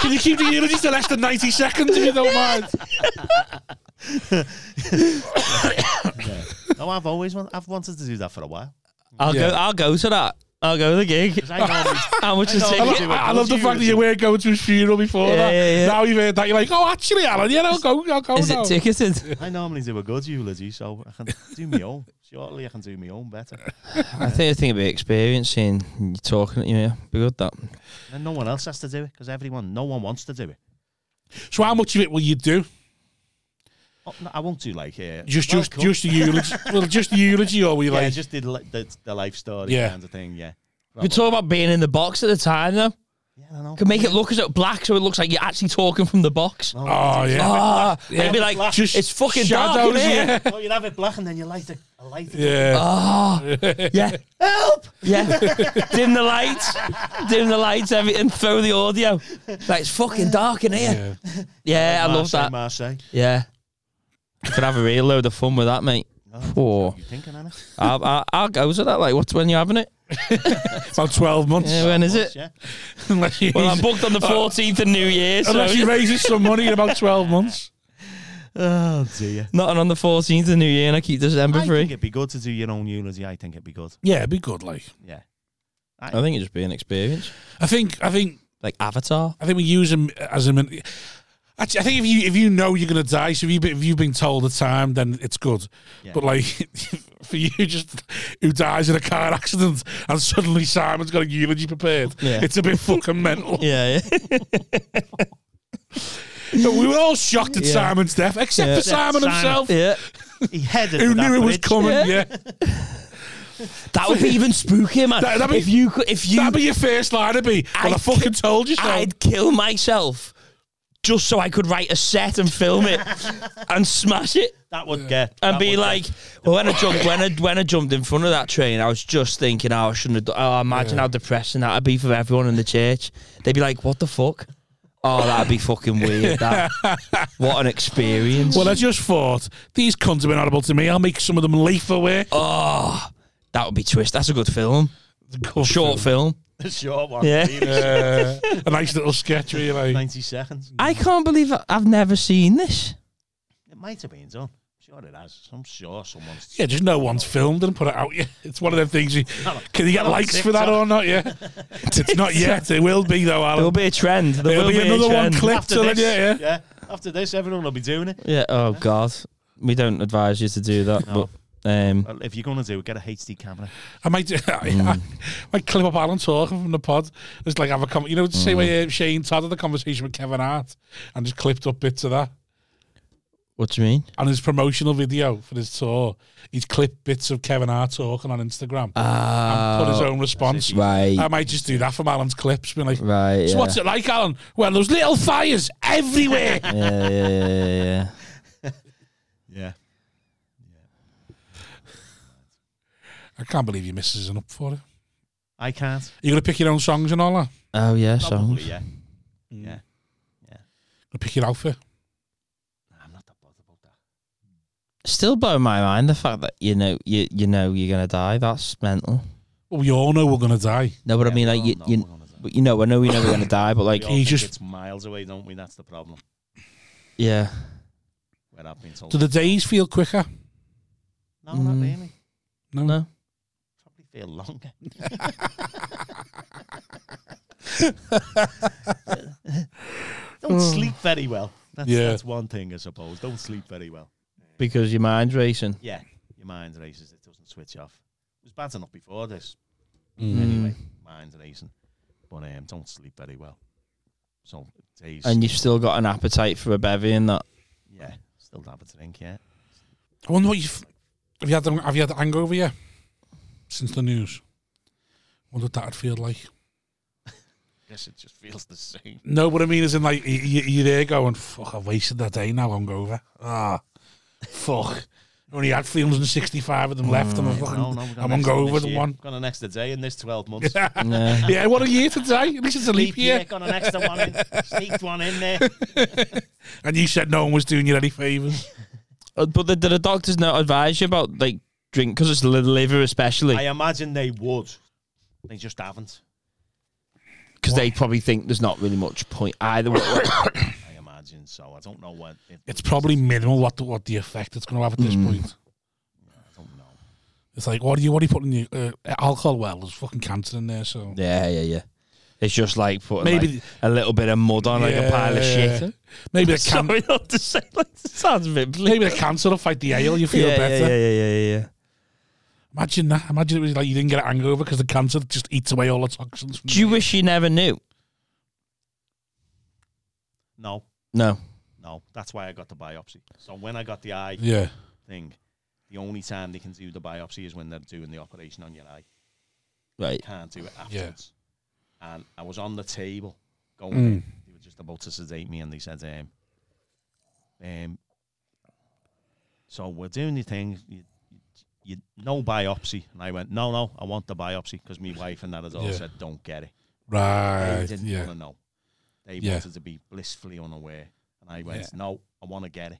A: can you keep the eulogy to less than ninety seconds if you don't mind?
D: No, I've always want, I've wanted to do that for a while.
B: I'll
A: Yeah.
B: go. I'll go to that. I'll go to the gig.
D: 'Cause I normally-
B: How much
D: I
B: is
D: know.
A: I,
D: I'll
B: it?
A: love-
D: do it.
A: I love the
D: We'll do
A: fact that
D: it.
A: you weren't going to his funeral before
B: Yeah,
A: that.
B: yeah, yeah.
A: Now you've heard that, you're like, oh, actually, Alan, yeah, I'll go, I'll go
B: Is
A: now.
B: it ticketed?
D: I normally do a good eulogy, so I can do my own. Shortly, I can do my own better.
B: I think I think it'd be experiencing you talking. Yeah, be good that.
D: And no one else has to do it because everyone, no one wants to do it.
A: so how much of it will you do?
D: Oh, no, I won't do like uh,
A: Just,
D: well,
A: just,
D: cool.
A: just the eulogy. well, just the eulogy, or will you
D: yeah,
A: like?
D: just did like the, the life story
A: Yeah.
D: kind of thing. Yeah,
B: We talk about being in the box at the time though.
D: yeah, I know.
B: Could make it look as though black, so it looks like you're actually talking from the box.
D: No,
A: oh yeah.
B: Ah,
A: Yeah.
B: it'd be like
A: Just
B: it's fucking
A: shadows,
B: dark in here.
A: yeah.
D: Oh, you'd have it black and then you light it. I light it.
A: Yeah.
B: Oh. Yeah. Help! Yeah. Dim the lights. Dim the lights, everything. Throw the audio. Like, it's fucking dark in here.
A: yeah.
B: Yeah, I love
D: Marseille,
B: that.
D: Marseille.
B: Yeah. You could have a real load of fun with that, mate. Poor.
D: You thinking, Anna?
B: I'll, I'll, I'll go to that. Like, what's when you having it?
A: About 12 months.
B: Yeah, when is it?
D: Yeah.
A: unless you,
B: Well, I'm booked on the 14th of New Year, so
A: unless you raises some money in about 12 months.
D: Oh dear.
B: not on the 14th of New Year, and I keep December
D: I
B: free.
D: think it'd be good to do your own eulogy. I think it'd be good.
A: Yeah, it'd be good. Like,
D: Yeah.
B: I think it'd just be an experience,
A: I think, I think,
B: like Avatar.
A: I think we use him as a. min- Actually, I think if you if you know you're gonna die, so if you if you've been told the time, then it's good.
D: Yeah.
A: But like for you, just who dies in a car accident and suddenly Simon's got a eulogy prepared,
B: Yeah.
A: it's a bit fucking mental.
B: Yeah, yeah.
A: We were all shocked at
B: Yeah.
A: Simon's death, except
B: Yeah.
A: for Simon,
D: Simon.
A: himself,
B: yeah.
D: he headed.
A: who
D: for that
A: knew it was
D: bridge.
A: coming.
B: Yeah.
A: Yeah,
B: That would be even spookier, man.
A: That- that'd be-
B: if you could, if you,
A: that'd be your first line. It'd be, well, I,
B: I'd
A: fucking told you so.
B: I'd kill myself just so I could write a set and film it and smash it.
D: That would get.
B: and
D: that would
B: be
D: get-
B: like, well, when I jumped, when I when I jumped in front of that train, I was just thinking, oh, I shouldn't have. Done, oh, imagine how depressing that'd be for everyone in the church. They'd be like, what the fuck? Oh, that'd be fucking weird. That. what an experience.
A: well, I just thought these cunts have been audible to me. I'll make some of them lethal way.
B: oh, that would be twist. That's a good film. Short film.
D: the short one.
B: Yeah.
D: really.
A: Uh, a nice little sketch, really.
D: Ninety seconds.
B: I can't believe I- I've never seen this.
D: It might have been done. Sure it has. I'm sure someone's.
A: Yeah, just no one's filmed and put it out yet. It's one of them things. You, can you get
D: on
A: likes for that
D: TikTok.
A: or not? Yeah, it's not yet. It will be though,
B: There'll
A: Alan.
B: be a trend. There
A: There'll
B: will
A: be another
B: a
A: one
B: trend.
A: clipped.
D: After
A: till
D: this,
A: it- yeah, yeah.
D: After this, everyone will be doing it.
B: Yeah. Oh God, we don't advise you to do that.
D: No.
B: But um,
D: Well, if you're gonna do it, get a HD camera.
A: I might, I might clip up Alan talking from the pod. Just like have a com- you know, the same way uh, Shane Todd had the conversation with Kevin Hart, and just clipped up bits of that.
B: what do you mean?
A: On his promotional video for his tour, he's clipped bits of Kevin Hart talking on Instagram and put his own response.
B: Right.
A: I might just do that from Alan's clips, being like,
B: Right.
A: So
B: yeah.
A: what's it like, Alan? Well, there's little fires everywhere.
B: yeah, yeah, yeah, yeah, yeah.
D: Yeah.
A: I can't believe your missus isn't up for it. Are
D: I can't.
A: you going to pick your own songs and all that?
B: Oh yeah, so
D: Probably, yeah. Yeah.
A: Gonna pick your outfit?
D: Nah, I'm not that bothered about that.
B: still blow my mind the fact that you know you you know you're gonna die. That's mental.
A: Well, Oh, we all know we're going to die.
B: No, but I
D: Yeah,
B: mean
D: we
B: like
D: all
B: you
D: know
B: you,
D: we're gonna do it.
B: but you know I know we're never gonna die, but
D: We
B: like
D: all
A: he
D: think
A: just-
D: it's miles away, don't we? That's the problem.
B: yeah,
D: Where I've been told.
A: Do the days feel quicker?
D: no, not
B: Mm.
D: really.
A: No.
B: no,
D: Probably feel longer. don't sleep very well. That's,
A: Yeah.
D: that's one thing, I suppose. Don't sleep very well.
B: because your mind's racing.
D: Yeah, your mind races. It doesn't switch off. It was bad enough before this.
A: Mm.
D: Anyway, mind racing. But um, don't sleep very well. So, days.
B: And you've still got an appetite for a bevy and that.
D: yeah, still have a drink, yeah.
A: I wonder what you've have you had. them- Have you had a hangover yet since the news? Wonder what that'd feel like.
D: Guess it just feels the same.
A: No, what I mean is in like you, you- you're there going, "Fuck, I've wasted that day now. I'm over. Ah, fuck. Only had 365 of them left, and I'm fucking,
D: Mm. No, no, we've got
A: I'm
D: an extra
A: hungover
D: this
A: than
D: year.
A: one.
D: Got an extra day in this 12 months.
B: Yeah.
A: Yeah, what a year today. At least it's a leap
D: Sleep
A: year.
D: Got an extra one in. Sneaked one in there.
A: And you said no one was doing you any favors.
B: Uh, But the, the doctors not advise you about like drink because it's the liver especially
D: I imagine they would. They just haven't.
B: because they probably think there's not really much point either. way.
D: I imagine so. I don't know what. It,
A: It's probably minimal what the, what the effect it's going to have at this
B: Hmm.
A: point.
D: I don't know.
A: It's like, what are you what are you putting in your uh, alcohol? Well, there's fucking cancer in there, so
B: yeah, yeah, yeah. It's just like putting
A: Maybe
B: maybe
A: th-
B: a little bit of mud on like a pile of
A: Yeah.
B: shit.
A: maybe the can-
B: Sorry, not to say like it sounds a bit bleak.
A: maybe the cancer will fight the ale. You feel
B: yeah,
A: better.
B: Yeah, yeah, yeah, yeah, yeah.
A: Imagine that. Imagine it was like you didn't get a hangover because the cancer just eats away all the toxins. From
B: Do you
A: the-
B: wish you never knew?
D: No,
B: No.
D: no. That's why I got the biopsy. So when I got the eye
A: Yeah,
D: thing, the only time they can do the biopsy is when they're doing the operation on your eye.
B: Right.
D: Can't do it
A: Yeah.
D: afterwards. And I was on the table going.
A: Mm.
D: in. They were just about to sedate me, and they said, um, um, "So we're doing the thing. You, you, no biopsy." And I went, "No, no, I want the biopsy because my wife and that is all
A: Yeah.
D: said don't get it. They
A: right.
D: didn't
A: Yeah,
D: want to know. They
A: Yeah.
D: wanted to be blissfully unaware." And I went,
A: Yeah.
D: "No, I want to get it."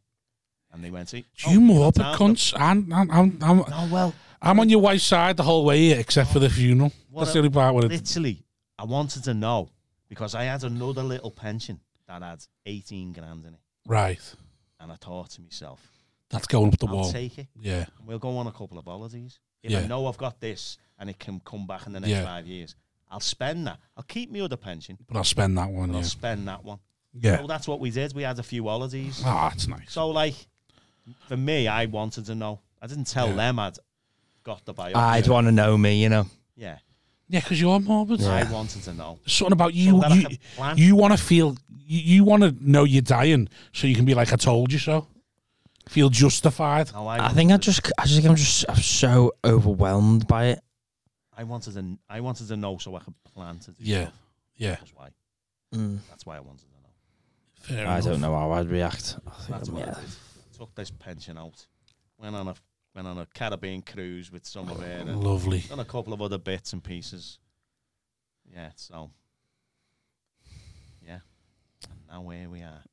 D: And they went, "Hey,
B: Oh,
A: you more up
D: that's
A: at
D: out.
A: cunts. I'm, I'm, I'm, I'm,
D: Oh, well,
A: I'm on your wife's side the whole way here, except for the funeral.
D: What
A: That's
D: a-
A: the only part where it,
D: literally, I wanted to know because I had another little pension that had 18 grand in it.
A: right.
D: And I thought to myself,
A: That's going up the
D: I'll
A: wall.
D: take it.
A: Yeah,
D: And we'll go on a couple of holidays. If
A: Yeah.
D: I know I've got this and it can come back in the next
A: Yeah.
D: five years, I'll spend that. I'll keep my other pension,
A: but I'll spend that one.
D: but
A: Yeah.
D: I'll spend that one.
A: yeah.
D: So that's what we did. We had a few holidays.
A: Ah, that's nice.
D: So, like, for me, I wanted to know. I didn't tell
A: Yeah.
D: them I'd got the biopsy.
B: I'd want to know me, you know.
D: yeah.
A: Yeah, because you're morbid.
D: I wanted to know.
A: There's something about you.
D: that I
A: you
D: can plan.
A: you want to feel. You, you want to know you're dying, so you can be like, "I told you so." Feel justified.
D: No, I,
B: I
D: wanted
B: think I
D: to-
B: just, I just think I'm just, I'm so overwhelmed by it.
D: I wanted to. I wanted to know so I could plan to. Do
A: Yeah,
D: stuff.
A: yeah.
D: That's why.
B: Mm.
D: That's why I wanted to know.
A: Fair
B: I
A: enough.
B: don't know how I'd react. I think
D: That's
B: I'm-
D: what I
B: yeah.
D: did. Took this pension out. Went on a went on a Caribbean cruise with some of it and
A: Lovely.
D: done a couple of other bits and pieces. Yeah. So. Yeah. And Now where we are.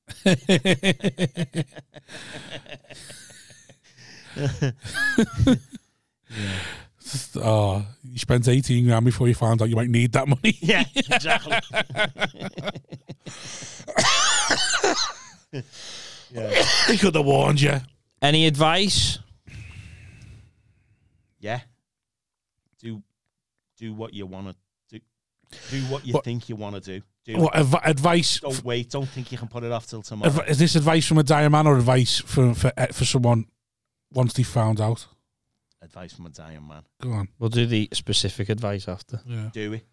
A: oh, you spent 18 grand before you found out you might need that money.
D: Yeah. Exactly. yeah.
A: They could have warned you.
B: Any advice?
D: Yeah. Do do what you want to do. Do what you
A: What-
D: think you want to do. Do
A: What adv- advice?
D: Don't wait. Don't think you can put it off till tomorrow.
A: Adv- is this advice from a dying man or advice for for, eh, for someone once they found out?
D: Advice from a dying man.
A: Go on.
B: We'll do the specific advice after.
A: Yeah.
D: Do it.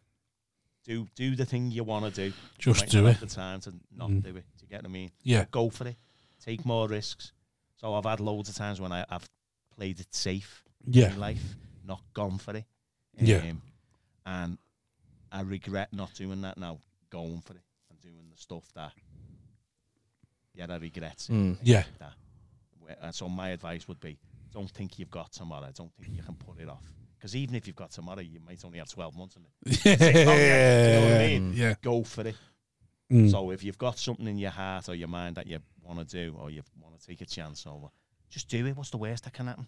D: Do do the thing you want to do.
A: Just
D: Might not
A: do it.
D: have The time to not
A: Mm.
D: do it. Do you get what I mean?
A: Yeah.
D: Go for it. Take more risks. So I've had loads of times when I, I've played it safe
A: Yeah.
D: in life, not gone for it.
A: Yeah.
D: Um, And I regret not doing that now. Going for it and doing the stuff that. Yeah, I regret it.
B: Mm.
A: Yeah.
D: that. Where- And so my advice would be, don't think you've got tomorrow. Don't think you can put it off. Because even if you've got tomorrow, you might only have 12 months in it. "Oh, Do you know what I
A: yeah.
D: mean?
A: Yeah.
D: Go for it.
A: Mm.
D: So if you've got something in your heart or your mind that you want to do or you want to take a chance over, just do it. What's the worst that can happen?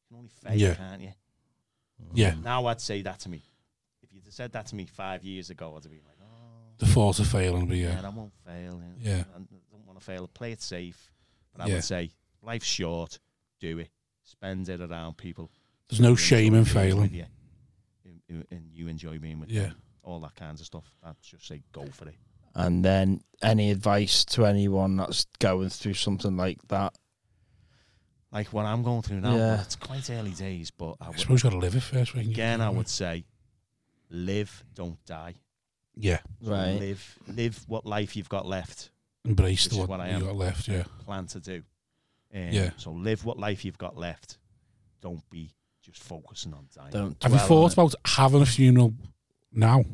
D: You can only fail,
A: Yeah.
D: can't you?
A: Yeah.
D: Now I'd say that to me. If you'd have said that to me five years ago, I'd have been like, oh,
A: The thought of failing, but
D: yeah,
A: yeah.
D: I won't fail. you know,
A: Yeah.
D: I don't want to fail. Play it safe. But I
A: Yeah.
D: would say life's short. Do it. Spend it around people.
A: There's no
D: who
A: shame in
D: enjoy being with
A: failing.
D: you, who- who- and you enjoy being with
A: Yeah.
D: them. All that kinds of stuff. I'd just say go for it.
B: And then any advice to anyone that's going through something like that?
D: Like what I'm going through now.
B: Yeah.
D: well, It's quite early days, but I
A: I
D: would,
A: suppose you got to live it first. right?
D: again, I would say live, don't die.
A: Yeah.
D: So Live, live what life you've got left.
A: Embrace
D: Which
A: the
D: is
A: one
D: what I
A: you
D: am.
A: got left. Yeah.
D: plan to do. Um,
A: Yeah.
D: So live what life you've got left. Don't be just focusing on dying.
B: Don't.
A: Have you
B: dwell on
A: thought
D: uh,
B: it.
A: about having a funeral now?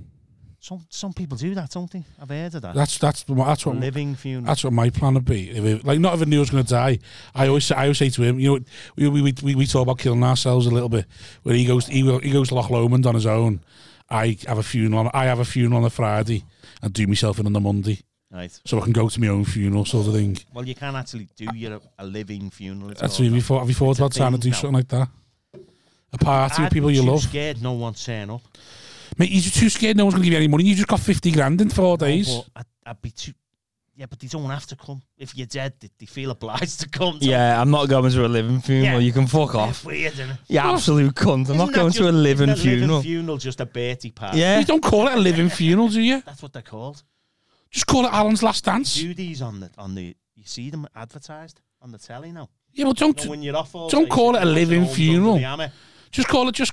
D: Some some people do that, don't they? I've heard of that.
A: That's that's that's what
D: Living funeral.
A: That's what my plan would be. If it, like, not if I knew I was going to die. I always, say- I always say to him, you know, we, we, we- we, we talk about killing ourselves a little bit. Where he goes, he, go- he goes to Loch Lomond on his own. I have a funeral. I have a funeral on a Friday and do myself in on the Monday,
D: right.
A: so I can go to my own funeral, sort of thing.
D: Well, you can actually do your a living funeral. it's
A: That's
D: called.
A: have you thought, have you thought
D: It's a
A: about trying to
D: thing
A: do
D: now.
A: something like that? A party
D: I'd
A: with
D: be
A: people you
D: too
A: love,
D: Scared no "Oh, one turn up.
A: mate. You're too scared. No one's going to give you any money. You just got fifty grand in four days.
D: But I'd, I'd be too. Yeah, but they don't have to come. If you're dead, they, they feel obliged to come. To
B: Yeah, I'm not going to a living funeral.
D: Yeah.
B: You can fuck
D: It's
B: off.
D: weird, isn't it?
B: You absolute cunt. I'm not
D: Isn't that
B: going to a
D: just-
B: living
D: isn't a
B: funeral.
D: Living funeral just a birthday party.
A: You
B: Yeah.
A: don't call it a living funeral, do you?
D: That's what they're called.
A: Just call it Alan's last dance.
D: Do these on the on the. You see them advertised on the telly now.
A: Yeah, well, don't.
D: know, when you're off all
A: don't
D: day,
A: call
D: you
A: it a
D: can watch
A: living
D: Homes Under the
A: funeral.
D: Hammer.
A: Just call it just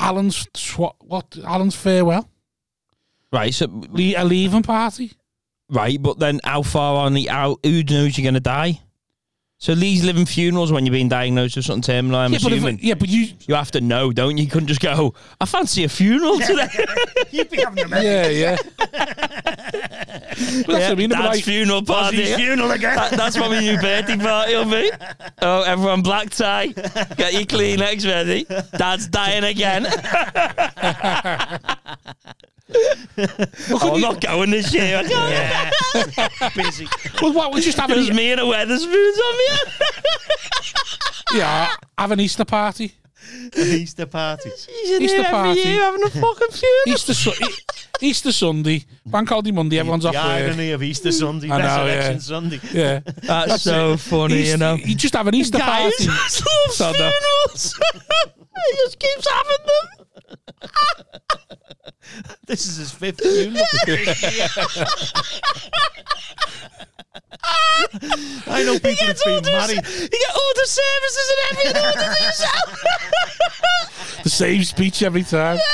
A: Alan's swa- what Alan's farewell,
B: Right. So
A: Le- a leaving party.
B: right, but then how far on the out? Who knows you're going to die? So these living funerals when you're being diagnosed with something terminal, I'm
A: yeah, but if-
B: assuming
A: yeah, but you.
B: you have to know, don't you? You couldn't just go. "Oh, I fancy a funeral today.
D: You'd be having a mess.
A: Yeah, yeah. but that's what I mean. but
B: Dad's
A: like,
B: funeral party.
D: funeral again.
B: That- that's what my new birthday party will be. Oh, everyone black tie. Get your Kleenex ready. Dad's dying again. Oh, I'm not going this year. I can't.
D: Yeah. Busy.
A: Well, what we just have an e-,
B: There's
A: Easter,
B: me and a Weatherspoons on me.
A: yeah, have an Easter party.
D: Easter party.
B: He's in
A: Easter
B: here
A: party.
B: every year having a fucking funeral.
A: Easter Su- E- Easter Sunday, Bank Holiday Monday, everyone's
D: the
A: off work.
D: irony of Easter Sunday,
A: I know,
D: Resurrection
A: yeah.
D: Sunday.
A: Yeah,
B: That's so funny,
A: Easter-
B: you know.
A: you just have an Easter
B: Guys,
A: party.
B: I
A: So
B: love
A: no.
B: funerals. he just keeps having them.
D: This is his fifth funeral. I know people
B: He gets
D: have
B: all the,
D: been married.
B: you get all the services and everything all to himself.
A: The same speech every time.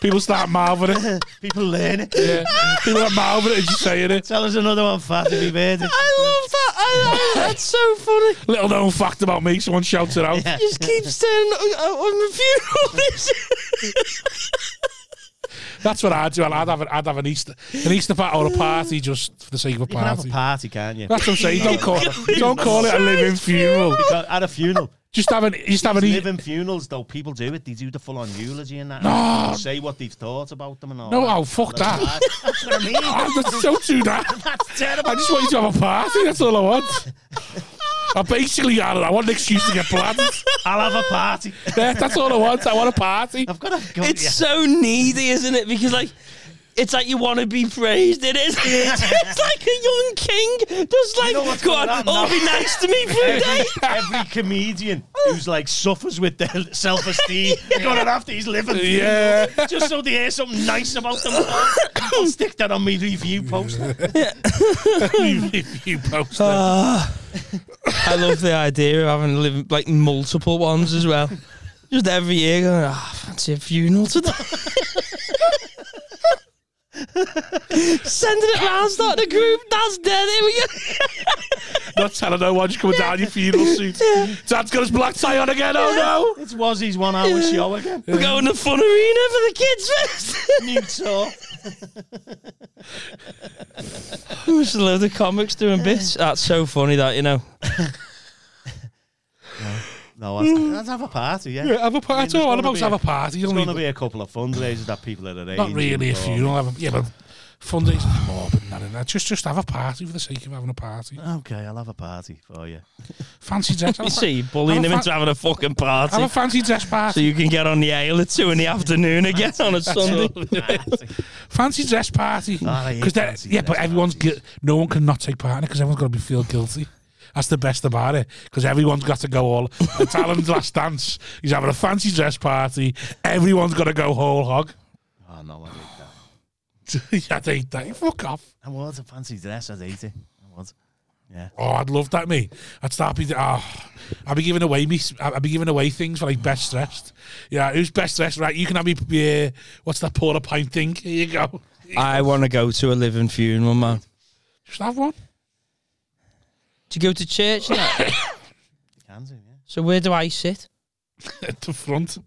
A: People start marveling.
D: People learn it.
A: Yeah. People are marveling as you're saying it.
D: Tell us another one, Fat, if you've heard it.
B: I love that. I, I, that's so funny.
A: Little known fact about me, someone shouts it out.
D: Yeah.
B: He just keeps saying, "Oh, oh, I'm a funeral this year."
A: That's what I'd do. I'd have, an, I'd have an Easter an Easter party or a party just for the sake of a
D: You can have
A: party.
D: a party, can't you?
A: That's what I'm saying. Don't call it, don't call it a living funeral.
D: Got- At a funeral.
A: Just have an just have an e-
D: Living funerals, though, people do it. They do the full on eulogy and that.
A: No.
D: They say what they've thought about them and all.
A: No,
D: that.
A: oh fuck that.
D: That's what I mean.
A: I'm just so do that.
D: That's terrible.
A: I just want you to have a party. That's all I want. I basically, I don't know, I want an excuse to get planned.
D: I'll have a party.
A: Yeah, that's all I want. I want a party.
D: I've got to go.
B: It's
D: yeah.
B: so needy, isn't it? Because like. It's like you want to be praised. It is. It's like a young king, just like
D: know what's
B: go
D: going
B: on.
D: on
B: Oh,
D: now?"
B: be nice to me for a day.
D: every comedian who's like suffers with their self esteem going after his living
A: Yeah.
D: just so they hear something nice about them. I'll stick that on my review post.
A: you post it.
B: I love the idea of having living like multiple ones as well. Just every year going, ah, fancy a funeral today. Sending it round, starting a group. That's dead. Here we go.
A: Not telling no one, just coming down in your funeral suit. Dad's got his black tie on again. Oh
D: It's Wazzy's one hour show again.
B: We're going to Fun Arena for the kids first.
D: New tour.
B: There's a load of comics doing bits. That's so funny, that you know.
D: No, let's, let's have a party, yeah.
A: no. Yeah, have a party. That's all I'm
D: gonna
A: about
D: be
A: to have
D: a-
A: a party. You
D: There's
A: don't
D: going to
A: need-
D: be a couple of fundraisers that people are arranging.
A: Not really a
D: for-
A: funeral. Have a, yeah, but fundraising morbid and that, and that. Just, just have a party for the sake of having a party.
D: Okay, I'll have a party for you.
A: Fancy dress. Have
B: You
A: a, fa-
B: see, bullying
A: I'm a
B: them
A: fa-
B: into having a fucking
A: have a
B: party.
A: fancy dress
B: So
A: party.
B: you can get on the ale at two in the afternoon again on a Sunday.
A: Fancy dress party.
D: I hate
A: 'Cause then-
D: fancy
A: yeah, but
D: dress
A: everyone's
D: parties.
A: guil- no one can not take part in it because everyone's got to be feel guilty. That's the best about it because everyone's got to go all. Italian's last dance. He's having a fancy dress party. Everyone's got to go whole hog.
D: Oh, no, I hate that.
A: I hate that. Fuck off.
D: I was a fancy dress, I'd hate it. I was. Yeah.
A: Oh, I'd love that, me. I'd start be. Oh, I'd be giving away me. I'd be giving away things for like best dressed. Yeah, who's best dressed? Right, you can have me. Yeah, what's that porter pint thing? Here you go.
B: I want to go to a living funeral, man.
A: Just have one.
B: Do you go to church? and that?
D: Can do, yeah.
B: so where do I sit?
A: At the front,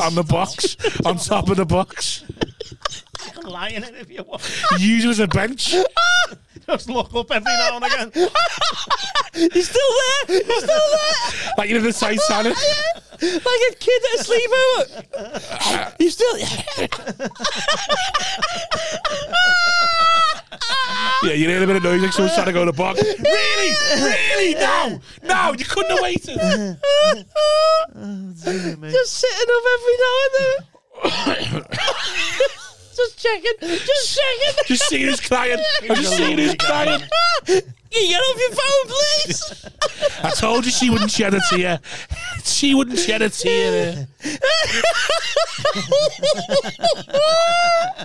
A: on the box, on top of the box.
D: You can lie in it if you want.
A: Use it as a bench.
D: Just look up every now and again.
B: He's still there. He's still there.
A: Like you know the Titanic.
B: Like a kid at a sleepover. He's still.
A: Yeah, you hear a bit of noise like someone's trying to go to the box. Really, really, no, no, you couldn't have waited.
B: Just sitting up every now and then. Just checking. Just checking.
A: Just seeing who's crying. I just seeing who's crying.
B: Can you get off your phone, please?
A: I told you she wouldn't shed a tear. She wouldn't shed a tear.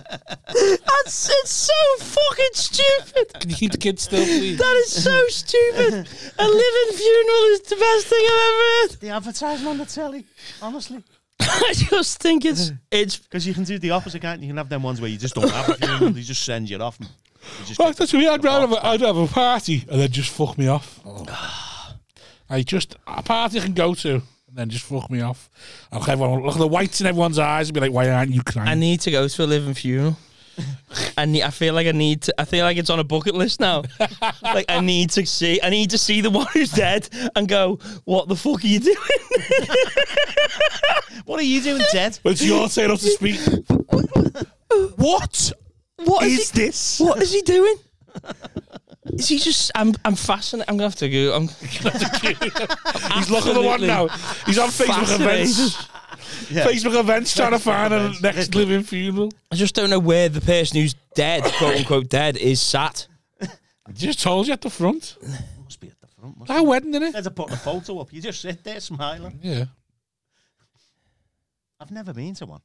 B: That's it's so fucking stupid.
A: Can you keep the kids still, please?
B: That is so stupid. A living funeral is the best thing I've ever
D: The advertisement on the telly, honestly.
B: heard. I just think it's it's
D: Because you can do the opposite, can't you? You can have them ones where you just don't have a funeral, they just send you off. and You just
A: Well,
D: get,
A: that's me. I'd rather have a, I'd have a party and then just fuck me off. I just a party I can go to and then just fuck me off. And everyone look at the whites in everyone's eyes and be like, "Why aren't you
B: I
A: crying?"
B: need to go to a living funeral. I need, I feel like I need to. I feel like it's on a bucket list now. like I need to see. I need to see the one who's dead and go. What the fuck are you doing?
D: what are you doing, Ted?
A: But it's your turn up to speak.
B: What? What is,
E: Is
B: he,
E: this?
B: What is he doing? is he just? I'm. I'm fascinated. I'm gonna have to go. I'm
A: He's looking at the one
B: Absolutely.
A: now. He's on Facebook
B: Fascinating.
A: events.
D: Yeah.
A: Facebook events trying to find a
D: events.
A: next living funeral.
B: I just don't know where the person who's dead, quote unquote dead, is sat.
A: Just told you at the front.
D: Must be at the front. mustn't
A: That wedding, didn't it?
D: Instead of putting a photo up, you just sit there smiling.
A: Yeah.
D: I've never been to one,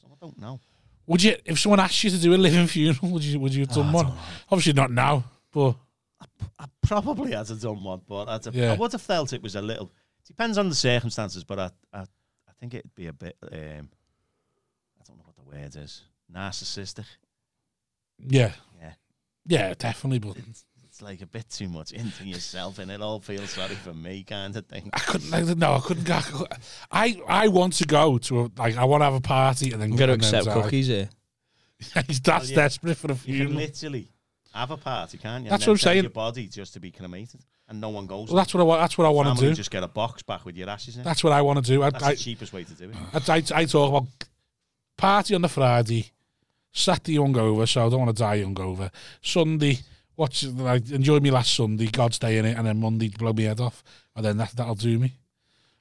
D: so I don't know.
A: Would you, if someone asked you to do a living funeral, would you, would you have done one? Obviously not now, but
D: I probably had a done one, but I'd have,
A: Yeah.
D: I would have felt it was a little. Depends on the circumstances, but I, I, I think it'd be a bit. Um, I don't know what the word is. Narcissistic.
A: yeah,
D: Yeah,
A: yeah, definitely. But
D: it's like a bit too much into yourself, and it all feels sorry for me kind of thing.
A: I couldn't. Like, no, I couldn't. go- I, couldn't- I I want to go to a, like I want to have a party and then
B: I'm gonna
A: and then
B: accept
A: it's like-
B: cookies here.
A: He's that's
D: yeah.
A: desperate for a
D: You can
A: funeral.
D: literally have a party, can't you?
A: That's
D: and then
A: what I'm
D: sell
A: saying.
D: Your body just to be cremated, and no one goes.
A: Well, that's what I want. That's what I want to
D: Family
A: do.
D: Just get a box back with your ashes in.
A: That's what I want to do. I,
D: That's
A: I,
D: the cheapest way to do it.
A: I, I, I talk about party on the Friday, Saturday hungover, so I don't want to die hungover. Sunday, watch like enjoy me last Sunday, God's day in it, and then Monday blow me head off, and then that that'll do me.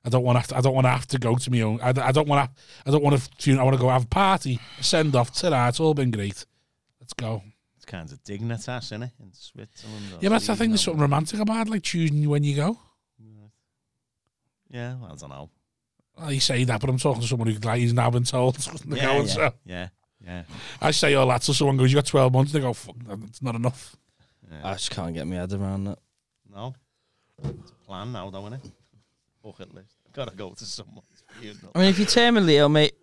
A: I don't want to. I don't want to have to go to me own. I, I don't want to. I don't want to. I want to go have a party, send off. Ta-ra, it's all been great. Let's go.
D: It's kind of dignitas, isn't it? In Switzerland. or
A: Yeah, but I think
D: Sweden or
A: there's something romantic about like choosing when you go.
D: Yeah, well, I don't know.
A: Oh, You say that, but I'm talking to someone who like he's now been told. to
D: Yeah,
A: go and
D: yeah.
A: so.
D: Yeah, yeah.
A: I say all that, so someone goes, "You got 12 months." They go, "Fuck, that's not enough." Uh,
B: I just can't get my head around that.
D: No. It's a plan now, though, isn't it? Bucket list. Gotta go to someone's funeral.
B: I mean, if you're terminally ill, mate,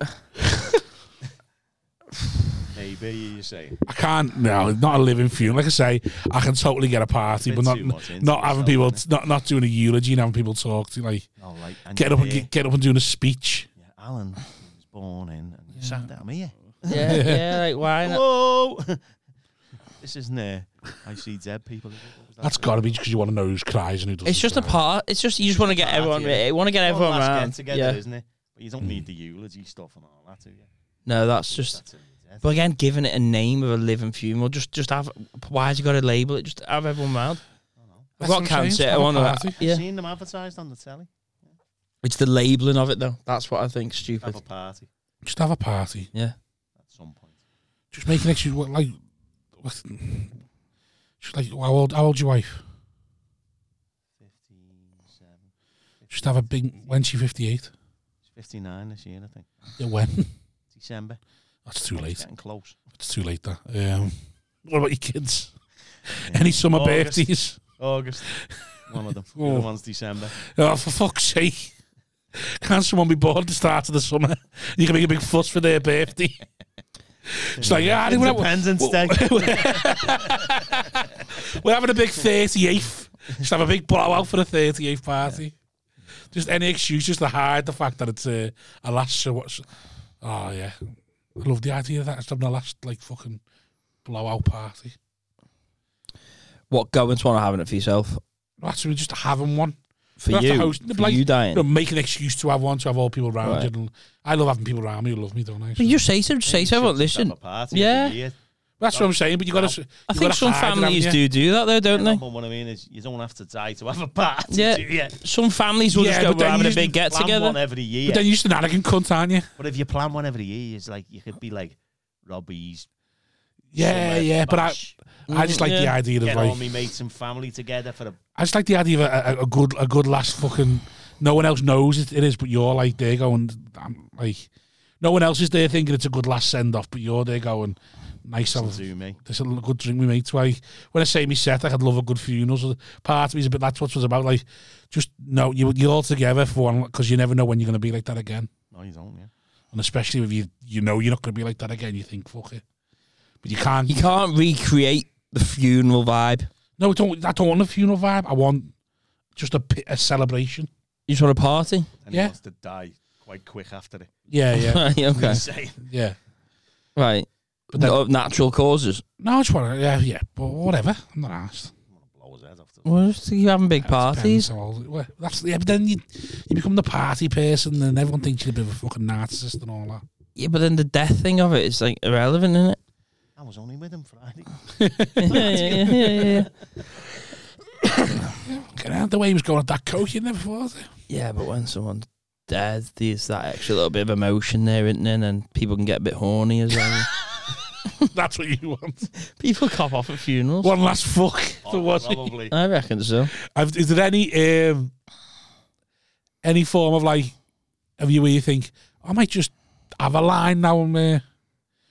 D: Maybe you say.
A: I can't. No, not a living funeral. Like I say, I can totally get a party,
D: Bit
A: but not
D: too much into
A: not having
D: yourself,
A: people,
D: isn't
A: not not doing a eulogy and having people talk to you, like
D: Oh, like, and
A: get
D: you're
A: up and
D: there.
A: get, get up and doing a speech.
D: Yeah, Alan was born in, and you sat down here.
B: yeah, yeah, like why not?
D: Hello! this isn't there. I see dead people. What was that?
A: That's got to be because you want to know who's cries and who doesn't.
B: It's just a
A: cry.
B: part. It's just you just want to get
D: Party,
B: everyone.
D: yeah.
B: You want to get
D: One
B: everyone
D: last
B: around.
D: get together,
B: yeah.
D: isn't it? But you don't need the eulogy stuff and all that, do you?
B: No, that's just.
D: That's it. That's
B: But again, giving it a name of a living funeral, just just have. Why's you got to label it? Just have everyone round. I've
A: That's what
B: got
A: I'm
B: cancer.
A: saying,
B: I
A: it's
B: want
A: not a
B: to.
A: party.
D: I've
B: Yeah,
D: seen them advertised on the telly.
B: it's the labeling of it though. That's what I think.
D: Have
B: Stupid.
D: a party
A: Just have a party.
B: Yeah.
D: at some point.
A: Just make an excuse. What like? What, just like how old? How old's your wife?
D: 57,
A: Just have a big. When's she 58?
D: 59 this year, I think.
A: Yeah, when?
D: December.
A: That's too
D: Well, it's
A: late.
D: Getting close.
A: It's too late. That. Um, what about your kids? Any summer
D: August.
A: birthdays?
D: August. One of them. The
A: Oh.
D: other one's December.
A: Oh, for fuck's sake. Can't someone be born at the start of the summer? You can make a big fuss for their birthday. It's like, yeah, we're, we're,
D: Independence Day.
A: we're having a big 38th. Just have a big blowout for the 38th party. Just any excuse just to hide the fact that it's uh, a last. So what's, oh, yeah. I love the idea of that. It's having a last, like, fucking blowout party.
B: What going to want to having it for yourself?
A: Actually, just having one.
B: For
A: We'll have to
B: you,
A: host-
B: for
A: like-
B: you dying.
A: You know, make an excuse to have one, to have all people around
B: Right.
A: you. And I love having people around me who love me, don't I? So-
B: But you say to say to everyone,
D: Should just have
B: listen.
D: a party
B: Yeah.
D: every year.
A: That's what I'm saying, but you got to.
B: I think some families do do that though, don't
D: You know,
B: they?
D: But what I mean is, you don't have to die to have a party.
B: Yeah.
D: do you? yeah.
B: Some families will
A: Yeah,
B: just go
A: but
B: we're
A: then
B: having
A: you
B: a big get
D: Plan
B: together.
D: one every year.
A: But
D: But,
A: then you're just an arrogant cunt, aren't you?
D: if you plan one every year, it's like you could be like Robbie's.
A: Yeah,
D: summer
A: yeah. But I,
D: bash,
A: I just like the
B: Yeah.
A: idea of
D: get all
A: like,
D: my mates and family together for a
A: I just like the idea of a, a, a good, a good last fucking. No one else knows it, it is, but you're like there going, I'm like, no one else is there thinking it's a good last send off, but you're there going, nice. Have,
D: do me.
A: there's a little good drink, we mates. Like when I say me set, like, I'd love a good funeral. So part of me is a bit that's what it was about. Like, just no, you you're all together for one because you never know when you're gonna be like that again.
D: No, you don't. Yeah.
A: And especially if you you know you're not going to be like that again, you think fuck it. But you can't.
B: You can't recreate the funeral vibe.
A: No, I don't. I don't want a funeral vibe. I want just a, pi- a celebration.
B: You just want a party.
D: And
A: Yeah.
D: he wants to die quite quick after it.
A: Yeah, yeah,
B: Right, okay.
D: He's saying,
A: yeah.
B: Right.
A: But then-
B: Of natural causes.
A: No, I just want to. Yeah, yeah. But whatever. I'm not asked.
D: I'm gonna blow his head off. the-
B: Well, just you having big parties.
A: That's yeah. But then you you become the party person, and everyone thinks you're a bit of a fucking narcissist and all that.
B: Yeah, but then the death thing of it is like irrelevant, isn't it?
D: was only with him Friday.
B: yeah, yeah, yeah, yeah, yeah.
A: Get out the way he was going at that coach, you never thought of it.
B: Yeah, but when someone's dead, there's that extra little bit of emotion there, isn't there? And people can get a bit horny as well.
A: That's what you want.
B: people cop off at funerals.
A: One last fuck.
D: Oh,
A: for what?
D: Probably.
B: I reckon so.
A: I've, is there any um, any form of like of you where you think I might just have a line now I'm uh,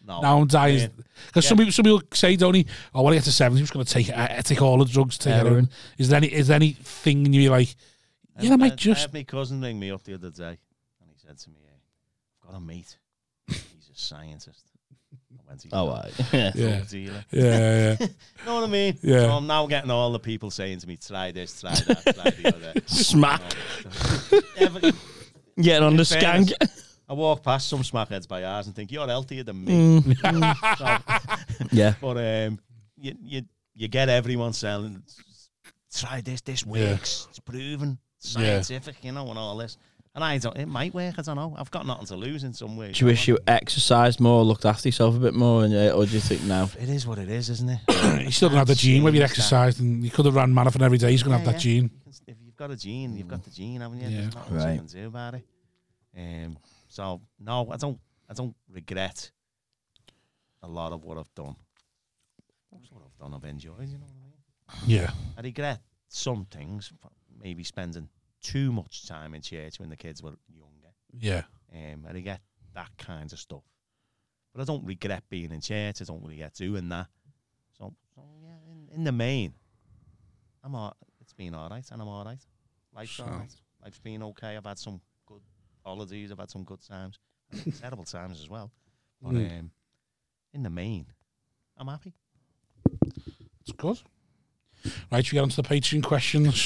D: No.
A: now I'm dying
D: Oh, Yeah.
A: because some
D: Yeah.
A: people some people say don't he oh when I get to seventy I'm just gonna take I, I take all the drugs take
B: Heroin.
A: heroin. Is there any is there anything in you like yeah I
D: had-
A: might
D: I
A: just
D: had my cousin ring me up the other day, and he said to me, eh, "I've got a mate. He's a scientist." I went, "He's
B: Oh,
D: not
B: right. Yeah.
D: a drug
A: yeah
D: dealer."
A: yeah yeah
D: You know what I mean?
A: Yeah.
D: So I'm now getting all the people saying to me, "Try this, try that, try the other."
B: Smack.
D: Yeah, but
B: Getting on the
D: fairness,
B: skank.
D: I walk past some smackheads by ours and think you're healthier than me.
B: Mm. yeah.
D: But um, you, you you get everyone selling. Try this. This works. It's proven scientific. You know, and all this. And I don't. It might work. I don't know. I've got nothing to lose in some way.
B: Do you wish you exercised more, looked after yourself a bit more, and uh, or do you think now?
D: It is what it is, isn't it?
A: he still don't have the gene where he
D: Change that.
A: exercised and he could have ran marathon every day he's gonna
D: Yeah,
A: have that
D: yeah.
A: gene
D: You can- If you've got a gene, you've got the gene, haven't you?
A: Yeah.
D: There's nothing
B: Right.
D: you can do about it. Um, so no, I don't. I don't regret a lot of what I've done. Most of what I've done, I've enjoyed. You know what I mean?
A: yeah
D: I regret some things, f- maybe spending too much time in church when the kids were younger.
A: yeah
D: Um, I regret that kind of stuff. But I don't regret being in church. I don't regret doing that. So, so yeah, in, in the main, I'm all, it's been all right, and I'm all right. Life's all
A: Sound.
D: right. Life's been okay. I've had some good holidays. I've had some good times. I've had terrible times as well. But
A: Mm.
D: um, in the main, I'm happy.
A: it's good. Right, should we get onto the Patreon questions.